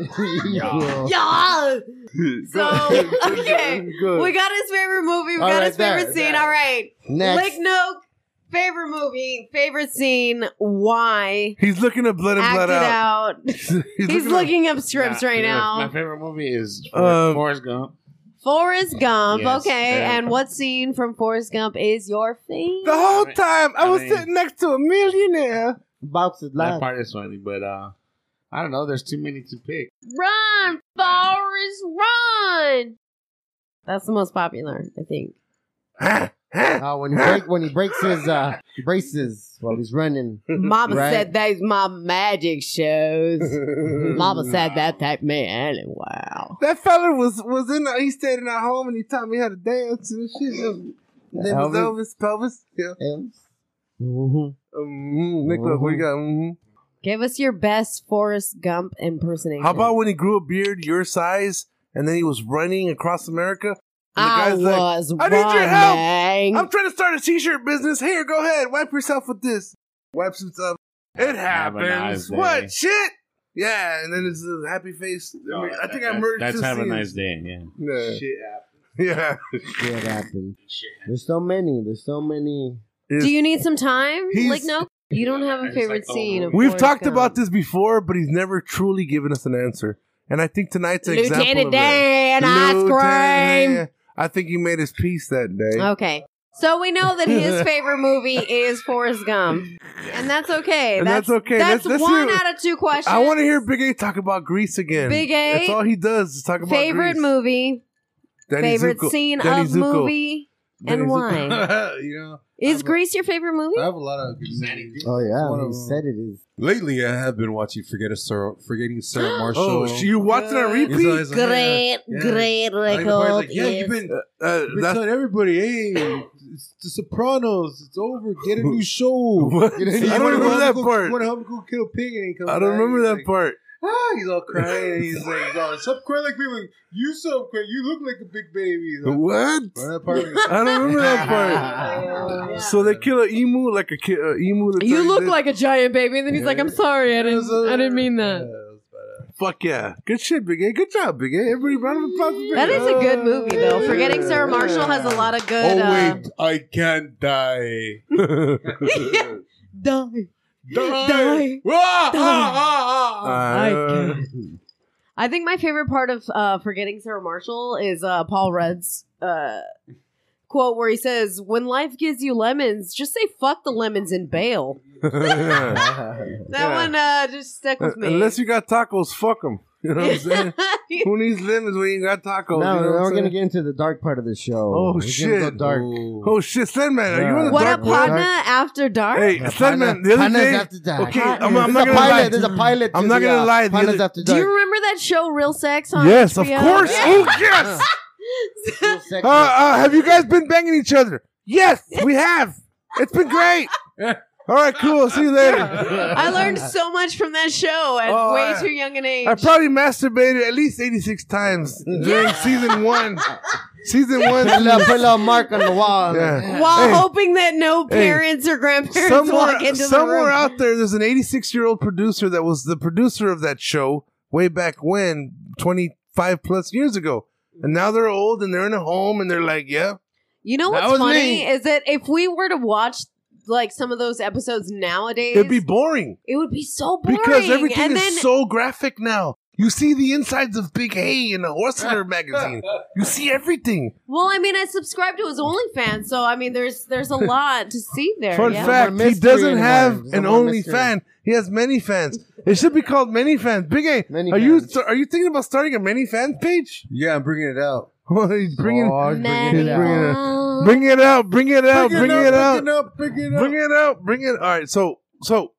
E: Yeah. So okay,
A: Good.
E: we got his favorite movie. We
A: All
E: got
A: right,
E: his favorite
A: there,
E: scene.
A: there.
E: All right,
A: Next.
E: Lick Nook. Favorite movie, favorite scene. Why?
B: He's looking at blood and
E: Act
B: blood
E: it
B: out.
E: out. He's, looking up scripts right now.
F: My favorite movie is
B: Um,
F: Forrest Gump.
E: Forrest Gump.
F: Yes,
E: okay,
F: yeah.
E: and what scene from Forrest Gump is your favorite?
B: The whole time I,
F: I
B: was
F: mean-
B: sitting next to a millionaire.
A: Box is
F: That
A: live.
F: part is funny, but uh, I don't know. There's too many to pick.
E: Run, Forrest, run! That's the most popular, I think.
A: Uh, when he break, when he breaks his uh, braces while he's running.
E: Mama
A: Right.
E: said those my magic shows. Mama said that type me and wow.
B: That fella was was in. Our, he stayed in our home and he taught me how to dance and shit. Name was Elvis.
A: Elvis.
B: Elvis. Yeah.
A: And- Mhm.
B: Um, Nicola, what you got? Mhm.
E: Give us your best Forrest Gump impersonation.
B: How about when he grew a beard your size and then he was running across America? And the
E: I
B: guy's like,
E: was
B: I need your
E: running."
B: help. I'm trying to start a t-shirt business. Here, go ahead. Wipe yourself with this. Wipes himself. It
F: Have a
B: happens.
F: nice day.
B: What shit? Yeah, and then it's a happy face. I, mean, I think I merged.
F: That's
B: two
F: have a
B: scenes.
F: nice day. Yeah.
B: Yeah.
F: Shit.
B: Yeah.
A: Yeah, it happened. There's so many. There's so many.
E: Do you need some time?
B: He's-
E: Like no,
D: oh,
E: you don't have a favorite scene. Of
B: We've
E: Forrest
U: um,
B: talked
E: Gump.
B: about this before, but he's never truly given us an answer. And I think tonight's an
U: Lieutenant
B: example of
U: Dan,
B: that.
U: ice cream.
B: Dan. I think he made his peace that day.
U: Okay. So we know that his favorite movie is Forrest Gump, and that's okay.
B: And that's okay.
U: That's
B: Let's- let's
U: one
B: hear-
U: out of two questions.
B: I want to hear Big A talk about Greece again.
U: Big A,
B: That's all he does is talk about
U: favorite
B: Grease.
U: movie,
B: Danny
U: favorite
B: Zuko.
U: scene
B: Danny
U: of
B: Zuko.
U: movie,
B: Danny
U: and
B: Zuko.
U: why.
D: you know,
U: Is Grease your favorite movie?
D: I have a lot of good movies.
A: Oh
D: One
A: yeah,
D: of
A: he
D: them.
A: said it is.
D: Lately, I have been watching Forget a Sarah, Forgetting Sarah Marshall.
B: Oh, she- you watching on
D: He's
B: repeat?
D: always like, yeah, yeah. Like, everybody's like, yeah, you've been,
B: Uh,
D: you've been telling everybody, hey, it's The Sopranos, it's over. Get a new show.
B: What?
D: You know,
B: I
D: you
B: don't
D: wanna
B: remember
D: help
B: that
D: go-
B: part.
D: You want to help him go kill a pig and he comes
B: I don't
D: back,
B: remember
D: he's
B: that
D: like,
B: part.
D: Ah, he's all crying. and He's like, he's all, stop crying like people. You so crying. You look like a big baby. He's like,
B: What?
D: Remember that part?
B: I don't remember that part. So they kill an emu like a ki- a emu. that
C: You
B: turns
C: look
B: in-
C: like a giant baby, and then he's like, "I'm sorry, I didn't, I didn't mean that."
B: Fuck yeah! Good shit, Big A. Good job, Big A. Everybody, round of applause. For Big
U: That
B: A.
U: is a good movie though. Forgetting Sarah Marshall has a lot of good. uh,
D: I can't die.
C: die.
D: Die.
C: Die.
D: Ah,
C: ah,
B: I
E: I think my favorite part of uh, Forgetting Sarah Marshall is uh, Paul Rudd's uh, quote where he says, When life gives you lemons, just say fuck the lemons and bail. That
B: Yeah.
E: one uh, just stuck with me.
B: Unless you got tacos, fuck them. You know what I'm saying? Who needs lemons when you ain't got tacos?
A: Now,
B: you know
A: now
B: what I'm
A: we're gonna
B: saying?
A: get into the dark part of the show.
B: Oh
A: We're
B: shit!
A: gonna go dark.
B: Oh shit, Sandman, are you in the
E: what
B: dark?
E: a
B: part?
E: partner after dark?
B: Hey, Sandman, the other
A: Partners
B: day.
A: after dark.
B: Okay,
A: Partners.
B: I'm, I'm
A: There's
B: not
A: a
B: gonna lie.
A: pilot, there's a pilot
B: I'm
A: to
B: not
A: the,
B: gonna
A: uh,
B: lie. The
A: Partners
B: other,
A: After
E: Do you
A: Dark.
E: remember that show, Real Sex? On
B: Yes, of
E: HBO?
B: course. Oh yes. uh, uh, have you guys been banging each other? Yes, we have. It's been great. All right, cool. See you later.
E: I learned so much from that show at
B: Oh,
E: way
B: I-
E: too young an age.
B: I probably masturbated at least 86 times during season one. Season one.
A: Put a little- put a little mark on the wall.
B: Yeah.
E: while
B: Hey,
E: hoping that no
B: hey,
E: parents or grandparents walk
B: somewhere,
E: into
B: somewhere
E: the room.
B: out there, there's an 86 year old producer that was the producer of that show way back when, 25 plus years ago. And now they're old and they're in a home and they're like, yeah.
E: you know
B: That
E: what's
B: was
E: funny
B: me.
E: is that if we were to watch like some of those episodes nowadays,
B: It'd be boring.
E: it would be so boring
B: Because everything
E: and
B: is
E: then
B: so graphic now. You see the insides of Big Hay in a Horsler magazine. You see everything.
E: well, I mean, I subscribe to his OnlyFans, so I mean, there's there's a lot to see there.
B: Fun
E: yeah.
B: fact:
A: More
B: He
A: mystery
B: doesn't
A: in
B: have
A: life.
B: an
A: More
B: only
A: mystery.
B: fan. He has many fans. It should be called Many Fans. Big A,
A: Many
B: are you
A: fans.
B: are you thinking about starting a Many Fans page?
D: Yeah, I'm bringing it out.
B: He's bringing,
D: Oh,
B: he's
D: bringing
B: bringing
D: it
B: it out. Bring it out. Bring it out. Bring it out.
D: Bring it
B: Bring it out. Bring it. All right. So so.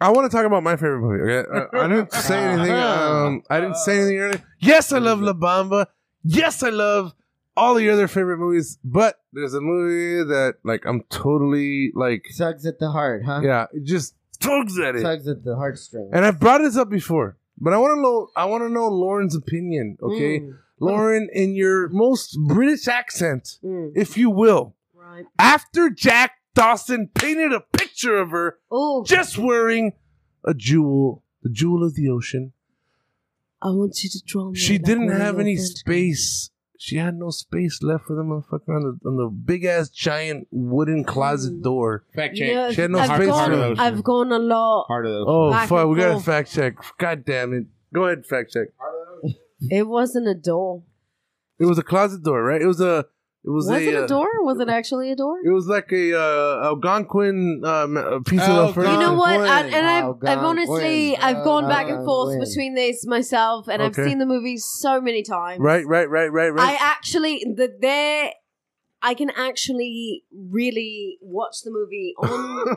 B: I want to talk about my favorite movie. Okay, I, I didn't say anything. Um, I didn't say anything earlier. Yes, I love La Bamba. Yes, I love all the other favorite movies. But there's a movie that, like, I'm totally like
A: Tugs at the heart, huh?
B: yeah, it just tugs at it.
A: Tugs at the heartstrings.
B: And I've brought this up before, but I want to know. I want to know Lauren's opinion. Okay,
A: Hmm.
B: Lauren, in your most British accent,
A: Hmm.
B: if you will,
E: Right.
B: after Jack Dawson painted a picture of her
E: Oh,
B: just wearing a jewel, the jewel of the ocean.
E: I want you to draw me.
B: She
E: like
B: didn't
E: one of
B: have
E: your
B: any
E: French
B: space. She had no space left for the motherfucker on the, on the big ass giant wooden
A: Hmm.
B: closet door.
J: Fact
E: You
J: check.
E: know,
B: She had no
E: I've
B: space
E: gone,
B: for those.
E: I've gone a lot.
J: Part of those.
B: Oh
E: Back
B: fuck,
E: and
B: we gotta
E: forth.
B: fact check. God damn it. Go ahead, fact check.
E: It wasn't a door.
B: It was a closet door, right? It was a it was,
E: Was, it
B: a,
E: a
B: uh,
E: door? Was it actually a door?
B: It was like a uh, Algonquin um, a piece
J: Oh,
B: of furniture.
E: You know what? I, and I've,
A: Wow,
E: I've
A: God,
E: honestly,
A: Gwen.
E: I've gone back
A: God,
E: and forth
A: Gwen.
E: between these myself, and I've
B: Okay.
E: seen the movie so many times.
B: Right, right, right, right, right.
E: I actually, the, there, I can actually really watch the movie on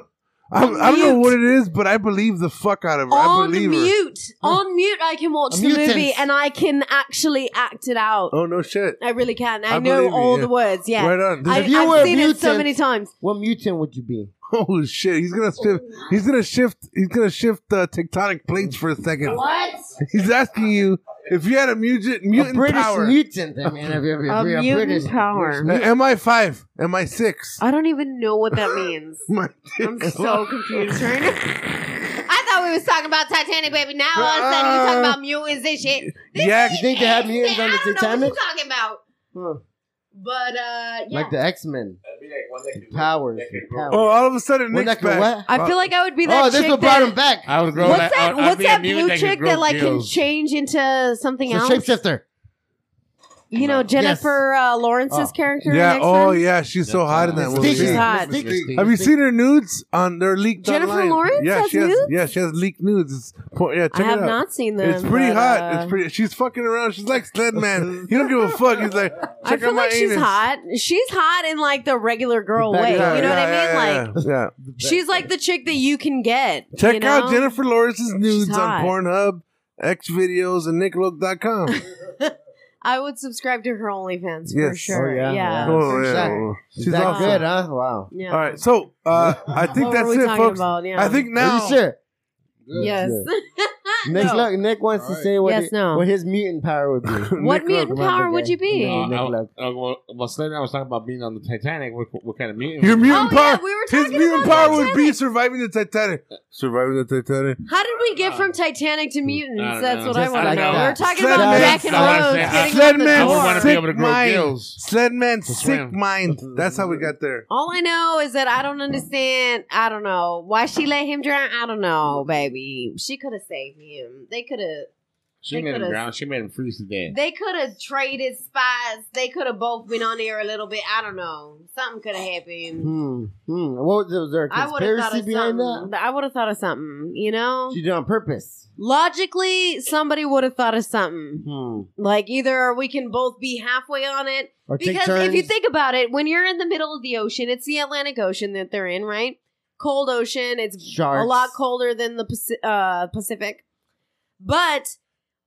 B: I, I don't know
E: mute.
B: what it is, but I believe the fuck out of her. I
E: on
B: believe her.
E: mute. On mute, I can watch
A: A
E: the
A: mutant.
E: movie, and I can actually act it out.
B: Oh no shit.
E: I really can. I,
B: I
E: know
B: believe you,
E: all
B: yeah.
E: the words. Yeah,
B: Right on.
E: I,
A: If you
E: I've
A: were a
E: seen it so
A: mutant-
E: many times.
A: What mutant would you be?
B: Oh shit. He's gonna shift he's gonna shift he's gonna shift uh, tectonic plates for a second.
U: What?
B: He's asking you if you had a mutant mutant
A: a British
B: power.
A: mutant. I mean, if you're, if
E: A
A: you're a
E: mutant
A: British
E: power.
A: British
B: Am I five? Am I six?
E: I don't even know what that means.
B: My
E: I'm so confused right now.
U: I thought we was talking about Titanic, baby. Now all of a sudden
A: Uh-uh.
U: you talking about mutants and shit. This
B: Yeah,
U: is
B: you
A: think they had mutants
U: I
A: on the
U: don't know what
A: Titanic?
U: you talking about.
A: Huh.
U: But uh, yeah.
A: Like the X Men.
J: That'd be like
A: Powers.
B: Oh, all of a sudden,
A: We're
B: Nick's
A: not gonna
B: back.
A: what? I feel
E: like I would be
A: Oh,
E: that
A: this
E: chick
A: what brought
E: that-
A: him back.
F: I was
E: what's that? What's that blue chick that like can change into something
A: It's
E: else?
A: a shapeshifter.
E: You know Jennifer uh, Lawrence's
A: Oh.
E: character. in
B: Yeah.
E: X-Men?
B: Oh, yeah. She's so hot in that
E: Mystique.
B: movie.
E: She's hot.
A: Mystique.
B: Have you seen her nudes on their leaked
E: Jennifer
B: online?
E: Lawrence
B: yeah,
E: has
B: she has,
E: nudes?
B: Yeah, she has leaked nudes. It's, po- yeah,
E: I
B: check it
E: have
B: out.
E: not seen them,
B: It's pretty
E: but,
B: hot.
E: uh,
B: it's pretty. She's fucking around. She's like Sled Man. he don't give a fuck. He's like, check
E: I feel
B: out my
E: like she's
B: anus.
E: hot. She's hot in like the regular girl way. You
B: Yeah,
E: know what I mean?
B: yeah,
E: Like
B: yeah, yeah.
E: she's like the chick that you can get.
B: Check
E: you know?
B: out Jennifer Lawrence's nudes on
E: hot.
B: Pornhub, X Videos, and Nickelodeon.com.
E: I would subscribe to her OnlyFans for
B: Yes.
E: sure.
B: Oh,
E: yeah.
B: yeah. Oh, yeah.
A: She's that
B: awesome.
A: good, huh? Oh, Wow.
E: Yeah.
B: All right, so uh, I think
E: What
B: that's
E: were we
B: it,
E: talking
B: folks.
E: about? Yeah.
B: I think now.
A: Are you sure?
E: Yes.
A: Nick,
E: No.
A: look, Nick wants to say what,
E: Yes,
A: his-
E: no.
A: what his mutant power would be.
E: What mutant power would you be?
F: Uh, I, uh, well, well, Slade, I was talking about being on the Titanic. What, what kind of mutant?
B: Your mutant
E: Oh,
B: power.
E: yeah, we were
B: his
E: talking
B: mutant
E: about
B: power would be surviving the Titanic. Surviving the Titanic.
E: How did we get from Titanic to mutants?
B: Uh, I don't
E: That's
B: know.
E: what I
B: Just
E: want to
B: like
E: know.
B: that.
E: We're talking
B: Sled
E: about
B: man.
E: Jack and
B: I wanna
E: Rose
B: say, uh, I-
E: getting
B: Sled
E: off the
B: man,
E: door.
B: sick mind.
F: gills.
B: Sled man, sick
F: swim.
B: mind. That's how we got there.
E: All I know is that I don't understand. I don't know why she let him drown. I don't know, Oh, baby. She could have saved him. They could have.
F: She
E: They
F: made him
E: could've-
F: drown. She made him freeze to death.
E: They could have traded spots. They could have both been on there a little bit. I don't know. Something could have happened.
A: Hmm. Hmm. What was, was there a
E: I would have thought
A: conspiracy
E: of
A: behind
E: something.
A: that?
E: I would have thought of something. You know,
A: She did it on purpose.
E: logically, somebody would have thought of something.
A: Hmm.
E: Like either we can both be halfway on it,
A: Or take
E: because if you
A: turns.
E: think about it, when you're in the middle of the ocean, it's the Atlantic Ocean that they're in, right? Cold ocean. It's
A: Sharks.
E: a lot colder than the Paci- uh, Pacific. But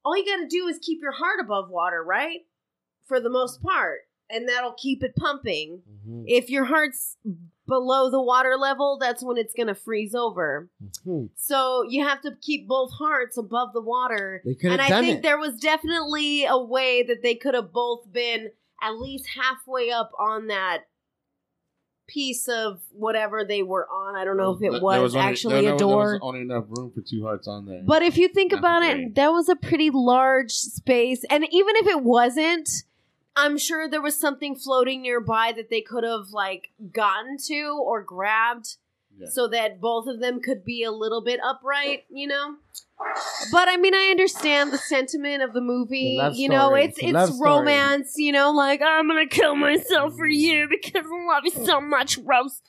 E: all you got to do is keep your heart above water, right? For the most part, and that'll keep it pumping.
A: Mm-hmm.
E: If your heart's below the water level, that's when it's going to freeze over.
A: Hmm.
E: So you have to keep both hearts above the water.
A: They could've
E: And I
A: done
E: think
A: it.
E: there was definitely a way that they could have both been at least halfway up on that piece of whatever they were on. I don't know if
F: There- there
E: it was,
F: only- there-
E: actually
F: there
E: a
F: was-
E: door.
F: There was only enough room for two hearts on there.
E: But if you think
F: Not
E: about
F: great.
E: it, that was a pretty large space. And even if it wasn't, I'm sure there was something floating nearby that they could have like gotten to or grabbed so that both of them could be a little bit upright, you know? But I mean, I understand the sentiment of the movie.
A: It's a love
E: you know,
A: story.
E: it's
A: It's a love
E: it's
A: story. Mm-hmm.
E: romance, you know, like "Oh, I'm going to kill myself for you because I love you so much, Rose.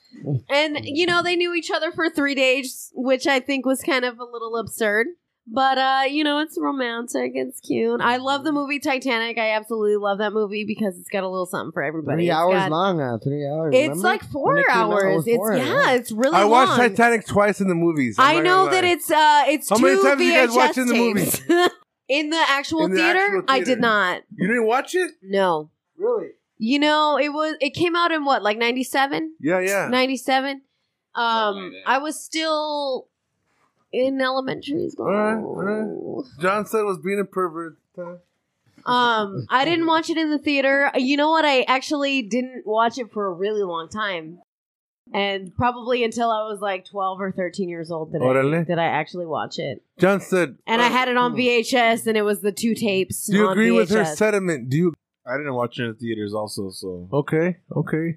E: And you know, they knew each other for three days, which I think was kind of a little absurd. But uh, you know, it's romantic, it's cute. I love the movie Titanic. I absolutely love that movie because it's got a little something for everybody.
A: Three
E: It's
A: hours
E: got-
A: long now. Three hours.
E: It's
A: remember?
E: like four
A: When it came out, it
E: hours.
A: was
E: it's
A: four,
E: yeah, it's really
B: I watched
E: long.
B: Titanic twice in the movies. I'm
E: I
B: not
E: know
B: gonna
E: that
B: lie.
E: it's uh it's
B: How
E: two
B: many times
E: VHS
B: you guys watching the
E: tapes. in the actual
B: In the
E: theater,
B: actual
E: I
B: theater.
E: did not.
B: You didn't watch it?
E: No.
B: Really?
E: You know, it was it came out in what, like 97?
B: Yeah, yeah.
E: 97. Um, I was still in elementary school.
B: All right, all right. John said was being a pervert.
E: Um, I didn't watch it in the theater. You know what? I actually didn't watch it for a really long time. And probably until I was like 12 or 13 years old did, I,
B: Orale.
E: did I actually watch it.
B: John said.
E: And I had it on VHS and it was the two tapes.
B: Do you
E: on
B: agree with her
E: VHS.
B: sentiment? Do you? Oh,
C: I didn't watch it in theaters also, so
B: Okay, okay.
C: it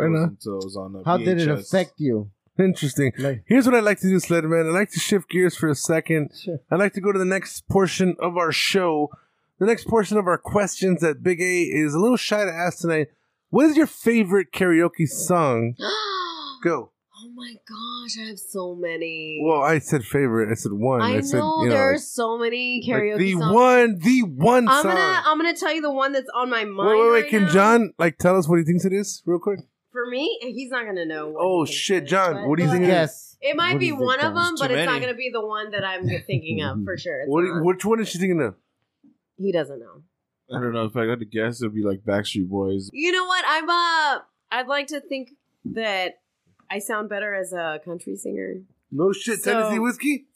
B: Right
C: was
B: now.
C: until it was on the
A: How did it
C: VHS.
A: affect you?
B: Interesting. Here's what I like to do, Sledman. I like to shift gears for a second. I like to go to the next portion of our show. The next portion of our questions that Big A is a little shy to ask tonight. What is your favorite karaoke song? go.
E: Oh my gosh, I have so many.
B: Well, I said favorite. I said one.
E: I,
B: I,
E: know,
B: said, you know,
E: there's
B: like-
E: so many
B: like
E: karaoke
B: the
E: songs.
B: one, the one
E: I'm
B: song.
E: gonna I'm gonna tell you the one that's on my mind.
B: wait, wait, wait.
E: right
B: Can
E: now.
B: John like tell us what he thinks it is, real quick?
E: For me, he's not gonna know. What
B: Oh
E: he thinks
B: shit,
E: it is,
B: John.
E: but
B: What do you
E: go
B: think?
E: ahead.
B: It is?
E: It might be one of them, but it's not
B: many.
E: gonna be the one that I'm thinking
B: Mm-hmm.
E: of for sure. It's
B: What? do
E: not.
B: you- Which one is she thinking of?
E: he doesn't know.
C: I don't know if I had to guess, it'd be like Backstreet Boys.
E: You know what? I'm uh I'd like to think that I sound better as a country singer.
B: No Oh, shit,
E: So-
B: Tennessee whiskey.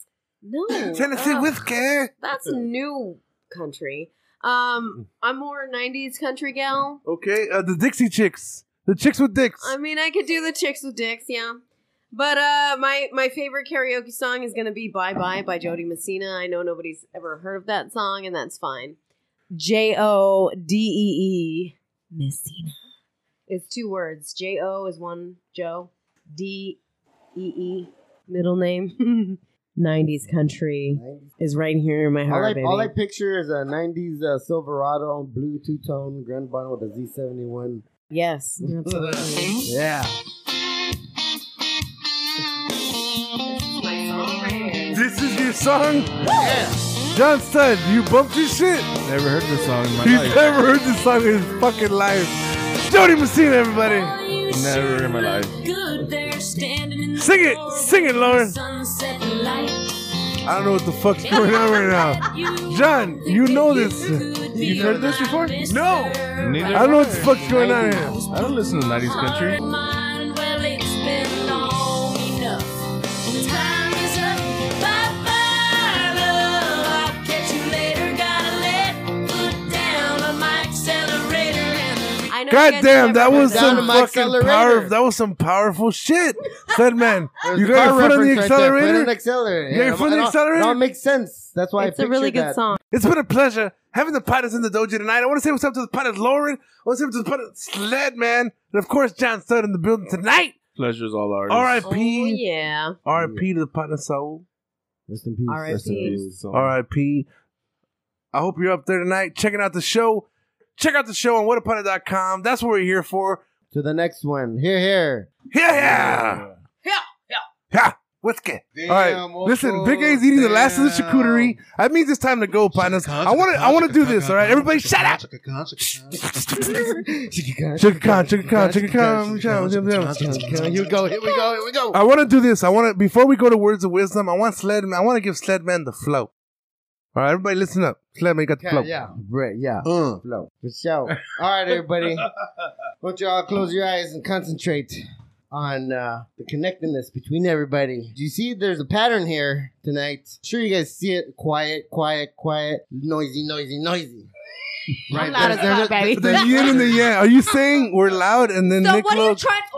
E: No.
B: Tennessee
E: ugh.
B: whiskey.
E: That's new country. Um, I'm more '90s country gal.
B: Okay, uh, the Dixie Chicks, the chicks with dicks.
E: I mean, I could do the chicks with dicks, yeah. But uh, my my favorite karaoke song is gonna be "Bye Bye" by Jody Messina. I know nobody's ever heard of that song, and that's fine. J O D E E Messina.
M: It's two words. J O is one Joe. D E E middle name. 90s country is right here in my
A: All
M: heart,
A: I,
M: baby.
A: all I picture is a 90s uh, Silverado blue two tone Grand Bond with a Z71.
M: Yes.
E: Mm-hmm.
A: yeah.
B: This is your song? John Stud, you bumped this shit?
C: Never heard this song in my
B: He's
C: life.
B: never heard this song in his fucking life. Jody Messina, everybody.
C: Never in my life.
Q: Good there standing in the
B: Sing it.
Q: doorway,
B: Sing it, Lauren.
Q: Sunset light.
B: I don't know what the fuck's going on right now. John, you know this.
Q: You've heard this before?
B: No.
C: Neither
B: I don't know what the
C: have I.
B: fuck's going on here.
C: I don't listen to 90s country.
Q: Mine, well, it's been long enough. Time is up. Bye-bye, love. I'll catch you later. Gotta let foot down on my accelerator and I know you
B: God
Q: guys
B: damn, that
Q: remember
B: was
Q: that.
B: some fucking power. That was some powerful shit, said man. You
A: the
B: got
A: car
B: your foot on the
A: reference right there. Foot on
B: accelerator.
A: the accelerator.
B: You
A: Yeah,
B: got your
A: I'm-
B: foot on
A: I
B: the
A: don't-
B: accelerator.
A: no, it makes sense. That's why I
M: It's a really
A: pictured
M: good
A: that.
M: song.
B: It's been a pleasure having the partners in the dojo tonight. I want to say what's up to the partners, Lauren. I want to say what's up to the partners, Sled Man, and of course John Stud in the building tonight.
C: Pleasure's all ours.
B: R.I.P.
M: yeah.
B: R.I.P. to the partner soul. Rest in peace.
M: R.I.P.. Rest in peace, soul.
B: R.I.P. I hope you're up there tonight checking out the show. Check out the show on whatapunter.com. That's what we're here for.
A: To the next one. Here, here.
B: Yeah, yeah.
Q: Yeah, yeah.
B: Ha! Whiskey.
A: Damn,
B: All right,
A: Ocho.
B: listen. Big A's eating the last of the charcuterie. That means it's time to go, partners. I want to. I want to do this. All right, everybody, shut up. Chicka con, chicka con, chicka con, chicka con.
A: Here we go. Here we go. Here we go.
B: I want to do this. I want to before we go to words of wisdom. I want Sledman. I want to give Sledman the flow. All right, everybody, listen up. Sledman you got the
A: Okay,
B: flow.
A: yeah, right, yeah.
B: Uh.
A: Flow. For sure. All right, everybody. Want y'all to close your eyes and concentrate on uh, the connectedness between everybody. Do you see there's a pattern here tonight? Sure, you guys see it. Quiet, quiet, quiet. Noisy, noisy, noisy.
B: Right.
A: loud as fuck, baby.
B: The, the yin and the yang. Are you saying we're loud and then Nick Lowe-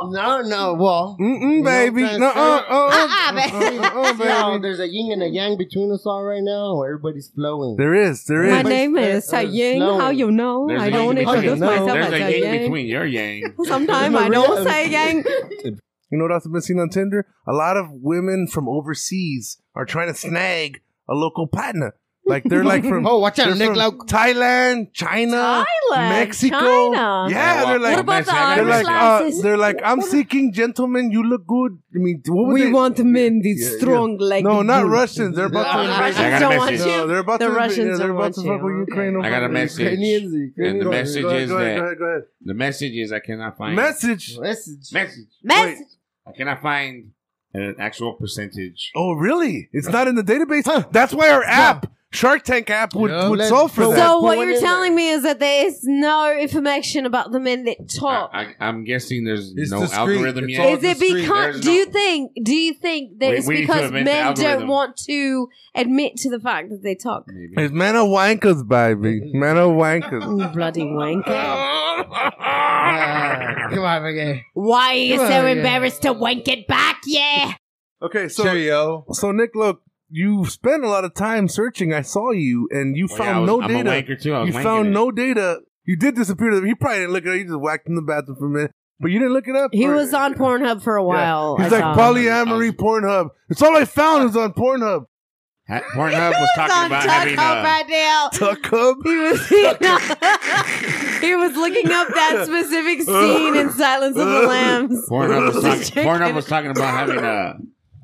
A: No, no, well.
B: Mm-mm, baby.
A: You
B: No,
A: know what I'm
B: uh, uh,
M: Ah,
B: uh.
A: trying to say?
B: Uh-uh, uh-uh, baby.
A: No, there's a yin and a yang between us all right now. Everybody's flowing.
B: There is. There is.
M: My name is
A: uh,
M: Tai Ying.
A: Sloan.
M: How you know?
A: There's
M: I
A: a
M: don't
A: yin
M: introduce
A: between-
M: myself
A: There's
M: as
A: a
M: Tai
A: yin
M: Yang.
F: Between your yang.
M: Sometimes I don't say Yang.
B: You know what else I've been seeing on Tinder? A lot of women from overseas are trying to snag a local partner. Like they're like from
A: Oh, watch out,
B: they're
A: Nick
B: from
A: Lau-
B: Thailand, China,
M: Thailand,
B: Mexico.
M: China.
B: Yeah,
M: What
B: they're like
M: about the
B: they're
M: Irish
B: like
M: lasses?
B: uh, they're like I'm seeking gentlemen. You look good. I mean, what would
M: We
B: they-
M: want men with
B: Yeah, yeah.
M: strong legs.
B: No, not Russians. They're about to
M: The
B: invade-
M: Russians I got a don't want message. you.
B: No, they're about
M: The
B: to invade-
M: Russians
B: yeah, They're
M: don't
B: about to
M: want
B: fuck with
M: you.
B: Ukrainian.
F: I got a message.
A: Ukrainians,
F: And
A: Ukrainians.
F: the message
B: Go ahead,
F: is
B: go ahead,
F: that
B: go ahead, go ahead.
F: the message is I cannot find
B: Message.
A: Message.
F: Message.
M: Message.
F: I cannot find an actual percentage.
B: Oh, really? It's not in the database. That's why our app, Shark Tank app, would,
F: Yeah.
B: would
F: Let's
B: solve for
F: go.
B: that.
M: So what
F: Put one
M: you're
F: in
M: telling me is that there is no information about the men that talk.
F: I, I'm guessing there's no
P: discreet.
F: algorithm
P: It's
F: yet.
M: is it because?
F: There's
M: Do
F: no-
M: you think? Do you think that
F: We-
M: it's
F: we need to
M: because
F: invent the
M: men don't
F: algorithm.
M: want to admit to the fact that they talk?
B: It's man of wankers, baby. Man of wankers.
M: Ooh, Oh, bloody wanker!
A: Come on, Miguel.
Q: Why are you
B: Well,
Q: so
B: yeah.
Q: embarrassed to wank it back? Yeah.
B: Okay, so so Nick, look, you spent a lot of time searching. I saw you, and you
F: Well, yeah,
B: found
F: I was-
B: no
F: I'm a
B: data.
F: wanker, too. I was
B: you
F: wanking
B: found
F: it.
B: no data. You did disappear. to the- You probably didn't look it up. You just whacked in the bathroom for a minute, but you didn't look it up.
M: He
B: or-
M: was on Pornhub for a while.
B: He's
M: I
B: like
M: saw.
B: polyamory Pornhub. It's all I found was on Pornhub.
F: Pornhub was talking about having a.
M: now.
B: Tuck hub.
M: He was he was looking up that specific scene in Silence of the Lambs.
F: Pornhub was,
M: Just
F: talking, Pornhub was talking about having a,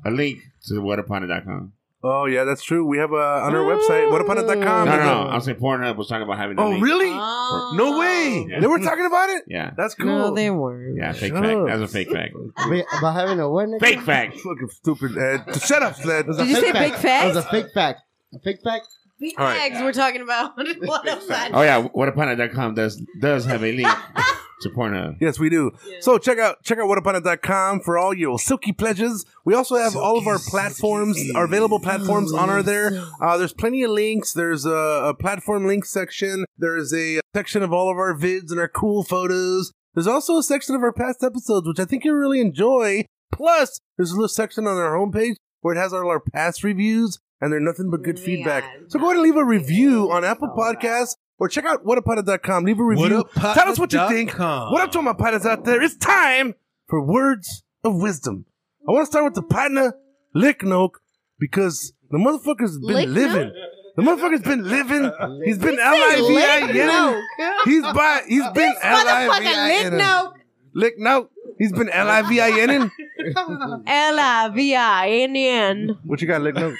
F: a link to whatupon.com.
B: Oh yeah, that's true. We have a on our website whatapunnet.com.
F: Mm. No, no, no. I'm saying Pornhub was talking about having a
B: Um, Oh
F: link.
B: really?
M: Oh.
B: No way.
F: Yeah.
B: They were talking about it.
F: Yeah.
B: That's cool.
M: No, they weren't.
F: Yeah, fake
B: Shut
F: fact.
B: up.
F: That's a fake fact.
A: Wait, about having a what? nigga?
F: Fake fact.
B: Fucking stupid, Ed. Shut up, Ed.
A: It was a
M: Did you say big
A: It was
M: fact?
A: a fake fact. A fake fact?
M: Big
F: All right.
M: eggs we're talking about. what is that?
F: Oh yeah, whatupon.com does does have a link to Pornhub.
B: Yes, we do. So check out check out whatapunnet.com for all your silky pleasures. We also have all of our platforms, our available platforms on our there. Uh, there's plenty of links. There's a, a platform link section. There's a section of all of our vids and our cool photos. There's also a section of our past episodes, which I think you'll really enjoy. Plus, there's a little section on our homepage where it has all our past reviews, and they're nothing but good feedback. So go ahead and leave a review on Apple Podcasts or check out whatupana.com. Leave a review. Tell us what you think. What up to all my partners out there? It's time for words of wisdom. I want to start with the partner, Licknoke, because the motherfucker's been
Q: Lick
B: living. The motherfucker's been living. He's been
Q: He said
B: L-I-V-I-N.
Q: Licknoke.
B: He's by, he's been
Q: This motherfucker
B: L-I-V-I-N. Lick Licknoke. He's been L-I-V-I-N.
M: L I V I N N.
B: What you got, Licknoke?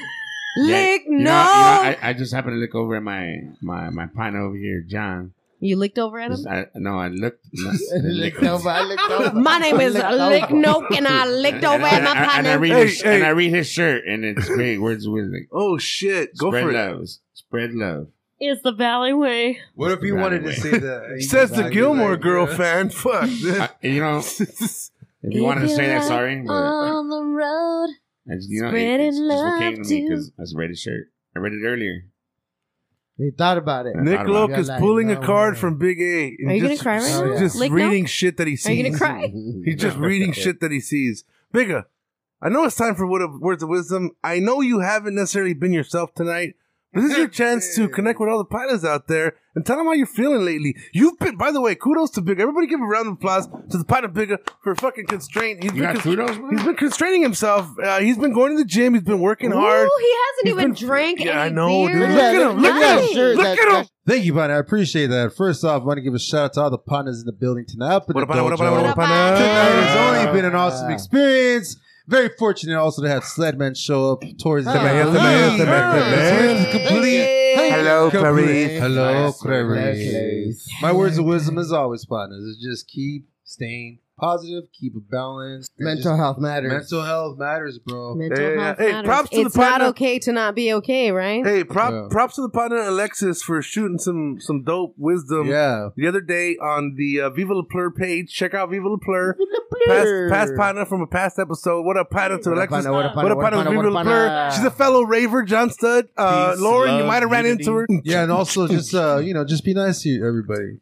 M: Lick
F: You know- you know,
M: no.
F: I, I just happened to look over at my my my pint over here, John.
M: You licked over at him?
F: Just- I, no, I looked.
A: licked over. I licked over.
M: My name is Lick Noke and I licked over at my
F: And I
M: partner.
F: read
B: Hey,
F: his,
B: hey.
F: and I read his shirt, and it's great. Words of wisdom.
B: Oh shit!
F: Go Spread love. Spread love.
M: It's the Valley Way.
F: What if you wanted to say that?
B: Says the Gilmore Girl fan. Fuck.
F: you know, if you wanted to say that, sorry, but
Q: On the road.
F: I just, you know, it,
Q: Spreading
F: it's just what came
Q: love
F: to me
Q: to-
F: because I just read his shirt. I read it earlier.
A: He thought about it.
B: Nick Loke is
A: Like,
B: pulling a
A: no
B: card
A: way.
B: from Big A. and
A: Are you gonna
B: just-
A: cry right now?
B: Just
A: Lick
B: reading
A: now?
B: shit that he sees.
A: Are you gonna cry?
B: He's just reading shit that he sees. Bigger. I know it's time for Word of- words of wisdom. I know you haven't necessarily been yourself tonight, but this is your chance to connect with all the pilots out there and tell them how you're feeling lately. You've been, by the way, kudos to Bigger. Everybody, give a round of applause to the pilot Bigger for fucking constraint. He's
F: You
B: been
F: got kudos, bro?
B: He's been constraining himself. Uh, he's been going to the gym. He's been working hard.
M: Ooh, he hasn't
B: He's
M: even
B: been-
M: drank
B: Yeah, I
M: any
B: know, dude.
M: beer.
B: Look at him. Look at him. Look at him.
D: Thank you, Bonnie. I appreciate that. First off, I want to give a shout out to all the partners in the building tonight. Up in
B: What
D: the
B: up, what up,
D: dojo.
B: what up, what up,
D: Tonight has
B: what up?
D: only been an awesome experience. Very fortunate also to have Sledman show up towards the
B: Sledman, Sledman, Sledman, Sledman.
D: complete.
B: Hello,
D: complete.
B: Clarice.
D: Hello,
B: Nice.
D: Clarice. My words of wisdom is always, partners, is just keep staying positive, keep a balance. and
A: Mental
D: just-
A: health matters.
D: Mental health matters, bro.
M: Mental health
B: Hey,
M: matters.
B: props to the
M: it's not
B: partner.
M: okay to not be okay, right?
B: Hey, prop,
D: Yeah.
B: props to the partner Alexis for shooting some some dope wisdom.
D: Yeah.
B: The other day on the uh, Viva La Plur page, check out Viva La Plur. Past, past partner from a past episode. What a partner to
A: What a
B: Alexis.
A: partner, what a partner, what a
B: partner,
A: partner,
B: Viva
A: what
B: La
A: a
B: Plur.
A: partner.
B: She's a fellow raver, John Stud. Uh,
A: Peace,
B: Lauren, you
A: love,
B: might have ran
A: unity.
B: into her.
D: Yeah, and also just uh, you know, just be nice to everybody.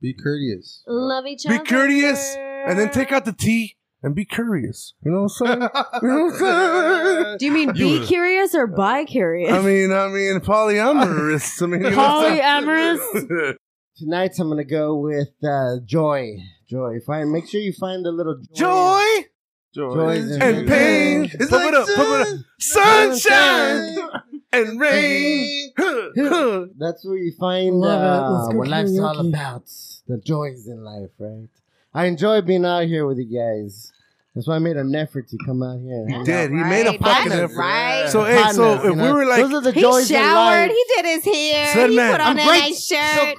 D: Be courteous.
Q: Love each
B: Be
Q: other.
B: courteous and then take out the T and be curious. You know what I'm saying? you know what I'm saying?
M: Do you mean be
B: You-
M: curious or bi curious?
B: I mean, I mean, polyamorous. I mean, you know what I'm saying?
A: Tonight I'm gonna go with uh, joy. Joy. Find make sure you find the little
B: Joy
A: joy,
B: and pain. Pump it up, pump it up. Sunshine and rain. Huh, huh.
A: That's where you find
B: Love it.
A: uh,
B: Let's go
A: what life's all
B: karaoke.
A: about. The joys in life, right? I enjoy being out here with you guys. That's why I made an effort to come out here. and hang
B: He
A: out.
B: did. He made a fucking
A: Right, partners,
B: effort.
A: right.
B: So hey, so
A: Partners,
B: if
A: you
B: we
A: know?
B: were like,
A: Those are the
E: He
A: joys in
E: showered.
A: life.
E: He did his hair.
B: Said
E: he
B: man.
E: put on
B: I'm
E: a
B: great.
E: nice shirt.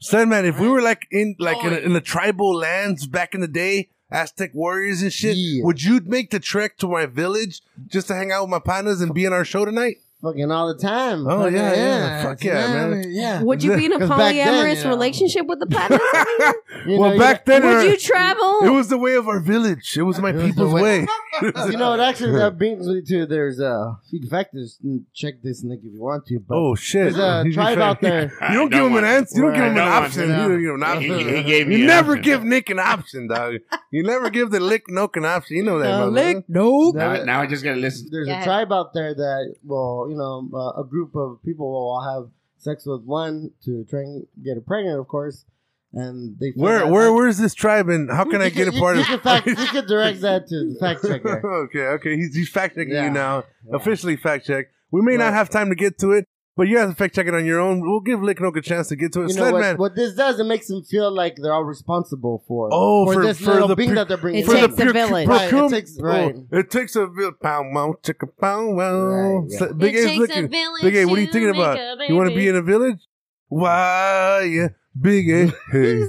B: son, man, if we were like in like in, in the tribal lands back in the day, Aztec warriors and shit, would you make the trek to my village just to hang out with my partners and be in our show tonight?
A: Fucking all the time.
B: Oh
A: Fucking
B: yeah, yeah,
A: yeah.
B: fuck yeah,
A: Yeah,
B: man.
A: yeah.
M: Would you be in a
A: 'Cause back
M: polyamorous
A: then, you know.
M: relationship with the partner?
A: You
B: well,
A: know, you
B: back
A: got-
B: then,
A: Would
B: our-
A: you
M: travel?
B: It was the way of our village. It was my people's way.
A: you know, it actually that brings me to there's uh feed factors. Mm, Check this Nick if you want to. But
B: Oh shit!
A: There's a
B: He's
A: tribe
B: trying-
A: out there.
B: You don't give him an answer. You don't give him an
A: Right.
B: option. You
A: Yeah.
B: don't give him an
A: He-
B: option.
A: he gave me
B: you
A: an
B: never
A: option.
B: give Nick an option, dog. You never give the lick nook an option. You know that.
A: Uh,
B: motherfucker.
A: lick nook.
F: Now, now I just gotta listen.
A: There's
F: Yeah.
A: a tribe out there that will, you know, uh, a group of people will all have sex with one to try and get her pregnant, of course. And they feel
B: Where
A: that-
B: where where's this tribe and how can I get a part
A: you,
B: of?
A: you, can fact, you can direct that to the fact checker.
B: okay, okay. He's, he's fact checking
A: Yeah.
B: you now. Officially fact check. We may not have time to get to it, but you have to fact check it on your own. We'll give Lick Nook a chance to get to it.
A: You know
B: Sledman.
A: what, what this does? It makes them feel like they're all responsible for
B: Oh, for,
A: this
B: for
A: little
B: the
A: being
B: pre-
A: that they're bringing.
B: for
A: in.
B: the pre-
A: Right,
B: procurement-
A: it takes, right.
B: oh, it takes a village. Pow wow, chicka pow wow.
A: Right,
B: So
A: right.
B: Big
A: It
B: A's
A: takes a
B: looking.
A: village
B: Big A, what are you
A: to
B: thinking
A: make
B: about?
A: a
B: You want to be
A: baby.
B: in a village? Why, yeah, Big A. Hey.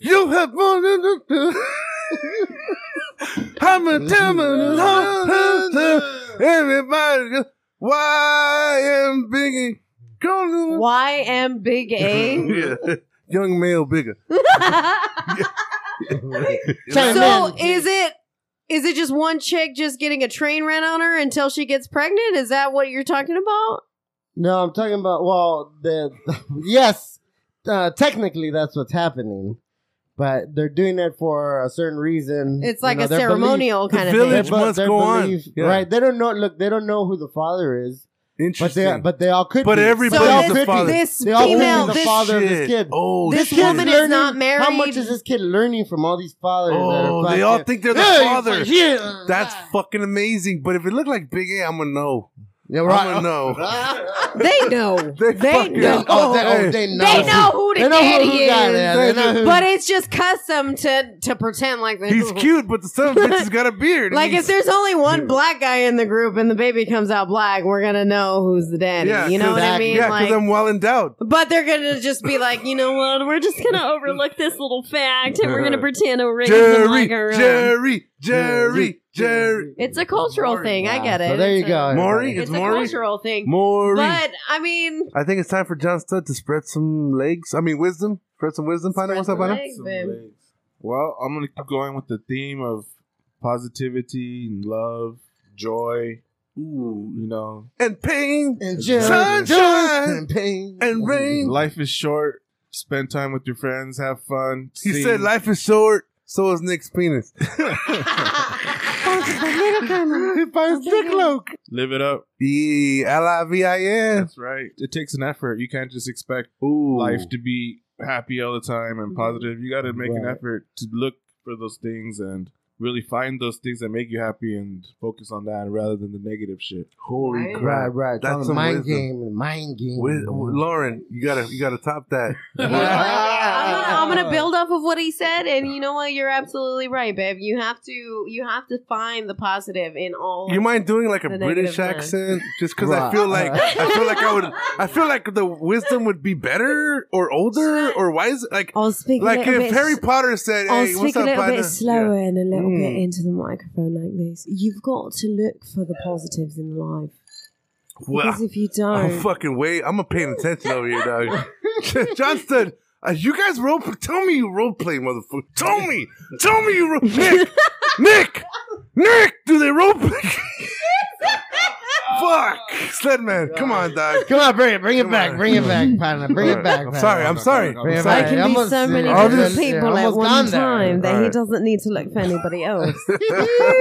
B: you have more than the. I'm a demon. Everybody, go, why am Biggie? Go
M: Why am Big A?
B: yeah. Young male bigger.
M: so is it is it just one chick just getting a train ran on her until she gets pregnant? Is that what you're talking about?
A: No, I'm talking about well, the yes, uh, technically that's what's happening, but they're doing it for a certain reason.
M: It's like a
A: their
M: ceremonial The kind of thing. village
A: Their bu-
B: must
A: their
B: go on. Yeah.
A: right? They don't know. Look, they don't know who the father is. But they, but they all could
B: But
A: be.
B: everybody's
A: they all
B: the
A: could be.
B: father.
E: This
A: they all could be
E: female-
A: the
E: this-
A: father of this
B: Shit.
A: kid.
B: Oh,
E: This
A: kid's
E: woman is
A: learning-
E: not
A: How
E: married.
A: much is this kid learning from all these fathers? that
B: Oh,
A: are
B: they
A: fucking-
B: all think they're the
A: Yeah, he's
B: father.
A: like, yeah.
B: That's fucking amazing. But if it looked like Big A, I'm gonna know.
A: Yeah,
B: I'm gonna know.
E: They know.
B: they fucking
A: know. Oh, they- oh, they know.
E: They know who the
A: They know who-
E: daddy
A: who
E: is.
A: got it. They know who-
E: But it's just custom to to pretend like they
B: He's cute, but the son of a bitch has got a beard.
E: Like
B: He's-
E: if there's only one black guy in the group and the baby comes out black, we're gonna know who's the daddy.
B: Yeah,
E: you know what I
B: exactly.
E: mean?
B: Yeah, because
E: like,
B: I'm well endowed.
E: but they're gonna just be like, you know what? We're just gonna overlook this little fact and we're gonna pretend O'Reilly's a
B: Uh, Jerry,
E: black girl.
B: Jerry, Jerry, Jerry.
E: It's a cultural thing. I get it.
B: So there you
E: It's a-
B: go, Maury,
E: It's,
B: it's
E: a
B: Maury.
E: cultural thing.
B: Maury.
E: But I mean,
B: I think it's time for John Stud to spread some legs. I mean, wisdom. Spread some wisdom, Panda. What's up, Panda?
E: legs, babe.
C: Well, I'm gonna keep going with the theme of positivity and love, joy. Ooh, you know,
B: And pain.
A: And
B: Sunshine.
A: and pain.
B: And rain.
C: life is short. Spend time with your friends. Have fun.
B: He
C: sing.
B: said life is short, so is Nick's penis.
C: Live it up.
B: E L I V I N.
C: That's right. It takes an effort. You can't just expect
B: Ooh.
C: life to be happy all the time and positive. You got to make an
B: Right.
C: effort to look for those things and really find those things that make you happy and focus on that rather than the negative shit.
B: Holy
A: Right,
B: crap!
A: right. That's
B: That's
A: a
B: some
A: mind
B: wisdom.
A: game. Mind game.
B: Wi- Lauren, you gotta you gotta top that.
E: I'm gonna, I'm
B: Uh.
E: gonna build off of what he said, and you know what? You're absolutely right, babe. You have to you have to find the positive in all.
B: You mind doing like a
E: The
B: British
E: negative man.
B: accent? Just because I
A: Right.
B: feel like I feel like I would I feel like the wisdom would be better or older or wise. Like
E: I'll speak a
B: like
E: little
B: if
E: bit
B: Harry
E: s-
B: Potter said,
E: I'll
B: "Hey,
E: speak
B: what's
E: a
B: up,
E: little
B: partner?"
E: bit slower and a little
B: Mm.
E: bit into the microphone like this. You've got to look for the positives in life
B: Well,
E: because if you
B: I'm
E: don't,
B: fucking wait. I'm a paying attention over here, dog. Johnston, uh, you guys role tell me you role play, motherfucker. Tell me, tell me you role Nick, Nick, Nick. Do they role play? Fuck, Sledman, come on, dog.
A: Oh Come on, bring it, bring it back, bring it back, partner, bring
B: Alright,
A: it back.
B: I'm
A: partner.
B: sorry, I'm sorry.
A: Bring it
B: sorry.
A: back.
E: I can be
A: Almost-
E: so many
A: yeah,
E: different
A: almost-
E: people
A: yeah,
E: at
A: almost
E: one
A: gone there.
E: time that he
B: Alright.
E: doesn't need to look for anybody else.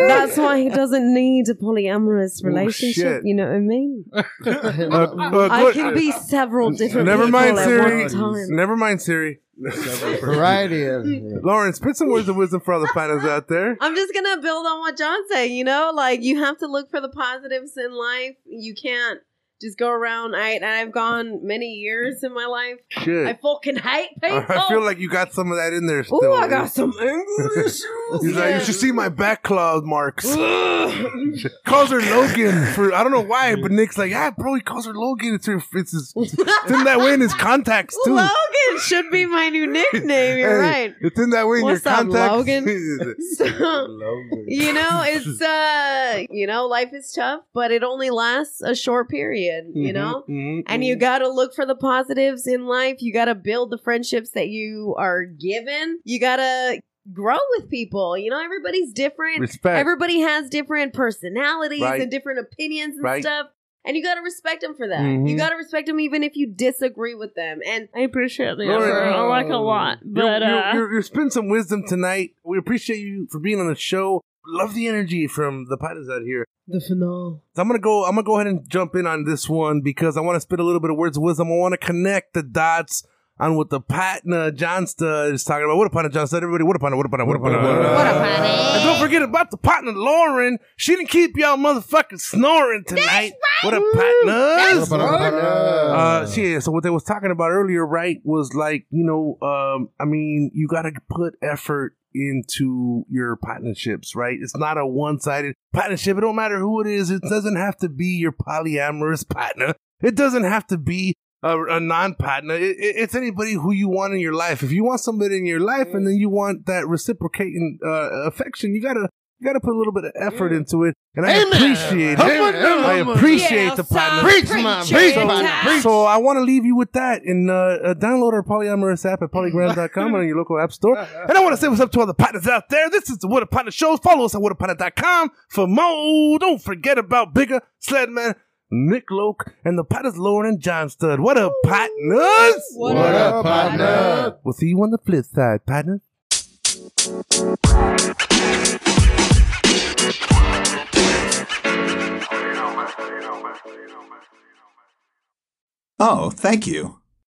E: That's why he doesn't need a polyamorous relationship.
B: Oh, shit.
E: you know what I mean?
B: Uh, uh,
E: I
B: good-
E: can be several different.
B: Never
E: people
B: mind,
E: at
B: Siri.
E: one time.
B: Never mind, Siri.
A: Variety of
B: Lauren, spit some words of wisdom for all the finals out there.
E: I'm just gonna build on what John said. You know, like you have to look for the positives in life. You can't just go around. I and I've gone many years in my life.
B: Shit.
E: I fucking hate people.
B: I feel like you got some of that in there. Still.
E: oh.
B: eh?
E: Ooh, I got some anger issues.
B: He's like,
E: Yeah.
B: you should see my backlog marks. calls her Logan for I don't know why, but Nick's like, yeah, bro, he calls her Logan. It's her, it's, his, it's in that way in his contacts too.
E: Logan should be my new nickname. You're
B: Hey,
E: right.
B: It's in that way in
E: What's
B: your
E: up,
B: contacts.
E: Logan? So, you know, it's uh, you know, life is tough, but it only lasts a short period.
J: Mm-hmm,
B: Mm-hmm,
E: You know, And you got to look for the positives in life. You got to build the friendships that you are given. You got to grow with people. You know, everybody's different.
B: Respect.
E: Everybody has different personalities
B: Right.
E: and different opinions and
B: Right.
E: stuff. And you got to respect them for that.
B: Mhm.
E: You got to respect them even if you disagree with them. And I appreciate the
B: Lauren,
E: effort. I like a lot. But,
B: you're,
E: uh,
B: you're, you're spinning some wisdom tonight. We appreciate you for being on the show. Love the energy from the pilots out here.
E: the finale.
B: So I'm gonna go. I'm gonna go ahead and jump in on this one because I want to spit a little bit of words of wisdom. I want to connect the dots on what the Patna Johnsta is talking about. What a Patna Johnsta, everybody. What a Patna. What a Patna. What a Patna. What a Patna. And don't forget about the partner Lauren. She didn't keep y'all motherfucking snoring tonight. What a partner. Uh, yeah, so what they was talking about earlier, right, was like, you know, um, I mean, you got to put effort into your partnerships, right? It's not a one-sided partnership. It don't matter who it is. It doesn't have to be your polyamorous partner. It doesn't have to be a, a non-partner. It, it- it's anybody who you want in your life. If you want somebody in your life, and then you want that reciprocating uh, affection, you gotta you gotta put a little bit of effort into it. And I
A: Amen.
B: appreciate it.
A: Amen.
B: I
A: Amen.
B: appreciate
E: Yeah,
B: the
E: son.
B: partner.
A: Preach, man,
E: Preach
A: preach,
E: it.
A: partner, preach.
B: So I want to leave you with that and uh, uh, download our polyamorous app at polygram.com on your local app store. And I want to say what's up to all the partners out there. This is the What a Partner Shows. Follow us at whatapotner.com for more. Don't forget about Bigger Sledman, Nick Loke, and the partners Lauren and John Stud. What a partners!
A: What up, partner?
B: We'll see you on the flip side, partner. Oh, thank you.